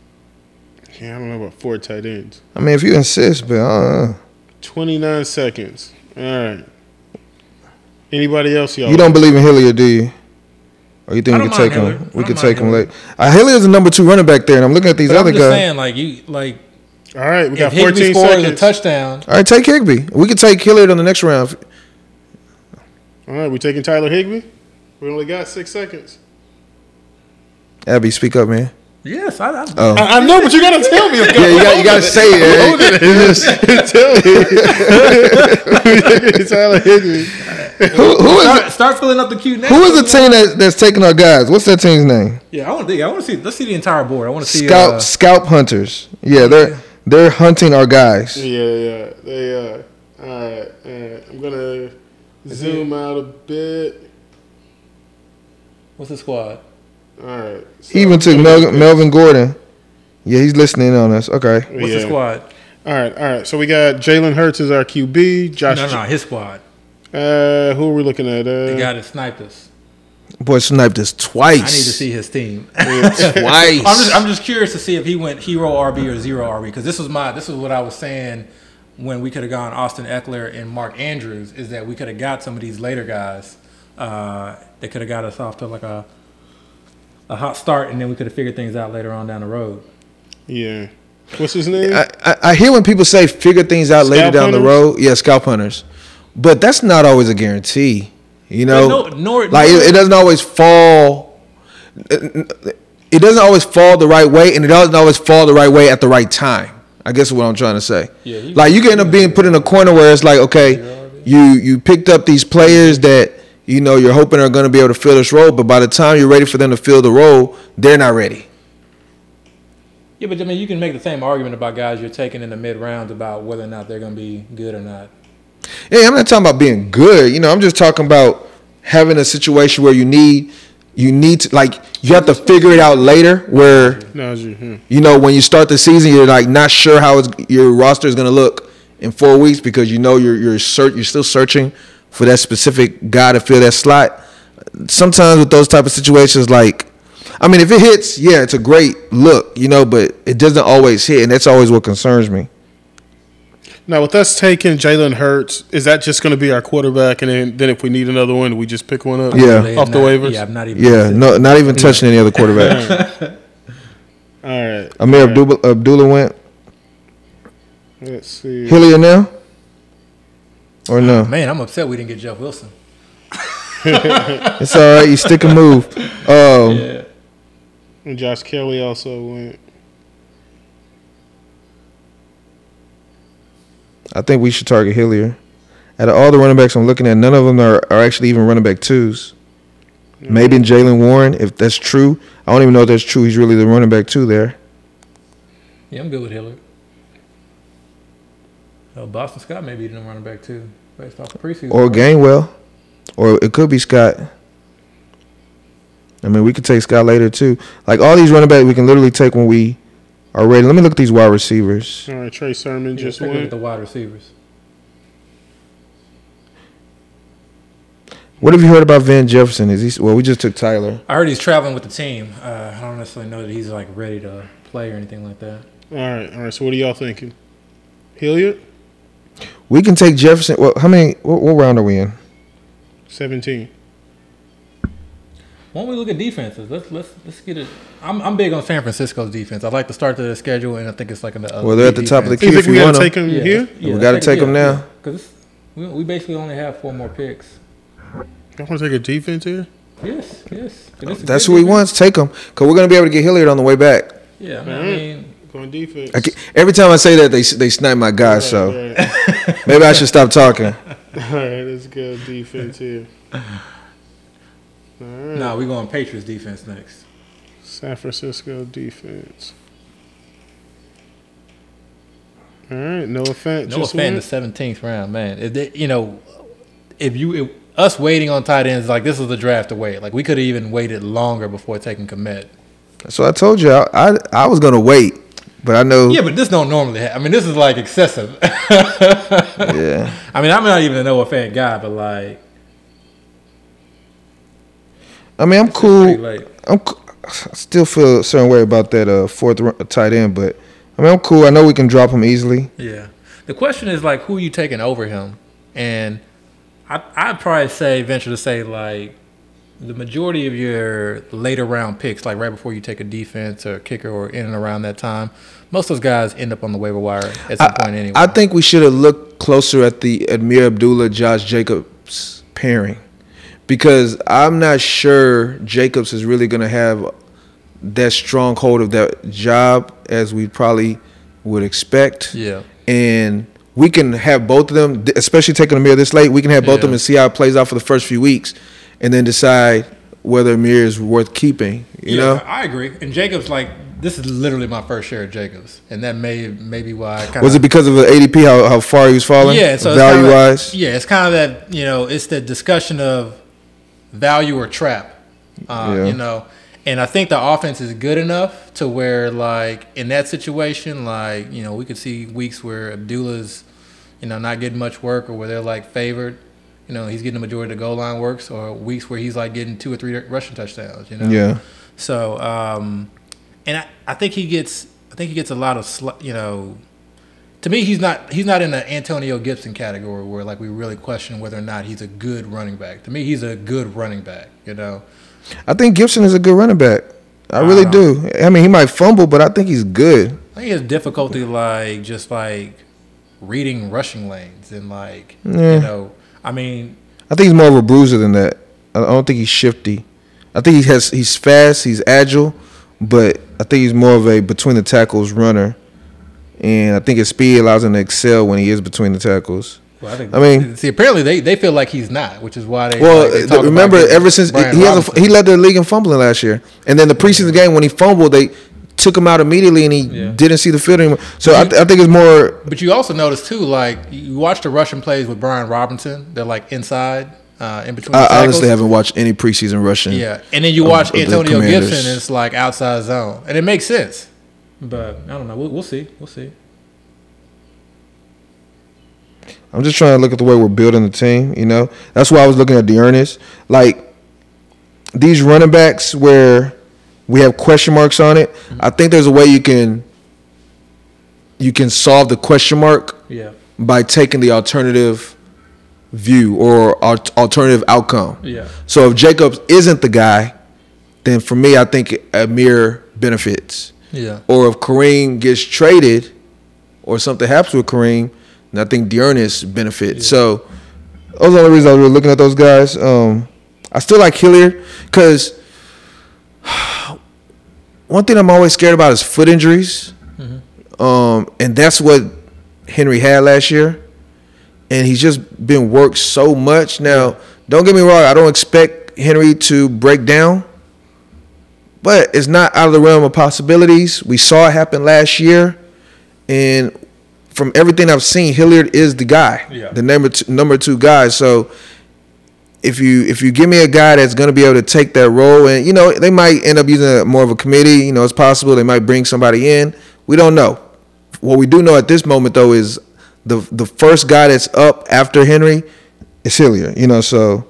A: Yeah, I don't know about four tight ends.
C: I mean, if you insist, but uh,
A: Twenty nine seconds. All right. Anybody else, y'all?
C: you don't believe in Hillier, do you? Or you
B: I
C: think we
B: don't
C: could take
B: mind Hilliard.
C: him?
B: I
C: We
B: don't
C: could
B: mind
C: take him
B: Hilliard.
C: late. Uh, Hillier's the number two running back there, and I'm looking at these
B: But I'm
C: other
B: just
C: guys.
B: saying, like you like
A: All right, we
B: if
A: got
B: Higby
A: fourteen
B: scores a
A: seconds.
B: touchdown,
C: All right, take Higby. We could take Hilliard on the next round.
A: All right, we taking Tyler Higby. We only got six seconds.
C: Abby, speak up, man.
B: yes, I, I,
C: Oh.
A: I, I know, but you gotta tell me.
C: Yeah, you got you got to say it. Eric.
B: (laughs)
A: tell (laughs) me. Tyler Higby.
C: Who, who is
B: start, start filling up the queue next.
C: who is the
B: week.
C: team that, that's taking our guys? What's that team's name?
B: Yeah, I want to. I want to see. Let's see the entire board. I want to see.
C: Scout
B: uh,
C: Scalp Hunters. Yeah, they're they're hunting our guys.
A: Yeah, yeah, they are. All right, all right. I'm gonna zoom out a bit.
B: what's the squad?
A: All right. So,
C: He even took Mel- Melvin Gordon. Yeah, he's listening on us. Okay.
B: What's the
A: Yeah.
B: squad?
A: All right, all right. So we got Jalen Hurts as our QB. Josh.
B: No, no, his squad.
A: Uh, who are we looking at? Uh,
B: The guy that sniped us.
C: Boy sniped us
B: I
C: twice.
B: need to see his team.
C: (laughs) twice.
B: (laughs) I'm just, I'm just curious to see if he went hero RB or zero RB because this was my this was what I was saying when we could have gone Austin Eckler and Mark Andrews is that we could have got some of these later guys uh, that could have got us off to like a a hot start and then we could have figured things out later on down the road.
C: (laughs)
A: Yeah. What's his name?
C: I, I, I hear when people say figure things out later
A: Scalp
C: down the
A: hunters?
C: road. Yeah, scalp hunters, but that's not always a guarantee. You know,
B: no- nor-
C: like it, it doesn't always fall. It doesn't always fall the right way, and it doesn't always fall the right way at the right time. I guess is what I'm trying to say.
B: Yeah, you-
C: like you can end up being put in a corner where it's like, okay, you you picked up these players that you know you're hoping are going to be able to fill this role, but by the time you're ready for them to fill the role, they're not ready.
B: Yeah, but I mean you can make the same argument about guys you're taking in the mid rounds about whether or not they're going to be good or not.
C: Yeah, I'm not talking about being good. You know, I'm just talking about having a situation where you need you need to like you have to figure it out later where
A: no, it's you. Hmm.
C: you know when you start the season you're like not sure how it's, your roster is going to look in 4 weeks because you know you're you're search, you're still searching for that specific guy to fill that slot. Sometimes with those type of situations like I mean if it hits, yeah, it's a great look, you know, but it doesn't always hit and that's always what concerns me.
A: Now, with us taking Jalen Hurts, is that just going to be our quarterback? And then, then if we need another one, we just pick one up
C: Yeah.
B: They have
A: off the
B: not-
A: waivers?
B: Yeah, I'm not even.
C: Yeah, no not even touching any other quarterbacks.
A: All right.
C: Amir
A: all right.
C: Abdullah, Abdullah went.
A: Let's see.
C: Hillier now? Or no?
B: Man, I'm upset we didn't get Jeff Wilson.
C: It's all right. You stick and move. Um,
A: And Josh Kelly also went.
C: I think we should target Hillier. Out of all the running backs I'm looking at, none of them are, are actually even running back twos.
A: Mm-hmm.
C: Maybe Jalen Warren, if that's true. I don't even know if that's true. He's really the running back two there.
B: Yeah, I'm good with Hillard. Oh, Boston Scott may be the running back too, based off the preseason.
C: Or Gainwell. Or it could be Scott. I mean, we could take Scott later too. Like all these running backs, we can literally take when we are ready. Let me look at these wide receivers.
A: All right, Trey Sermon
B: Yeah,
A: just
B: take a look at
A: went.
B: the wide receivers.
C: What have you heard about Van Jefferson? Is he well? We just took Tyler.
B: I heard he's traveling with the team. Uh, I don't necessarily know that he's like ready to play or anything like that.
A: All right, all right. So what are y'all thinking? Hilliard,
C: We can take Jefferson. Well, how many? What, what round are we in?
A: seventeen.
B: Why don't we look at defenses? Let's let's let's get it. I'm I'm big on San Francisco's defense. I like the start to the schedule, and I think it's like in the uh,
C: Well, they're at the top of the
A: You
C: If
A: think
C: you
A: we gotta
C: want him.
A: take him here?
C: We gotta take 'em now.
B: because we, we basically only have four more picks.
A: Y'all want to take a defense here?
B: Yes, yes. And it's a
C: That's
B: good
C: what we
B: defense.
C: want. Take him because we're gonna be able to get Hilliard on the way back.
B: Yeah, I mean, I
A: Alright.
B: mean,
A: Going defense.
C: I ca- every time I say that, they s- they snipe my guy. So
A: All right,
C: maybe I should stop talking.
A: all right, (laughs) let's go defense here. All right,
B: no, we're going Patriots defense next.
A: San Francisco defense. All right, no offense.
B: No offense, the seventeenth round, man. If they, you know, if you if, us waiting on tight ends, like this was the draft to wait. Like we could have even waited longer before taking commit.
C: So I told you I I, I was gonna wait, but I know
B: Yeah, but this don't normally. Ha- I mean, this is like excessive. (laughs)
C: yeah.
B: I mean, I'm not even an OFA guy, but like
C: I mean, I'm
B: pretty
C: cool.
B: late.
C: I'm co- I still feel a certain way about that uh, fourth ru- tight end, but I mean, I'm cool. I know we can drop him easily.
B: Yeah. The question is like who are you taking over him? And I I'd probably say venture to say like the majority of your later round picks, like right before you take a defense or kicker or in and around that time, most of those guys end up on the waiver wire at some point anyway.
C: I think we should have looked closer at the Amir Abdullah Josh Jacobs pairing because I'm not sure Jacobs is really going to have that strong hold of that job as we probably would expect.
B: yeah.
C: and we can have both of them, th- especially taking Amir this late. We can have both of them
B: Yeah.
C: and see how it plays out for the first few weeks, and then decide whether Amir is worth keeping.
B: yeah,
C: You know,
B: I agree. And Jacobs like this is literally my first share of Jacobs. And that may maybe why I kinda
C: was it because of the ADP how, how far he was falling?
B: Yeah, so it's
C: value
B: kinda like-
C: wise.
B: yeah, it's kind of that you know, it's the discussion of value or trap. Uh,
C: Yeah.
B: You know, and I think the offense is good enough to where like in that situation, like you know, we could see weeks where Abdullah's you know not getting much work or where they're like favored. You know, he's getting the majority of the goal line works, or weeks where he's like getting two or three rushing touchdowns. You know,
C: Yeah.
B: so, um, and I, I think he gets I think he gets a lot of sl- you know. To me, he's not he's not in the Antonio Gibson category where like we really question whether or not he's a good running back. To me, he's a good running back. You know.
C: I think Gibson is a good running back. I really do. I mean, he might fumble, but I think he's good.
B: I think he has difficulty like just like reading rushing lanes and like
C: Yeah.
B: you know. I mean,
C: I think he's more of a bruiser than that. I I don't think he's shifty. I think he has he's fast, he's agile, but I think he's more of a between the tackles runner. And I think his speed allows him to excel when he is between the tackles.
B: well, I, think,
C: I mean-
B: see, apparently they, they feel like he's not, which is why they.
C: Well,
B: like, they
C: th-
B: talk about
C: remember,
B: getting
C: ever since he,
B: Brian
C: he, has a,
B: Robinson.
C: he led the league in fumbling last year, and then the preseason game when he fumbled, they took him out immediately, and he
B: Yeah.
C: didn't see the field anymore. So I, th- I think it's more
B: But you also notice too, like you watch the Russian plays with Brian Robinson. They're like inside, uh, in between. The
C: I
B: tackles.
C: honestly haven't watched any preseason rushing.
B: Yeah, and then you
C: Of-
B: watch
C: of the
B: Antonio
C: Commanders.
B: Gibson, and it's like outside zone, and it makes sense. But I don't know. We'll, we'll see. We'll see.
C: I'm just trying to look at the way we're building the team. You know, that's why I was looking at Dearness. Like these running backs, where we have question marks on it. I think there's a way you can you can solve the question mark
B: Yeah,
C: by taking the alternative view or al- alternative outcome.
B: yeah,
C: So if Jacobs isn't the guy, then for me, I think Amir benefits.
B: yeah,
C: Or if Kareem gets traded or something happens with Kareem, then I think Dearness benefits. So that was the only reason I was really looking at those guys. Um, I still like Hilliard because (sighs) one thing I'm always scared about is foot injuries. Um, and that's what Henry had last year. And he's just been worked so much. Now, don't get me wrong, I don't expect Henry to break down but it's not out of the realm of possibilities. We saw it happen last year, and from everything I've seen, Hilliard is the guy,
B: Yeah.
C: the number two, number two guy. So if you if you give me a guy that's going to be able to take that role, and you know they might end up using a, more of a committee. You know, it's possible they might bring somebody in. We don't know. What we do know at this moment though is the the first guy that's up after Henry is Hilliard. You know, so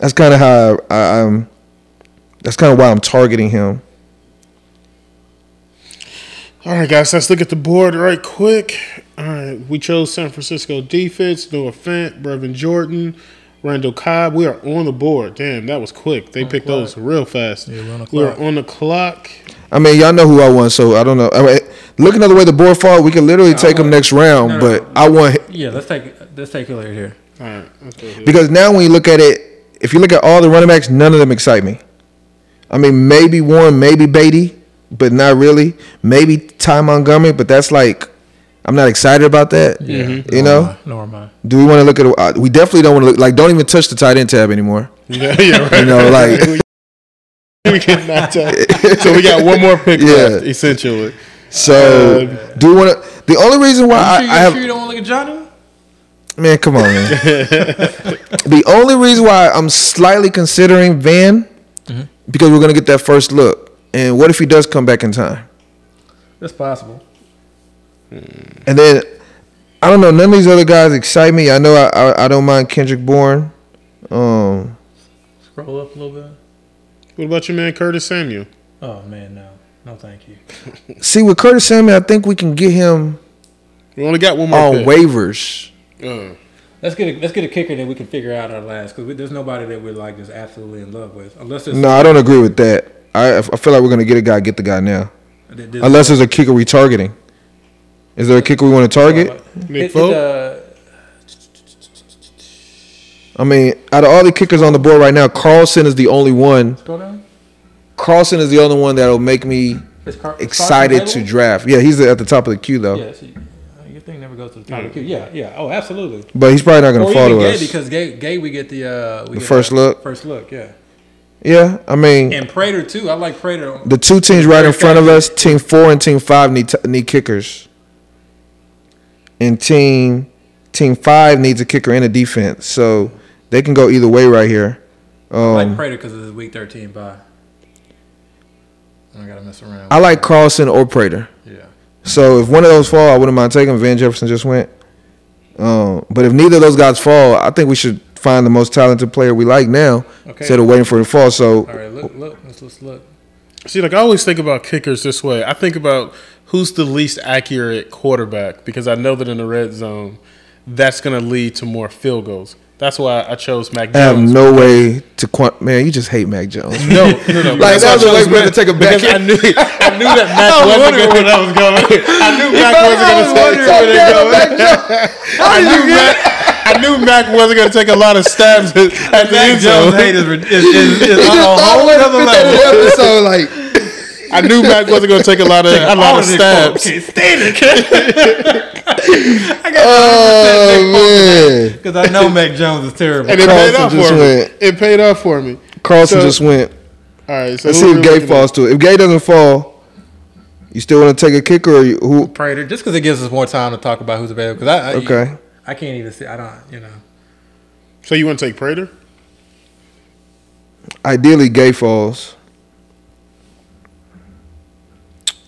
C: that's kind of how I, I, I'm. That's kind of why I'm targeting him.
A: All right, guys, let's look at the board right quick. All right, we chose San Francisco defense, Noah Fant, Brevin Jordan, Randall Cobb. We are on the board. Damn, that was quick. They picked those real fast.
B: Yeah, we're on the
A: we are
B: clock.
A: on the clock.
C: I mean, y'all know who I want, so I don't know. I mean, looking at the way the board fall, we could literally take him
B: want-
C: next round,
B: no, no,
C: but I want
B: yeah. Let's take let's take Hilliard here.
A: All right. let's go
C: (laughs)
A: here.
C: because now when you look at it, if you look at all the running backs, none of them excite me. I mean, maybe Warren, maybe Beatty, but not really. Maybe Ty Montgomery, but that's like I'm not excited about that.
B: Mm-hmm.
C: You know?
B: nor am I.
C: Do we want to look at? uh, We definitely don't want to look. Like, don't even touch the tight end tab anymore.
A: Yeah, yeah, right.
C: You
B: (laughs)
C: know, like.
A: (laughs)
B: Oh,
A: we get knocked out. So we got one more pick
C: Yeah.
A: left, essentially.
C: So do you want to? The only reason why
B: You sure,
C: I,
B: you
C: I
B: sure
C: have
B: you don't want to look at Johnny?
C: Man, come
B: (laughs)
C: on, man. the only reason why I'm slightly considering Van
B: Mm-hmm.
C: because we're gonna get that first look. And what if he does come back in time?
B: That's possible.
C: And then I don't know. None of these other guys excite me. I know I I, I don't mind Kendrick Bourne. Um,
B: Scroll up a little bit.
A: What about your man Curtis Samuel?
B: Oh man, no, no, thank you.
C: see with Curtis Samuel, I think we can get him
A: We only got one more.
C: on
A: pick.
C: waivers.
A: Uh,
B: Let's get a, let's get a kicker that we can figure out our last because there's nobody that we're like just absolutely in love with unless there's
C: No, I don't agree with that. I I feel like we're gonna get a guy, get the guy now.
B: th- there's-
C: Unless there's a kicker we targeting. Is there a kicker we want to target?
A: Nick
B: It- it,
A: Folk?
B: uh,
C: I mean, out of all the kickers on the board right now, Carlson is the only one.
B: scroll down.
C: Carlson is the only one that'll make me
B: Is Car- is
C: excited
B: Carson
C: to
B: available?
C: draft. Yeah, he's at the top of the queue though,
B: Yeah, see, uh, your thing never goes to the top of
A: Mm.
B: the queue. Yeah, yeah. Oh, absolutely.
C: but he's probably not
B: Or
C: gonna fall
B: even
C: to
B: gay
C: us.
B: because gay, gay we get the uh, we
C: The
B: get
C: first look?
B: First look, yeah.
C: Yeah, Um, I mean,
B: And Prater too. I like Prater.
C: The two teams right in front of us, team four and team five, need t- need kickers, and team team five needs a kicker and a defense, so they can go either way right here.
B: I like
C: Um,
B: Prater because it's week thirteen bye. I gotta mess around.
C: I like Carlson or Prater,
B: yeah.
C: so if one of those fall, I wouldn't mind taking. Van Jefferson just went, um, but if neither of those guys fall, I think we should find the most talented player we like now
B: Okay.
C: instead of waiting for it to fall. So
B: All right. Look. Look. Let's let's look.
A: See, like I always think about kickers this way. I think about who's the least accurate quarterback because I know that in the red zone, that's going to lead to more field goals. That's why I chose Mac
C: I have
A: Jones.
C: no way to quant. Man, you just hate
A: (laughs)
C: Mac Jones.
A: No, no, no.
C: (laughs) Like,
A: That's why
C: that was
A: I chose
C: like we're gonna
A: Mac
C: take a back
A: because (laughs) I knew, I knew
C: (laughs)
A: that Mac
C: was
A: wasn't
C: wondering
A: going where that was going. (laughs) I
C: (laughs)
A: knew Mac
C: probably
A: wasn't going to
C: was
A: stay
C: wondering
A: where
C: where
A: they
C: that
A: go. I knew Mac. I knew Mac wasn't going to take a lot of stabs at, at the end zone.
C: He (laughs) just thought about it episode, like
A: I knew Mac wasn't going to take a lot of a lot of stabs.
B: (laughs)
C: Uh,
B: (laughs)
C: oh man,
B: Because I know Mac Jones is terrible.
A: And it
C: Carlson
A: paid off
C: just
A: for me.
C: went.
A: It paid off for me.
C: Carlson
A: So-
C: just went.
A: All right, so
C: Let's
A: who
C: see
A: we
C: if Gay
A: looking at?
C: falls to it. If Gay doesn't fall, you still want to take a kicker or you, who?
B: Prater, just because it gives us more time to talk about who's available. Because I, I
C: Okay.
B: I can't even see. I don't. You know.
A: So you want to take Prater?
C: Ideally, Gay falls.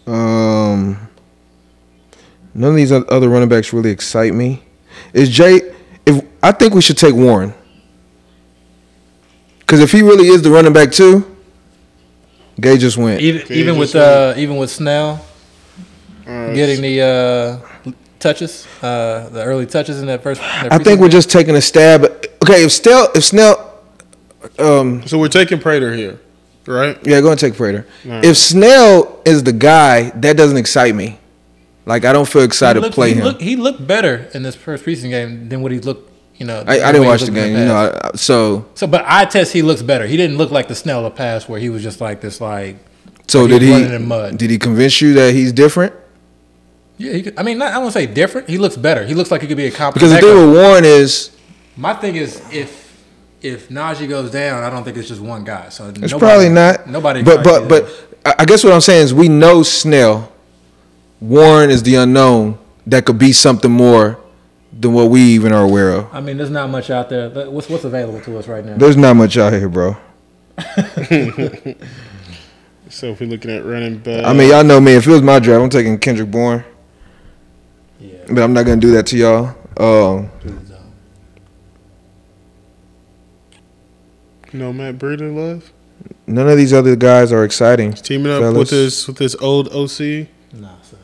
C: Um, none of these o- other running backs really excite me. Is Jay? If I think we should take Warren, because if he really is the running back too, Gay just went.
B: Even
A: Okay,
B: even
A: you
B: with
A: just
B: uh, even with Snell
A: Uh,
B: getting the uh, touches, uh, the early touches in that first. that
C: I think we're just taking a stab. Okay, if Snell, if Snell, um,
A: So we're taking Prater here, right?
C: yeah, go and take Prater.
A: Alright.
C: If Snell is the guy, that doesn't excite me. Like I don't feel
B: he
C: excited to
B: looked,
C: play
B: he
C: him.
B: Looked, he looked better in this first preseason game than what he looked. You know,
C: I, I
B: way
C: didn't
B: he
C: watch the
B: looked in
C: game, you know.
B: past.
C: I, I- so,
B: So, but I test he looks better. He didn't look like the Snell of past where he was just like this, like
C: so
B: He
C: did he?
B: running in mud.
C: Did he convince you that he's different?
B: yeah. He could, I mean, not, I won't say different. He looks better. He looks like he could be a
C: Because
B: competent.
C: the thing with Warren is
B: My thing is if. If Najee goes down, I don't think it's just one guy. So
C: it's probably not
B: Nobody.
C: But but
B: excited.
C: but I I guess what I'm saying is we know Snell. Warren is the unknown that could be something more than what we even are aware of.
B: I mean, there's not much out there. But What's what's available to us right now?
C: There's not much out here, bro.
A: So if we're looking at running back,
C: I mean, y'all know me. If it was my draft, I'm taking Kendrick Bourne,
B: Yeah.
C: but I'm not gonna do that to y'all. Um,
A: no Matt Breida love
C: none of these other guys are exciting.
A: teaming up
C: Fellas.
A: with this with this old OC.
B: Nah, son.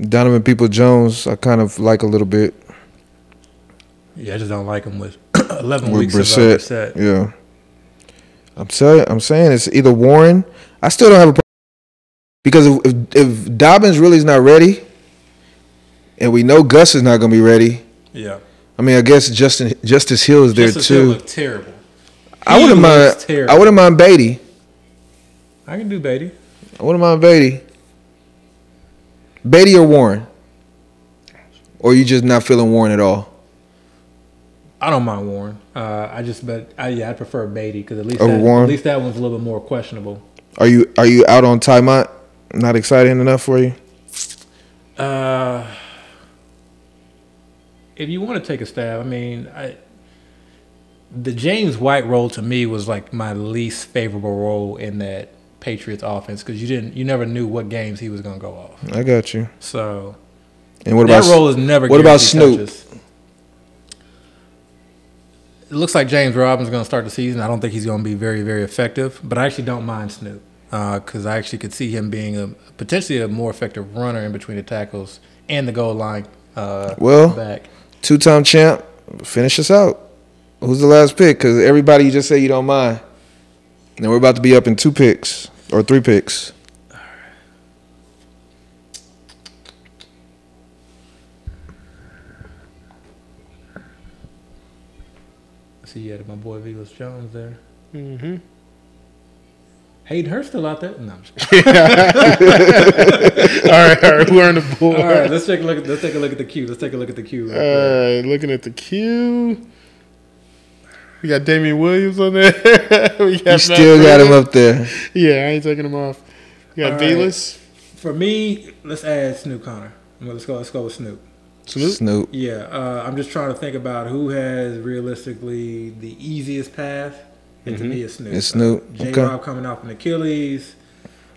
C: Donovan People Jones, I kind of like a little bit
B: Yeah, I just don't like him with (clears throat) 11
C: with
B: weeks of uh,
C: Brissett.
B: Brissett.
C: Yeah, I'm saying, I'm saying it's either Warren. I still don't have a problem because if, if if Dobbins really is not ready, and we know Gus is not gonna be ready.
B: Yeah.
C: I mean, I guess Justin Justice Hill is there
B: Justice
C: too.
B: Hill looked terrible.
C: I
B: He
C: wouldn't mind.
B: looks terrible.
C: I wouldn't mind Beatty.
B: I can do Beatty.
C: I wouldn't mind Beatty. Beatty or Warren? Or you just not feeling Warren at all?
B: I don't mind Warren. Uh, I just, but I, yeah, I prefer Beatty because at least
C: Over
B: that,
C: Oh, Warren?
B: at least that one's a little bit more questionable.
C: Are you are you out on Tymont? Not exciting enough for you?
B: Uh, if you want to take a stab, I mean, I, the James White role to me was like my least favorable role in that Patriots offense because you didn't, you never knew what games he was going to go off.
C: I got you.
B: So
C: And what
B: that
C: about
B: role is never.
C: what about
B: guaranteed
C: Snoop?
B: touches. It looks like James Robinson's going to start the season. I don't think he's going to be very, very effective, but I actually don't mind Snoop because I actually could see him being a potentially a more effective runner in between the tackles and the goal line. Uh,
C: Well-
B: back.
C: two-time champ? Finish us out. Who's the last pick? Because everybody you just say you don't mind. And we're about to be up in two picks or three picks.
B: I see you had my boy Vilas Jones there.
A: (laughs) Mm-hmm.
B: Hayden Hurst still out there? No. I'm just
C: (laughs)
B: kidding.
A: all right, all right. We're on the board.
B: All right, let's take a look. At, let's take a look at the queue. Let's take a look at the queue. Right there.
A: All right, looking at the queue. We got Damian Williams on there. (laughs) we got
C: You still got him up there.
A: Yeah, I ain't taking him off. We got
B: All right.
A: Velas.
C: Uh.
B: For me, let's add Snoop Connor. Let's go. Let's go with Snoop.
A: Salute.
C: Snoop.
B: Yeah, uh, I'm just trying to think about who has realistically the easiest path. And to me, it's Snoop.
C: It's Snoop.
B: J.
C: Okay.
B: Rob coming off an Achilles.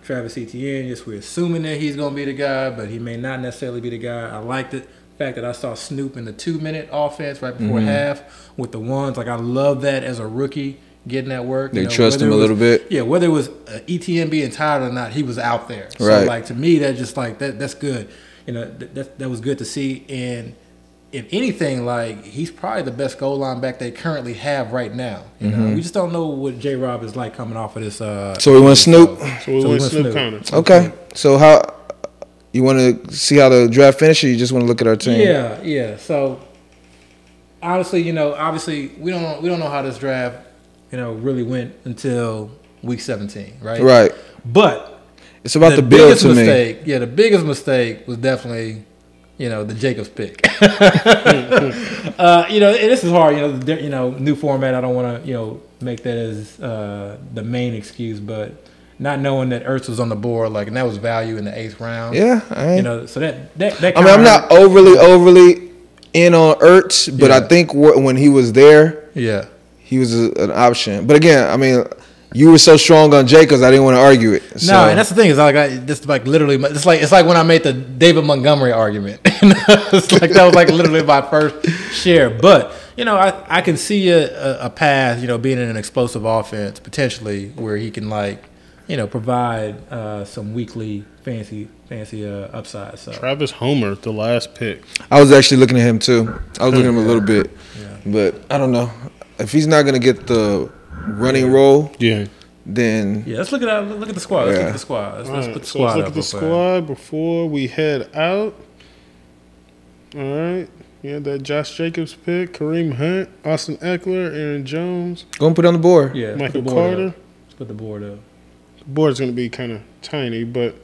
B: Travis Etienne. Yes, we're assuming that he's going to be the guy, but he may not necessarily be the guy. I like the fact that I saw Snoop in the two-minute offense right before half with the ones. Like I love that as a rookie getting that work.
C: They
B: You know,
C: trust
B: whether
C: him a
B: it was-
C: little bit.
B: yeah, whether it was uh, ETN being tired or not, he was out there. So
C: Right.
B: like to me, that just like that that's good. You know, th- that that was good to see. And if anything, like he's probably the best goal line back they currently have right now. You know, we just don't know what J. Rob is like coming off of this. Uh,
C: Mm-hmm. So we went Snoop.
A: So we
B: So we
A: went
B: went
A: Snoop
B: Snoop.
A: Connor.
C: Okay. So how you want to see how the draft finishes? You just want to look at our team.
B: Yeah, yeah. So honestly, you know, obviously we don't we don't know how this draft, you know, really went until week 17, right?
C: Right.
B: But
C: It's about the, build
B: biggest
C: to me.
B: mistake, Yeah, the biggest mistake was definitely, you know, the Jacobs pick. (laughs) uh, you know, and this is hard. You know, the, you know, new format. I don't want to, you know, make that as uh, the main excuse, but not knowing that Ertz was on the board, like, and that was value in the eighth round.
C: Yeah. I,
B: You
C: ain't-
B: know, so that that that.
C: I mean, I'm
B: kinda
C: not overly overly in on Ertz, but I
B: Yeah.
C: think wh- when he was there,
B: hurt. Yeah.
C: he was a, an option. But again, I mean, you were so strong on Jacobs, I didn't want to argue it. So.
B: No, and that's the thing is like I just like literally my- it's like it's like when I made the David Montgomery argument. (laughs) it's like that was like literally my first share. But you know, I, I can see a, a, a path, you know, being in an explosive offense potentially where he can like, you know, provide uh, some weekly fancy fancy uh, upside. So
A: Travis Homer, the last pick.
C: I was actually looking at him too. I was looking at him a little bit, but I don't know if he's not gonna get the running role,
A: Yeah.
C: then
B: yeah, let's look at our- look at the squad. Let's look
C: Yeah.
B: at the squad. Let's,
A: All
B: let's
A: right,
B: put the
A: so let's
B: squad
A: look
B: up
A: at the
B: real quick.
A: squad before we head out. All right. We had that Josh Jacobs pick, Kareem Hunt, Austin Eckler, Aaron Jones,
C: go and put it on the board.
B: Yeah, put the
A: Michael
B: board
A: Carter.
B: Up. Let's put the board up.
A: The board's going to be kind of tiny, but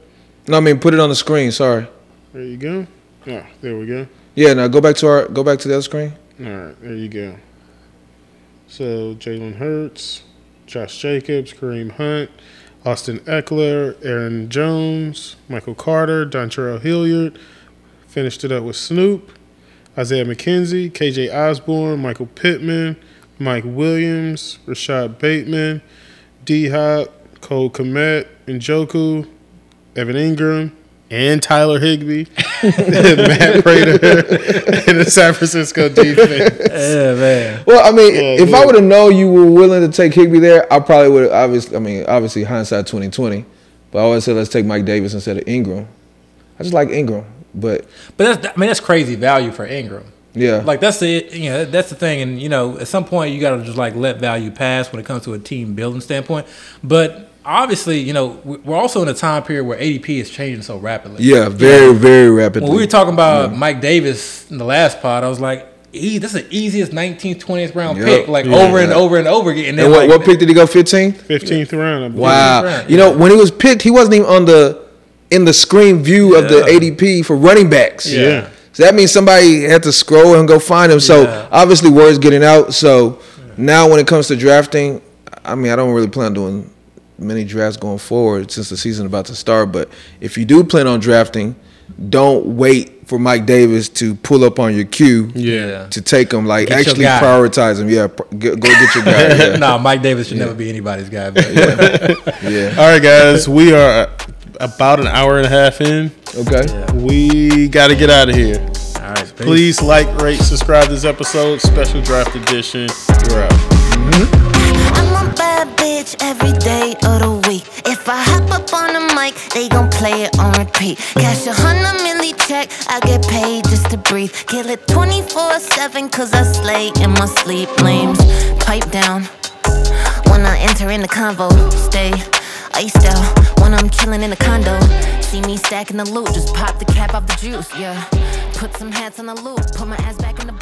C: No, I mean put it on the screen. Sorry.
A: there you go. Ah, there we go.
C: Yeah. Now go back to our go back to the other screen.
A: All right, there you go. So Jalen Hurts, Josh Jacobs, Kareem Hunt, Austin Eckler, Aaron Jones, Michael Carter, Dontrell Hilliard. Finished it up with Snoop, Isaiah McKenzie, KJ Osborne, Michael Pittman, Mike Williams, Rashad Bateman, D Hop, Cole Komet, Njoku, Evan Ingram, and Tyler Higbee, (laughs) Matt Prater, and the San Francisco defense.
B: Yeah, man.
C: Well, I mean,
A: Yeah,
C: if I
A: yeah.
C: would have known you were willing to take Higby there, I probably would have. Obviously, I mean, obviously hindsight twenty twenty, but I always said let's take Mike Davis instead of Ingram. I just like Ingram, but
B: But that's I mean that's crazy value for Ingram.
C: yeah,
B: like that's the you know that's the thing and you know at some point you got to just like let value pass when it comes to a team building standpoint but obviously you know we- we're also in a time period where adp is changing so rapidly
C: yeah, very very rapidly.
B: when we were talking about mike davis in the last pod i was like "E- this is the easiest 19th 20th round
C: Yep.
B: pick like
C: Yeah.
B: over and over and over again and, then,
C: and what,
B: like,
C: what pick did he go? Fifteen.
A: 15th round. I believe.
C: Wow.
B: Right.
C: You know, when he was picked, he wasn't even on the in the screen view of the
B: Yeah.
C: ADP for running backs.
A: Yeah.
C: So that means somebody had to scroll and go find him. So
B: Yeah.
C: obviously word's getting out. So now when it comes to drafting, I mean I don't really plan on doing many drafts going forward since the season about to start. But if you do plan on drafting, don't wait for Mike Davis to pull up on your queue
A: Yeah.
C: to take him. Like
B: Get your
C: actually
B: guy.
C: prioritize him. Yeah, pr- go, go get your guy.
B: (laughs)
C: Yeah,
B: nah, Mike Davis should never be anybody's guy. But
C: yeah.
A: All right, guys, we are about an hour and a half in.
C: Okay.
A: We got to get out of here.
B: (laughs) All right, peace.
A: Please like, rate, subscribe this episode, special draft edition. We're out.
D: I'm a bad bitch every day of the week. If I hop up on the mic, they gon' play it on repeat. Cash a hundred milli check, I get paid just to breathe. Kill it 24 7, cause I slay in my sleep. Lames, pipe down. When I enter in the convo, stay iced out. When I'm chillin' in the condo, see me stacking the loot, just pop the cap off the juice, yeah. Put some hats on the loop, put my ass back in the